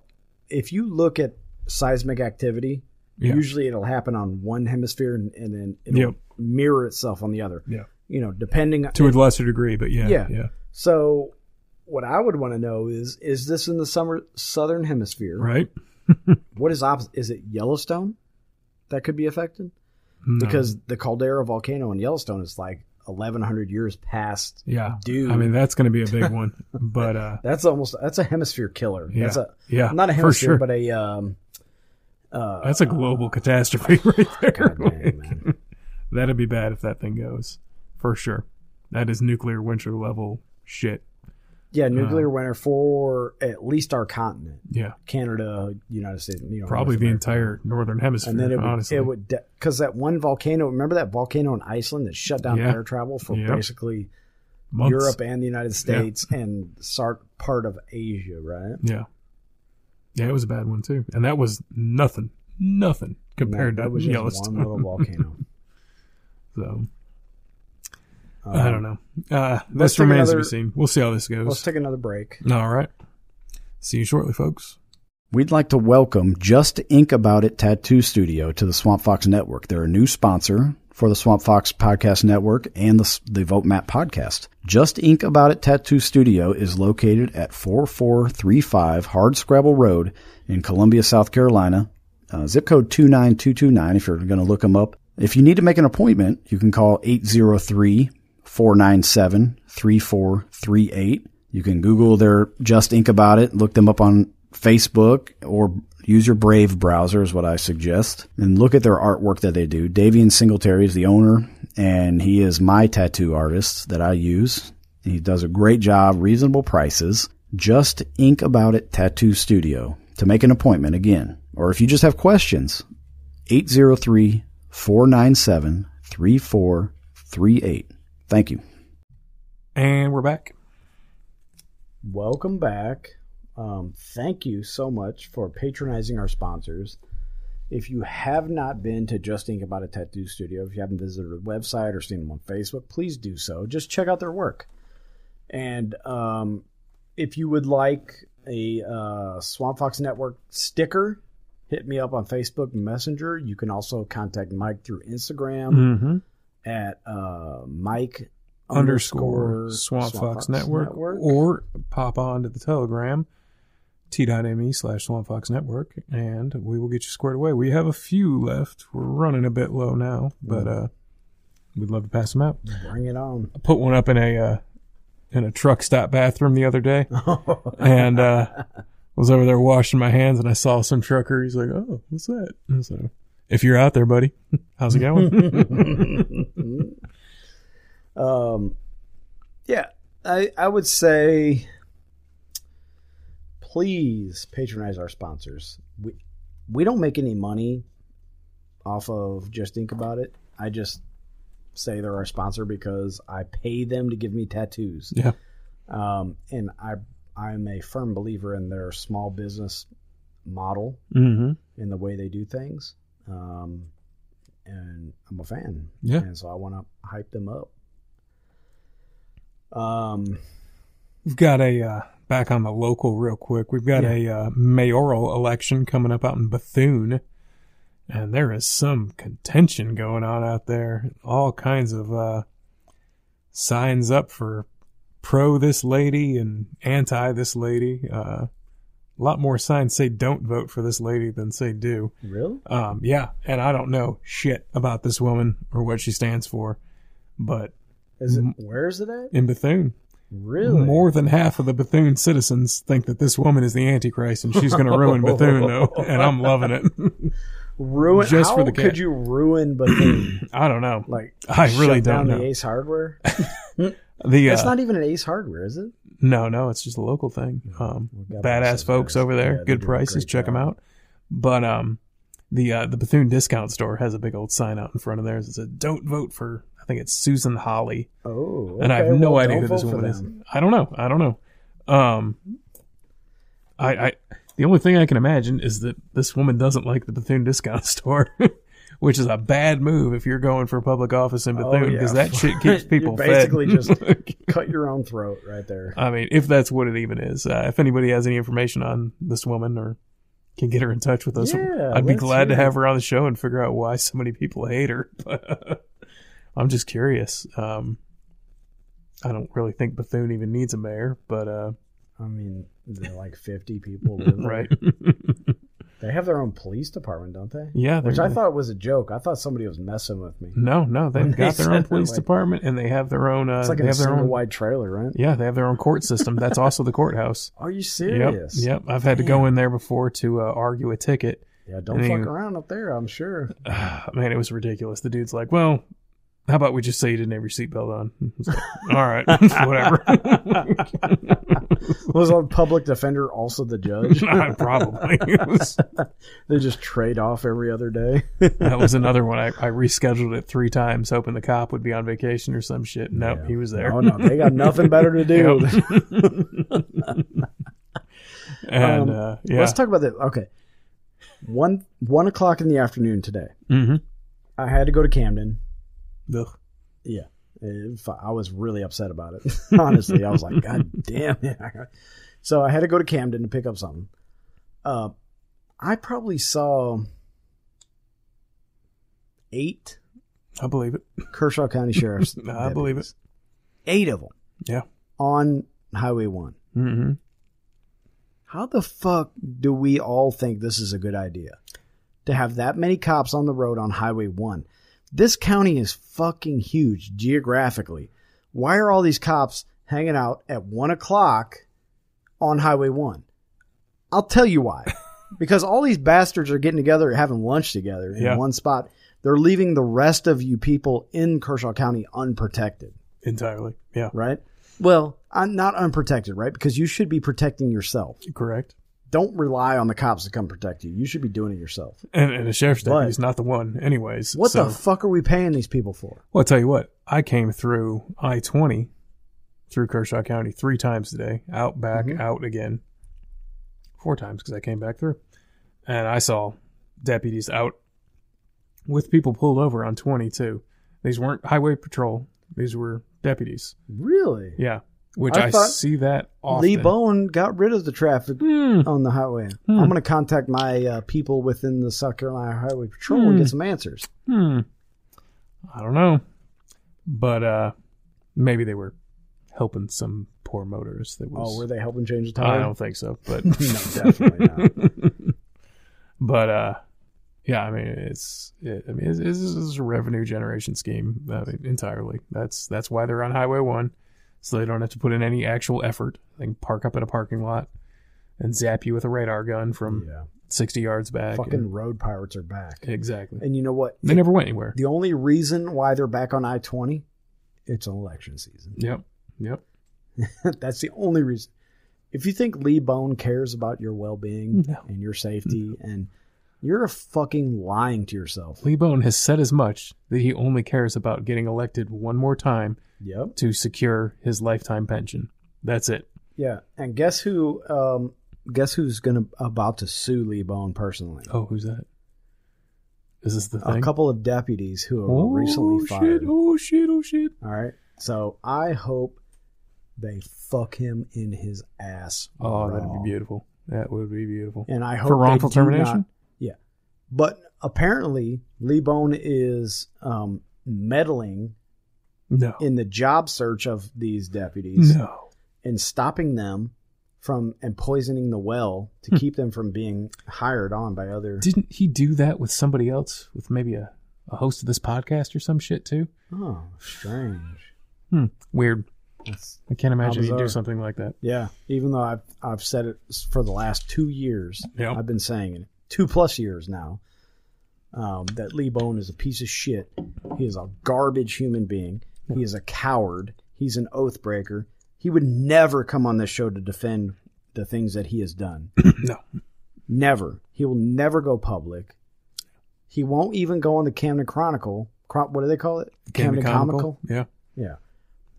Speaker 2: If you look at seismic activity,
Speaker 3: Yeah.
Speaker 2: usually it'll happen on one hemisphere and, and then it'll
Speaker 3: Yep.
Speaker 2: mirror itself on the other.
Speaker 3: Yeah.
Speaker 2: You know, depending.
Speaker 3: To a lesser degree, but yeah.
Speaker 2: Yeah.
Speaker 3: Yeah.
Speaker 2: so, what I would want to know is: is this in the summer southern hemisphere?
Speaker 3: Right?
Speaker 2: What is op- Is it Yellowstone that could be affected?
Speaker 3: No.
Speaker 2: Because the caldera volcano in Yellowstone is like 1,100 years past
Speaker 3: yeah,
Speaker 2: Dude.
Speaker 3: I mean that's going to be a big one. But uh,
Speaker 2: That's almost that's a hemisphere killer.
Speaker 3: yeah,
Speaker 2: That's a
Speaker 3: yeah,
Speaker 2: not a
Speaker 3: for
Speaker 2: hemisphere,
Speaker 3: sure.
Speaker 2: but a um uh
Speaker 3: that's a global catastrophe right there.
Speaker 2: God dang,
Speaker 3: Like,
Speaker 2: man.
Speaker 3: That'd be bad if that thing goes, for sure. That is nuclear winter level shit. Uh,
Speaker 2: Yeah, nuclear winter for at least our continent.
Speaker 3: Yeah,
Speaker 2: Canada, United States, you know,
Speaker 3: probably
Speaker 2: North
Speaker 3: the
Speaker 2: Oh, America.
Speaker 3: entire northern hemisphere.
Speaker 2: and then it would,
Speaker 3: honestly,
Speaker 2: it would because that one volcano. Remember that volcano in Iceland that shut down
Speaker 3: Yeah.
Speaker 2: air travel for
Speaker 3: Yep.
Speaker 2: basically
Speaker 3: months.
Speaker 2: Europe and the United States and sar- part of Asia, right?
Speaker 3: Yeah. Yeah, it was a bad one too. And that was nothing. Nothing compared
Speaker 2: that
Speaker 3: to
Speaker 2: was just one
Speaker 3: Yellowstone.
Speaker 2: little volcano.
Speaker 3: So
Speaker 2: Um,
Speaker 3: I don't know. Uh
Speaker 2: let's
Speaker 3: this
Speaker 2: take
Speaker 3: remains to be
Speaker 2: another-
Speaker 3: seen. We'll see how this
Speaker 2: Let's
Speaker 3: goes.
Speaker 2: take another break.
Speaker 3: All right. See you shortly, folks.
Speaker 2: We'd like to welcome Just Ink About It Tattoo Studio to the Swamp Fox Network. They're a new sponsor for the Swamp Fox Podcast Network and the, the Vote Map Podcast. Just Ink About It Tattoo Studio is located at 4435 Hardscrabble Road in Columbia, South Carolina, uh, zip code 29229 if you're going to look them up. If you need to make an appointment, you can call 803 497 3438. You can Google their Just Ink About It, look them up on Facebook, or use your Brave browser, is what I suggest, and look at their artwork that they do. Davian Singletary is the owner, and he is my tattoo artist that I use. He does a great job, reasonable prices. Just Ink About It Tattoo Studio to make an appointment again. Or if you just have questions, 803 497 3438. Thank you.
Speaker 3: And we're back.
Speaker 2: Welcome back. Um, thank you so much for patronizing our sponsors. If you have not been to Just Ink About a Tattoo Studio, if you haven't visited their website or seen them on Facebook, please do so. Just check out their work. And um, if you would like a uh, Swamp Fox Network sticker, hit me up on Facebook Messenger. You can also contact Mike through Instagram
Speaker 3: Mm-hmm.
Speaker 2: at uh, Mike
Speaker 3: Underscore Swamp, Fox, Network, or pop on to the Telegram t.me E slash Swamp Fox Network and we will get you squared away. We have a few left. We're running a bit low now, but
Speaker 2: Mm-hmm.
Speaker 3: uh we'd love to pass them out.
Speaker 2: Bring it on.
Speaker 3: put one up in a uh, in a truck stop bathroom the other day, and uh, was over there washing my hands, and I saw some trucker. He's like, "Oh, what's that?" And so, if you're out there, buddy, how's it going?
Speaker 2: Um, yeah, I I would say please patronize our sponsors. We we don't make any money off of just think about it. I just say they're our sponsor because I pay them to give me tattoos.
Speaker 3: yeah,
Speaker 2: Um, and I I'm a firm believer in their small business model
Speaker 3: mm-hmm.
Speaker 2: in the way they do things. Um, and I'm a fan.
Speaker 3: Yeah.
Speaker 2: And so I want to hype them up. Um,
Speaker 3: We've got a uh, back on the local real quick. We've got a uh, mayoral election coming up out in Bethune, and there is some contention going on out there. All kinds of uh, signs up for pro this lady and anti this lady. Uh, a lot more signs say don't vote for this lady than say do.
Speaker 2: really?
Speaker 3: Um, yeah, and I don't know shit about this woman or what she stands for, but
Speaker 2: Is it? Where is it at?
Speaker 3: in Bethune,
Speaker 2: Really?
Speaker 3: more than half of the Bethune citizens think that this woman is the Antichrist and she's going to ruin Bethune, though. And I'm loving it.
Speaker 2: ruin?
Speaker 3: just
Speaker 2: how
Speaker 3: for the
Speaker 2: could
Speaker 3: cat.
Speaker 2: you ruin Bethune?
Speaker 3: I don't know.
Speaker 2: like
Speaker 3: I really
Speaker 2: shut
Speaker 3: don't
Speaker 2: down
Speaker 3: know.
Speaker 2: the Ace Hardware.
Speaker 3: The uh,
Speaker 2: That's not even an Ace Hardware, is it?
Speaker 3: no, no, it's just a local thing. Um,
Speaker 2: gotta buy
Speaker 3: badass
Speaker 2: some
Speaker 3: folks
Speaker 2: bears.
Speaker 3: over
Speaker 2: Yeah,
Speaker 3: there,
Speaker 2: they
Speaker 3: good
Speaker 2: do a great
Speaker 3: prices. Check them
Speaker 2: job.
Speaker 3: out. But um, the uh, the Bethune discount store has a big old sign out in front of theirs that said "Don't vote for." I think it's Susan Holly,
Speaker 2: Oh,
Speaker 3: and I
Speaker 2: okay,
Speaker 3: have no
Speaker 2: well,
Speaker 3: idea
Speaker 2: don't
Speaker 3: who this
Speaker 2: vote for
Speaker 3: woman is.
Speaker 2: them.
Speaker 3: I don't know. I don't know. Um, I, I the only thing I can imagine is that this woman doesn't like the Bethune discount store, which is a bad move if you're going for public office in
Speaker 2: Oh,
Speaker 3: Bethune because
Speaker 2: yeah.
Speaker 3: that shit keeps people
Speaker 2: You're
Speaker 3: fed.
Speaker 2: basically just cut your own throat right there.
Speaker 3: I mean, if that's what it even is. Uh, if anybody has any information on this woman or can get her in touch with us,
Speaker 2: Yeah,
Speaker 3: I'd be
Speaker 2: let's
Speaker 3: glad to
Speaker 2: hear it.
Speaker 3: have her on the show and figure out why so many people hate her. But I'm just curious. Um, I don't really think Bethune even needs a mayor, but uh,
Speaker 2: I mean, they're like fifty people. live there.
Speaker 3: right,
Speaker 2: They have their own police department, don't they?
Speaker 3: yeah.
Speaker 2: Which
Speaker 3: they're-
Speaker 2: I thought was a joke. I thought somebody was messing with me.
Speaker 3: no, no,
Speaker 2: When
Speaker 3: they've
Speaker 2: they
Speaker 3: got their
Speaker 2: said
Speaker 3: own
Speaker 2: that,
Speaker 3: police
Speaker 2: like-
Speaker 3: department and they have their own. Uh,
Speaker 2: It's like
Speaker 3: they
Speaker 2: a
Speaker 3: have their
Speaker 2: single
Speaker 3: own.
Speaker 2: wide trailer, right?
Speaker 3: Yeah, they have their own court system. That's also the courthouse.
Speaker 2: Are you
Speaker 3: Yep,
Speaker 2: serious?
Speaker 3: yep. I've had to go in there before to uh, argue a ticket.
Speaker 2: Yeah, don't
Speaker 3: I mean-
Speaker 2: fuck around up there, I'm sure.
Speaker 3: Ah, man, it was ridiculous. The dude's like, "Well, How about we just say you didn't have your seatbelt on? It's like, All right, whatever.
Speaker 2: Was a public defender also the judge?
Speaker 3: Nah, Probably. It was-
Speaker 2: they just trade off every other day.
Speaker 3: that was another one. I, I rescheduled it three times, hoping the cop would be on vacation or some shit. Nope, he was there.
Speaker 2: Oh no, they got nothing better to do.
Speaker 3: Yep.
Speaker 2: Um,
Speaker 3: and uh, yeah,
Speaker 2: Let's talk about that. Okay, one one o'clock in the afternoon today.
Speaker 3: Mhm.
Speaker 2: I had to go to Camden.
Speaker 3: Ugh.
Speaker 2: If- I was really upset about it. Honestly, I was like, God damn it. So I had to go to Camden to pick up something. Uh, I probably saw eight
Speaker 3: I believe it.
Speaker 2: Kershaw County Sheriff's.
Speaker 3: I believe it.
Speaker 2: deputies. Eight of them.
Speaker 3: Yeah.
Speaker 2: On Highway 1.
Speaker 3: hmm
Speaker 2: How the fuck do we all think this is a good idea? To have that many cops on the road on Highway 1. This county is fucking huge geographically. Why are all these cops hanging out at 1 o'clock on Highway 1? I'll tell you why. because all these bastards are getting together, having lunch together in
Speaker 3: Yeah.
Speaker 2: one spot. They're leaving the rest of you people in Kershaw County unprotected
Speaker 3: Entirely. Yeah.
Speaker 2: right? Well, I'm not unprotected, right? Because you should be protecting yourself.
Speaker 3: Correct.
Speaker 2: Don't rely on the cops to come protect you. You should be doing it yourself.
Speaker 3: And, and the sheriff's deputy
Speaker 2: But-
Speaker 3: is not the one, anyways.
Speaker 2: What
Speaker 3: so,
Speaker 2: the fuck are we paying these people for?
Speaker 3: well, I'll tell you what. I came through I 20 through Kershaw County three times today, out, back,
Speaker 2: Mm-hmm.
Speaker 3: out again. Four times because I came back through. And I saw deputies out with people pulled over on 22. These weren't highway patrol, these were deputies.
Speaker 2: Really?
Speaker 3: Yeah. Which
Speaker 2: I
Speaker 3: I,
Speaker 2: thought
Speaker 3: see that often.
Speaker 2: Lee Bowen got rid of the traffic
Speaker 3: Hmm.
Speaker 2: on the highway. I'm going to contact my uh, people within the South Carolina Highway Patrol and get some answers.
Speaker 3: Hmm. I don't know. But uh maybe they were helping some poor motorist that was
Speaker 2: Oh, were they helping change the
Speaker 3: I
Speaker 2: tire?
Speaker 3: don't think so, but
Speaker 2: no, definitely not.
Speaker 3: but uh yeah, I mean it's it, I mean it's, it's, it's a revenue generation scheme I mean, entirely. That's that's why they're on Highway 1 so they don't have to put in any actual effort. They can park up at a parking lot and zap you with a radar gun from
Speaker 2: Yeah.
Speaker 3: 60 yards back. and-
Speaker 2: Fucking road pirates are back.
Speaker 3: exactly.
Speaker 2: And you know what?
Speaker 3: They never went anywhere.
Speaker 2: The only reason why they're back on I 20, it's an election season.
Speaker 3: Yep. Yep.
Speaker 2: That's the only reason. If you think Lee Bone cares about your well being
Speaker 3: No.
Speaker 2: and your safety, and you're fucking lying to yourself.
Speaker 3: Lee Bone has said as much that he only cares about getting elected one more time
Speaker 2: Yep.
Speaker 3: to secure his lifetime pension. That's it.
Speaker 2: Yeah. And guess who? Um, guess who's gonna about to sue Lee Bone personally?
Speaker 3: Oh, who's that? Is this the
Speaker 2: A
Speaker 3: thing?
Speaker 2: couple of deputies who
Speaker 3: oh,
Speaker 2: were recently fired.
Speaker 3: shit. Oh, shit. Oh, shit.
Speaker 2: All right. So I hope they fuck him in his ass.
Speaker 3: Oh,
Speaker 2: raw.
Speaker 3: that'd be beautiful. That would be beautiful.
Speaker 2: And I hope
Speaker 3: For wrongful
Speaker 2: they do
Speaker 3: termination?
Speaker 2: not- yeah, but apparently Lee Bone is um, meddling
Speaker 3: No.
Speaker 2: in the job search of these deputies
Speaker 3: No.
Speaker 2: and stopping them from and poisoning the well to keep them from being hired on by other.
Speaker 3: Didn't he do that with somebody else, with maybe a, a host of this podcast or some shit, too?
Speaker 2: Oh, strange.
Speaker 3: Hmm. Weird.
Speaker 2: That's,
Speaker 3: I can't imagine he'd do
Speaker 2: bizarre.
Speaker 3: something like that.
Speaker 2: yeah, even though I've I've said it s- for the last two years,
Speaker 3: Yeah.
Speaker 2: I've been saying it two plus years now. Um, that Lee Bone is a piece of shit. He is a garbage human being. He is a coward. He's an oath breaker. He would never come on this show to defend the things that he has done.
Speaker 3: No.
Speaker 2: Never. He will never go public. He won't even go on the Camden Chronicle. Chron- What do they call it?
Speaker 3: Comical? Yeah.
Speaker 2: Yeah.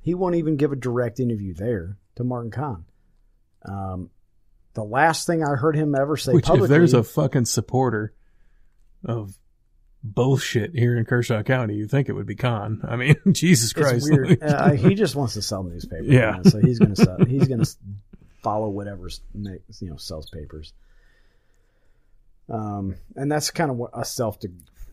Speaker 2: He won't even give a direct interview there to Martin Kahn. Um, the last thing I heard him ever say
Speaker 3: Which,
Speaker 2: publicly.
Speaker 3: if there's a fucking supporter of bullshit here in Kershaw County, you'd think it would be Khan. I mean, Jesus Christ.
Speaker 2: It's weird.
Speaker 3: like-
Speaker 2: uh, he just wants to sell newspapers.
Speaker 3: Yeah.
Speaker 2: man, so he's gonna sell, he's gonna s- follow whatever makes you know sells papers. Um, and that's kind of what a self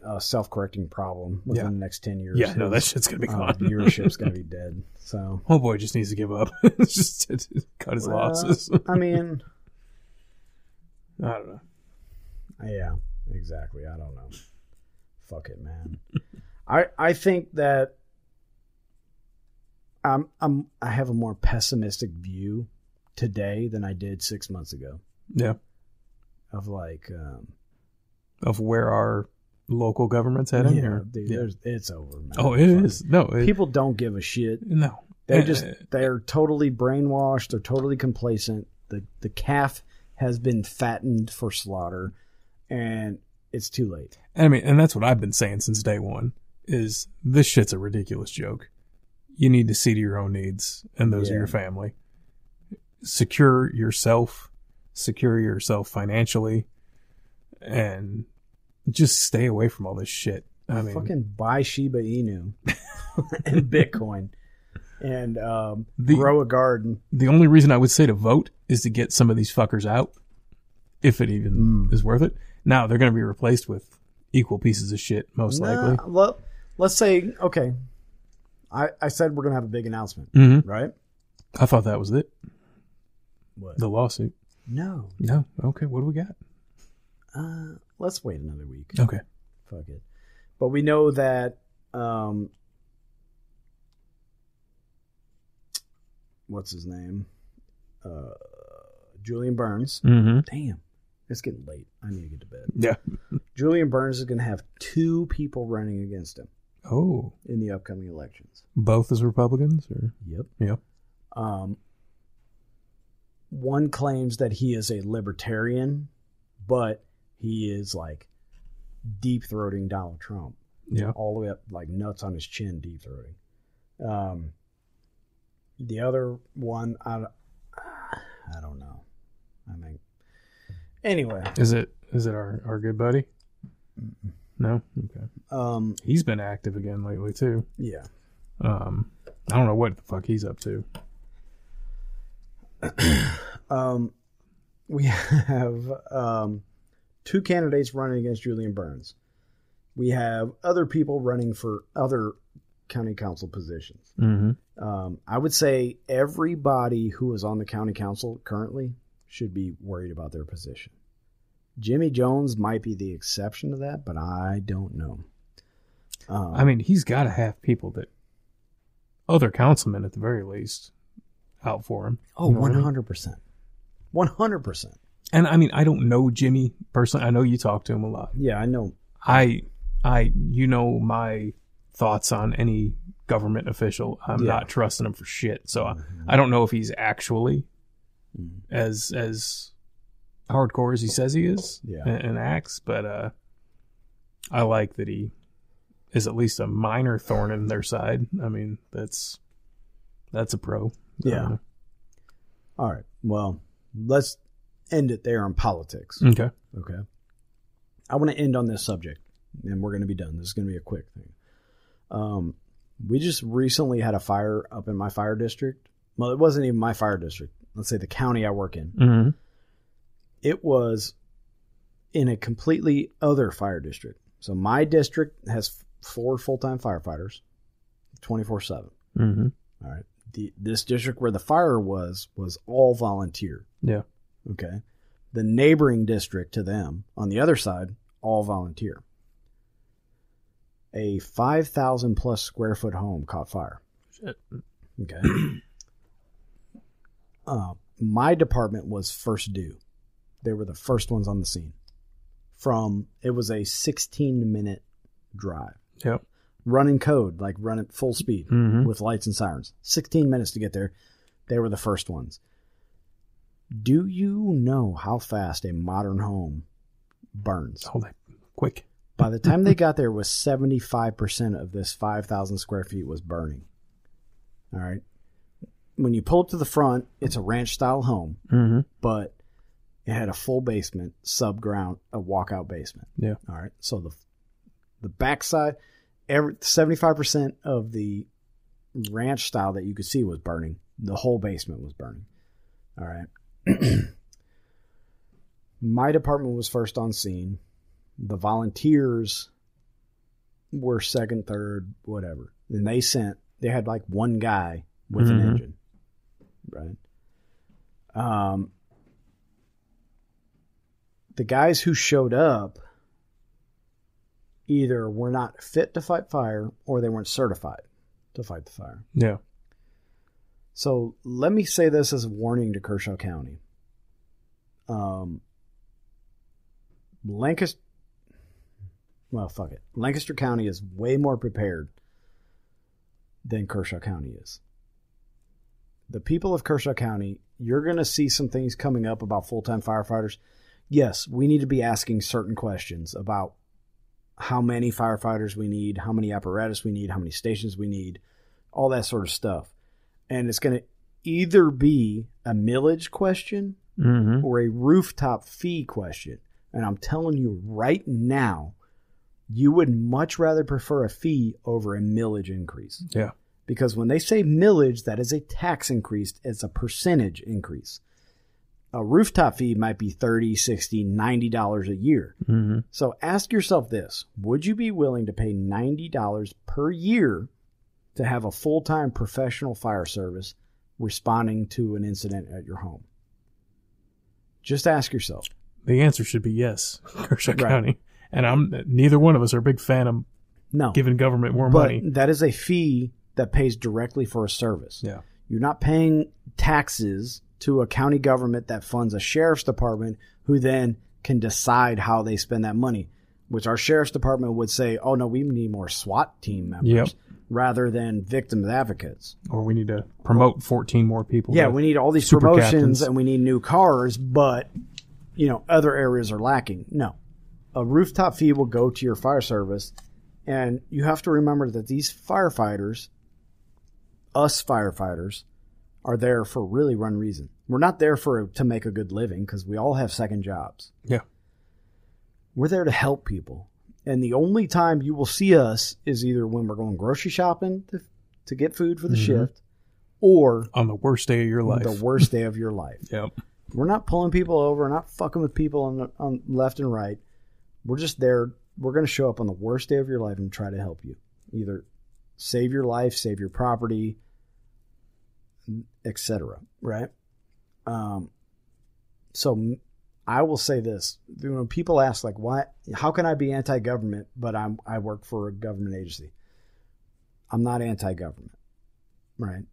Speaker 2: uh, self correcting problem within
Speaker 3: Yeah.
Speaker 2: the next ten years.
Speaker 3: yeah, no, that
Speaker 2: His,
Speaker 3: shit's going to be
Speaker 2: uh,
Speaker 3: Khan.
Speaker 2: viewership's gonna be dead. So
Speaker 3: Oh boy, just needs to give up. It's just to- to cut his
Speaker 2: Well,
Speaker 3: losses.
Speaker 2: I mean,
Speaker 3: I don't know.
Speaker 2: yeah, exactly. I don't know. Fuck it, man. I I think that I'm I'm I have a more pessimistic view today than I did six months ago.
Speaker 3: Yeah,
Speaker 2: of like um,
Speaker 3: of where our local government's heading?
Speaker 2: yeah,
Speaker 3: or-
Speaker 2: dude,
Speaker 3: yeah.
Speaker 2: there's, it's over. Man.
Speaker 3: Oh, it
Speaker 2: Fuck.
Speaker 3: is. No, it,
Speaker 2: People don't give a shit.
Speaker 3: no.
Speaker 2: They
Speaker 3: Yeah,
Speaker 2: just
Speaker 3: yeah,
Speaker 2: they're totally brainwashed. They're totally complacent. The the calf has been fattened for slaughter, and it's too late.
Speaker 3: I mean, and that's what I've been saying since day one: is this shit's a ridiculous joke. You need to see to your own needs and those of
Speaker 2: Yeah.
Speaker 3: your family. Secure yourself, secure yourself financially, and just stay away from all this shit. I mean,
Speaker 2: Fucking buy Shiba Inu and Bitcoin, and um,
Speaker 3: The-
Speaker 2: grow a garden.
Speaker 3: the only reason I would say to vote is to get some of these fuckers out, if it even
Speaker 2: Mm.
Speaker 3: is worth it. Now they're going to be replaced with equal pieces of shit, most likely.
Speaker 2: Nah, let, let's say okay. I I said we're gonna have a big announcement,
Speaker 3: hmm
Speaker 2: right?
Speaker 3: I thought that was it.
Speaker 2: What?
Speaker 3: The lawsuit.
Speaker 2: No.
Speaker 3: No. Okay. What do we got?
Speaker 2: Uh, let's wait another week.
Speaker 3: Okay.
Speaker 2: Fuck it. But we know that um what's his name? Uh Julian Burns.
Speaker 3: Mm-hmm.
Speaker 2: Damn. It's getting late. I need to get to bed.
Speaker 3: Yeah.
Speaker 2: Julian Burns is going to have two people running against him
Speaker 3: Oh,
Speaker 2: in the upcoming elections.
Speaker 3: both as Republicans, or
Speaker 2: Yep.
Speaker 3: yeah.
Speaker 2: Um one claims that he is a libertarian, but he is like deep throating Donald Trump.
Speaker 3: Yeah.
Speaker 2: all the way up like nuts on his chin, deep throating. Um, the other one, I, don't- I don't know. I mean, anyway,
Speaker 3: Is it is it our our good buddy? No. Okay.
Speaker 2: um,
Speaker 3: He's been active again lately too.
Speaker 2: yeah,
Speaker 3: Um, I don't know what the fuck he's up to.
Speaker 2: um, we have um, two candidates running against Julian Burns. We have other people running for other county council positions.
Speaker 3: Mm-hmm.
Speaker 2: Um, I would say everybody who is on the county council currently should be worried about their position. Jimmy Jones might be the exception to that, but I don't know. Um,
Speaker 3: I mean, he's got to have people that other councilmen, at the very least, out for him.
Speaker 2: oh,
Speaker 3: You know what I mean?
Speaker 2: 100%. 100%.
Speaker 3: And I mean, I don't know Jimmy personally. I know you talk to him a lot.
Speaker 2: Yeah, I know.
Speaker 3: I, I, you know my thoughts on any government official. I'm
Speaker 2: Yeah.
Speaker 3: not trusting him for shit. So I,
Speaker 2: Mm-hmm.
Speaker 3: I don't know if he's actually
Speaker 2: Mhm.
Speaker 3: as as hardcore as he says he is
Speaker 2: Yeah.
Speaker 3: and, and acts. But uh, I like that he is at least a minor thorn in their side. I mean, that's that's a pro. I don't
Speaker 2: Yeah.
Speaker 3: know.
Speaker 2: All right. Well, let's end it there on politics.
Speaker 3: Uh, Okay.
Speaker 2: Okay. I want to end on this subject, and we're going to be done. This is going to be a quick thing. Um, we just recently had a fire up in my fire district. Well, it wasn't even my fire district. Let's say the county I work in.
Speaker 3: hmm
Speaker 2: It was in a completely other fire district. So my district has four full time firefighters, twenty four seven.
Speaker 3: hmm
Speaker 2: All right. The, this district where the fire was was all volunteer.
Speaker 3: Yeah.
Speaker 2: Okay. The neighboring district to them on the other side, all volunteer. A 5,000 plus square foot home caught fire.
Speaker 3: Shit.
Speaker 2: Okay. uh, my department was first due. They were the first ones on the scene. From it was a 16 minute drive,
Speaker 3: Yep.
Speaker 2: running code, like run at full speed
Speaker 3: hmm
Speaker 2: with lights and sirens. 16 minutes to get there. They were the first ones. Do you know how fast a modern home burns?
Speaker 3: Hold that quick.
Speaker 2: By the time they got there it was 75% of this 5,000 square feet was burning. All right. When you pull up to the front, it's a ranch style home,
Speaker 3: Mm-hmm.
Speaker 2: but it had a full basement, subground, a walkout basement.
Speaker 3: Yeah.
Speaker 2: All right. So the the backside, every seventy five percent of the ranch style that you could see was burning. The whole basement was burning. All right. My department was first on scene. The volunteers were second, third, whatever. And they sent they had like one guy with an
Speaker 3: Mhm.
Speaker 2: engine. Right. Um the guys who showed up either were not fit to fight fire or they weren't certified to fight the fire.
Speaker 3: Yeah.
Speaker 2: So let me say this as a warning to Kershaw County. Um, Lancaster, well, fuck it. Lancaster County is way more prepared than Kershaw County is. The people of Kershaw County, you're going to see some things coming up about full time firefighters. Yes, we need to be asking certain questions about how many firefighters we need, how many apparatus we need, how many stations we need, all that sort of stuff. And it's going to either be a millage question
Speaker 3: Mm-hmm.
Speaker 2: or a rooftop fee question. And I'm telling you right now, you would much rather prefer a fee over a millage increase.
Speaker 4: Yeah.
Speaker 2: Because when they say millage, that is a tax increase, it's a percentage increase. A rooftop fee might be 30, 60, 90 dollars a year.
Speaker 3: Mm-hmm.
Speaker 2: So ask yourself this, would you be willing to pay $90 per year to have a full-time professional fire service responding to an incident at your home? Just ask yourself.
Speaker 3: The answer should be yes, Kershaw
Speaker 2: Right.
Speaker 3: County. And I'm neither one of us are a big fan of
Speaker 2: No.
Speaker 3: giving government more
Speaker 2: but
Speaker 3: money.
Speaker 2: that is a fee that pays directly for a service.
Speaker 4: Yeah.
Speaker 2: You're not paying taxes to a county government that funds a sheriff's department who then can decide how they spend that money, which our sheriff's department would say, oh, no, we need more SWAT team members
Speaker 3: Yep.
Speaker 2: rather than victims advocates.
Speaker 3: Or we need to promote 14 more people.
Speaker 2: yeah,
Speaker 3: to-
Speaker 2: we need all these
Speaker 3: super
Speaker 2: promotions
Speaker 3: captains.
Speaker 2: and we need new cars, but, you know, other areas are lacking. No. A rooftop fee will go to your fire service. And you have to remember that these firefighters, us firefighters, are there for really one reason. We're not there for to make a good living because we all have second jobs.
Speaker 4: Yeah.
Speaker 2: We're there to help people. And the only time you will see us is either when we're going grocery shopping to, to get food for the
Speaker 3: Mm-hmm.
Speaker 2: shift or
Speaker 3: on the worst day of your life.
Speaker 2: the worst day of your life.
Speaker 3: Yep.
Speaker 2: We're not pulling people over. We're not fucking with people on, the, on left and right. We're just there. We're going to show up on the worst day of your life and try to help you. Either save your life, save your property, etc. Right? Um, so m- I will say this: You know, people ask like, "Why? How can I be anti-government?" But I'm I work for a government agency. I'm not anti-government, right?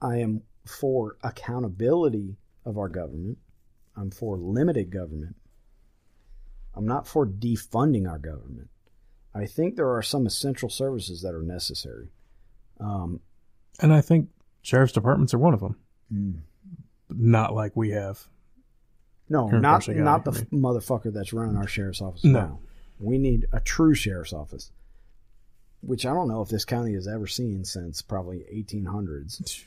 Speaker 2: I am for accountability of our government. I'm for limited government. I'm not for defunding our government. I think there are some essential services that are necessary. Um,
Speaker 3: And I think sheriff's departments are one of them. Not like we have.
Speaker 2: no,
Speaker 3: Current
Speaker 2: not
Speaker 3: person got
Speaker 2: not
Speaker 3: it,
Speaker 2: the
Speaker 3: I
Speaker 2: motherfucker that's running our sheriff's office
Speaker 3: No.
Speaker 2: now. We need a true sheriff's office, which I don't know if this county has ever seen since probably 1800s.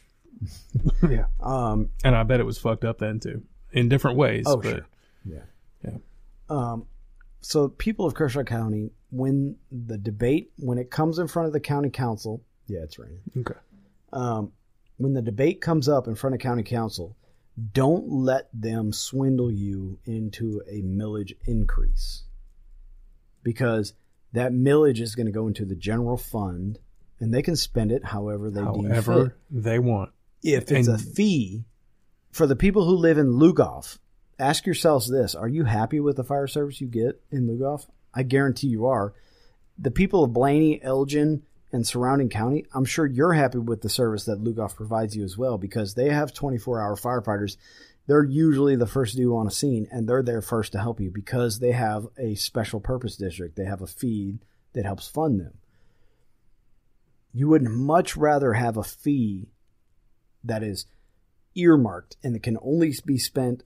Speaker 3: yeah.
Speaker 2: Um,
Speaker 3: And I bet it was fucked up then too, in different ways.
Speaker 2: Oh,
Speaker 3: but
Speaker 2: sure. Yeah.
Speaker 3: Yeah.
Speaker 2: Um, so people of Kershaw County, when the debate, when it comes in front of the county council, yeah, it's raining.
Speaker 3: Okay.
Speaker 2: Um, when the debate comes up in front of county council, don't let them swindle you into a millage increase because that millage is going to go into the general fund and they can spend it however they deem fit
Speaker 3: however they want.
Speaker 2: if it's a
Speaker 3: And-
Speaker 2: fee for the people who live in Lugoff, ask yourselves this: Are you happy with the fire service you get in Lugoff? I guarantee you are. The people of Blaney, Elgin, and surrounding county, I'm sure you're happy with the service that Lugoff provides you as well because they have 24-hour firefighters. They're usually the first due on a scene, and they're there first to help you because they have a special purpose district. They have a fee that helps fund them. You would much rather have a fee that is earmarked and can only be spent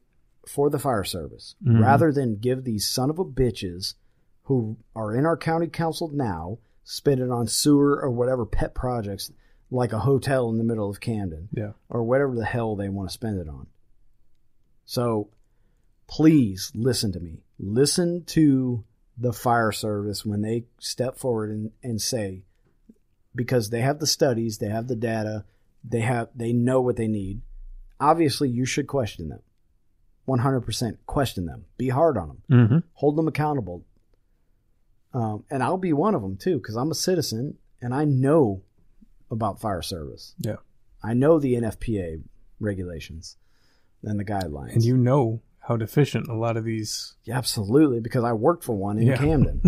Speaker 2: for the fire service
Speaker 3: Mhm.
Speaker 2: rather than give these son of a bitches who are in our county council now spend it on sewer or whatever pet projects like a hotel in the middle of Camden
Speaker 3: Yeah.
Speaker 2: or whatever the hell they want to spend it on. So please listen to me. Listen to the fire service when they step forward and, and say, because they have the studies, they have the data, they have they know what they need. Obviously, you should question them. 100% question them. Be hard on them.
Speaker 3: Mm-hmm.
Speaker 2: Hold them accountable. Um, and I'll be one of them too, because I'm a citizen and I know about fire service.
Speaker 3: Yeah.
Speaker 2: I know the NFPA regulations and the guidelines.
Speaker 3: And you know how deficient a lot of these.
Speaker 2: Yeah, absolutely, because I worked for one in
Speaker 3: Yeah.
Speaker 2: Camden,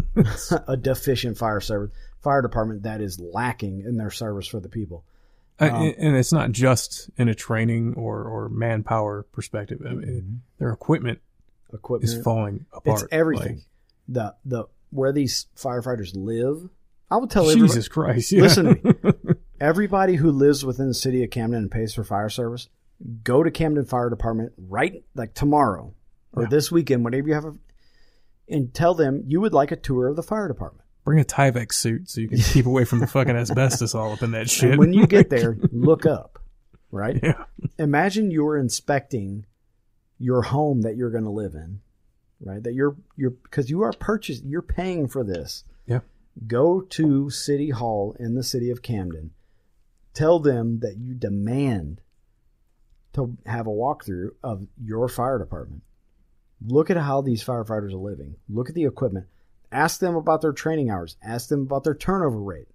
Speaker 2: a deficient fire service fire department that is lacking in their service for the people.
Speaker 3: I-
Speaker 2: Um,
Speaker 3: uh, and it's not just in a training or, or manpower perspective. I mean, their equipment
Speaker 2: Equipment,
Speaker 3: is falling apart.
Speaker 2: it's everything. the the where these firefighters live, I would tell everybody.
Speaker 3: Jesus Christ. yeah.
Speaker 2: Listen to me. Everybody who lives within the city of Camden and pays for fire service, go to Camden Fire Department right like tomorrow or
Speaker 3: Yeah.
Speaker 2: this weekend, whatever you have, and tell them you would like a tour of the fire department.
Speaker 3: Bring a Tyvek suit so you can keep away from the fucking asbestos all up in that shit.
Speaker 2: And when you get there, look up. Right?
Speaker 3: Yeah.
Speaker 2: Imagine you're inspecting your home that you're going to live in, right? That you're you're because you are purchased, you're paying for this.
Speaker 3: Yeah.
Speaker 2: Go to City Hall in the city of Camden. Tell them that you demand to have a walkthrough of your fire department. Look at how these firefighters are living. Look at the equipment. Ask them about their training hours. Ask them about their turnover rate.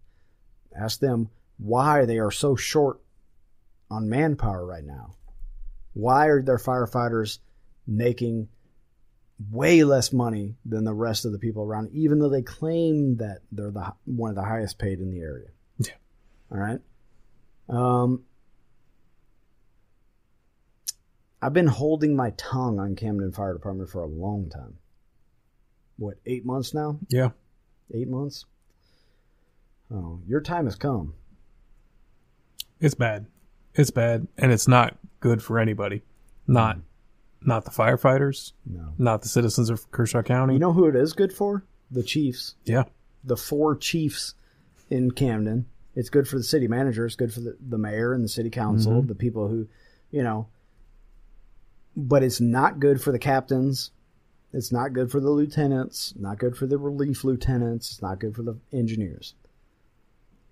Speaker 2: Ask them why they are so short on manpower right now. Why are their firefighters making way less money than the rest of the people around, even though they claim that they're the hi- one of the highest paid in the area?
Speaker 3: Yeah.
Speaker 2: All right. Um, I've been holding my tongue on Camden Fire Department for a long time. What, eight months now?
Speaker 3: Yeah.
Speaker 2: Eight months? Oh, your time has come.
Speaker 3: It's bad. It's bad. And it's not good for anybody. Not not the firefighters,
Speaker 2: No.
Speaker 3: not the citizens of Kershaw County.
Speaker 2: You know who it is good for? The Chiefs.
Speaker 3: yeah.
Speaker 2: The four Chiefs in Camden. It's good for the city manager. It's good for the, the mayor and the city council,
Speaker 3: Mm-hmm.
Speaker 2: the people who, you know. But it's not good for the captains. It's not good for the lieutenants. Not good for the relief lieutenants. It's not good for the engineers.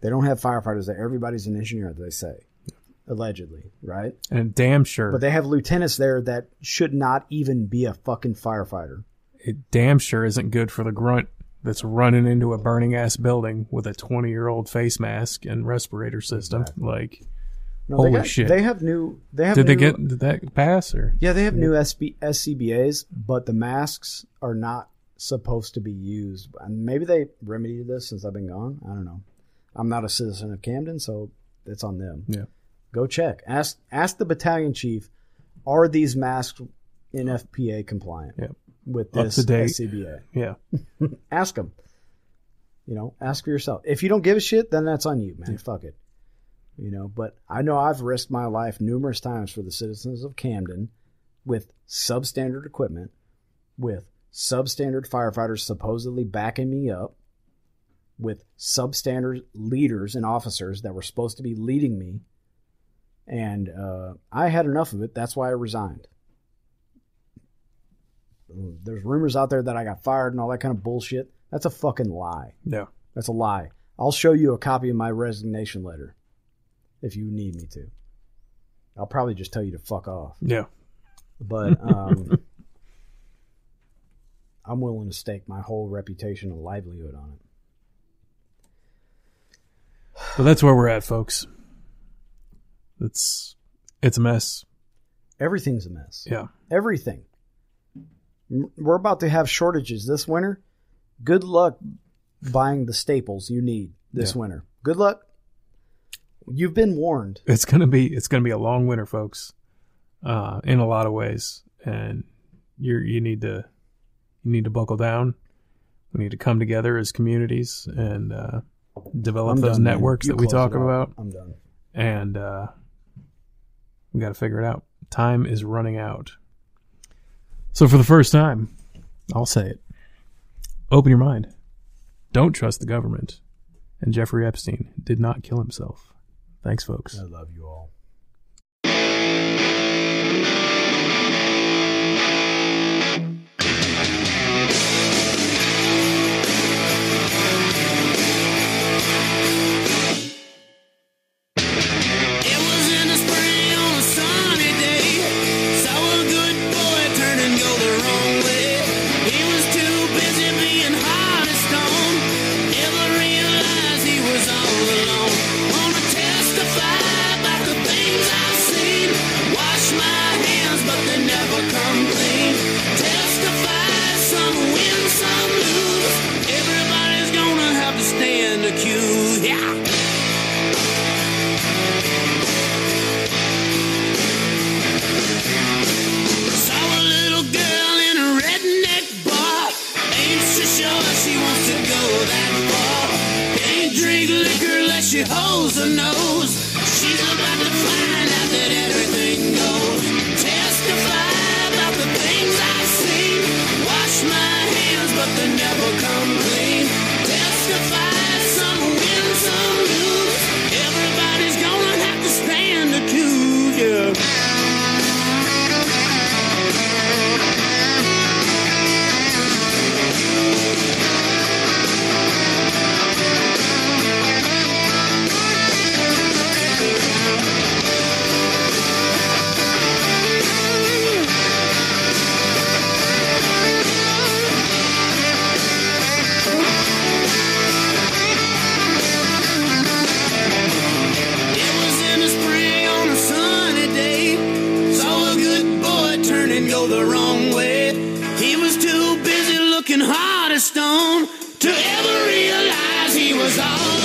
Speaker 2: They don't have firefighters there. Everybody's an engineer, they say, allegedly, right?
Speaker 3: And damn sure
Speaker 2: But they have lieutenants there that should not even be a fucking firefighter.
Speaker 3: it damn sure isn't good for the grunt that's running into a burning ass building with a 20 year old face mask and respirator system. Like,
Speaker 2: No,
Speaker 3: Holy
Speaker 2: they got,
Speaker 3: shit.
Speaker 2: They have new. They have
Speaker 3: did they
Speaker 2: new-
Speaker 3: get did that pass or?
Speaker 2: Yeah, they have new SB, SCBAs, but the masks are not supposed to be used. And maybe they remedied this since I've been gone. I don't know. I'm not a citizen of Camden, so it's on them.
Speaker 3: Yeah.
Speaker 2: Go check. Ask ask the battalion chief, are these masks NFPA compliant
Speaker 3: Yep.
Speaker 2: with
Speaker 3: Up
Speaker 2: this
Speaker 3: to date.
Speaker 2: SCBA?
Speaker 3: Yeah.
Speaker 2: Ask them. You know, ask for yourself. If you don't give a shit, then that's on you, man. Fuck it. You know, but I know I've risked my life numerous times for the citizens of Camden with substandard equipment, with substandard firefighters supposedly backing me up, with substandard leaders and officers that were supposed to be leading me. And uh, I had enough of it. That's why I resigned. There's rumors out there that I got fired and all that kind of bullshit. That's a fucking lie.
Speaker 3: No.
Speaker 2: That's a lie. I'll show you a copy of my resignation letter if you need me to. I'll probably just tell you to fuck off
Speaker 3: Yeah.
Speaker 2: but um, I'm willing to stake my whole reputation and livelihood on it.
Speaker 3: But that's where we're at, folks. It's it's a mess.
Speaker 2: Everything's a mess.
Speaker 3: Yeah.
Speaker 2: Everything. M- We're about to have shortages this winter. Good luck buying the staples you need this
Speaker 3: Yeah.
Speaker 2: winter. Good luck. You've been warned.
Speaker 3: It's gonna be it's gonna be a long winter, folks. Uh, in a lot of ways, and you you need to you need to buckle down. We need to come together as communities and uh, develop
Speaker 2: I'm
Speaker 3: those
Speaker 2: done, man.
Speaker 3: networks
Speaker 2: You
Speaker 3: that we
Speaker 2: close
Speaker 3: talk
Speaker 2: it out.
Speaker 3: about,
Speaker 2: I'm done.
Speaker 3: and uh, we got to figure it out. Time is running out. So for the first time, I'll say it. Open your mind. Don't trust the government. And Jeffrey Epstein did not kill himself. Thanks, folks.
Speaker 2: I love you all.
Speaker 5: It was in the spring on a sunny day. Saw a good boy turn and go the wrong way. He was too busy being hard as stone. Never realized he was all alone. Wanna testify about the things I've seen. Wash my hands. she holds her nose. She's about to find out that everything goes. Testify about the things I've seen. Wash my hands, but they never come clean. Testify, some win, some lose. Everybody's gonna have to stand accused, yeah. It was in the spring on a sunny day. Saw a good boy turn and go the wrong way. He was too busy looking hard as stone to ever realize he was all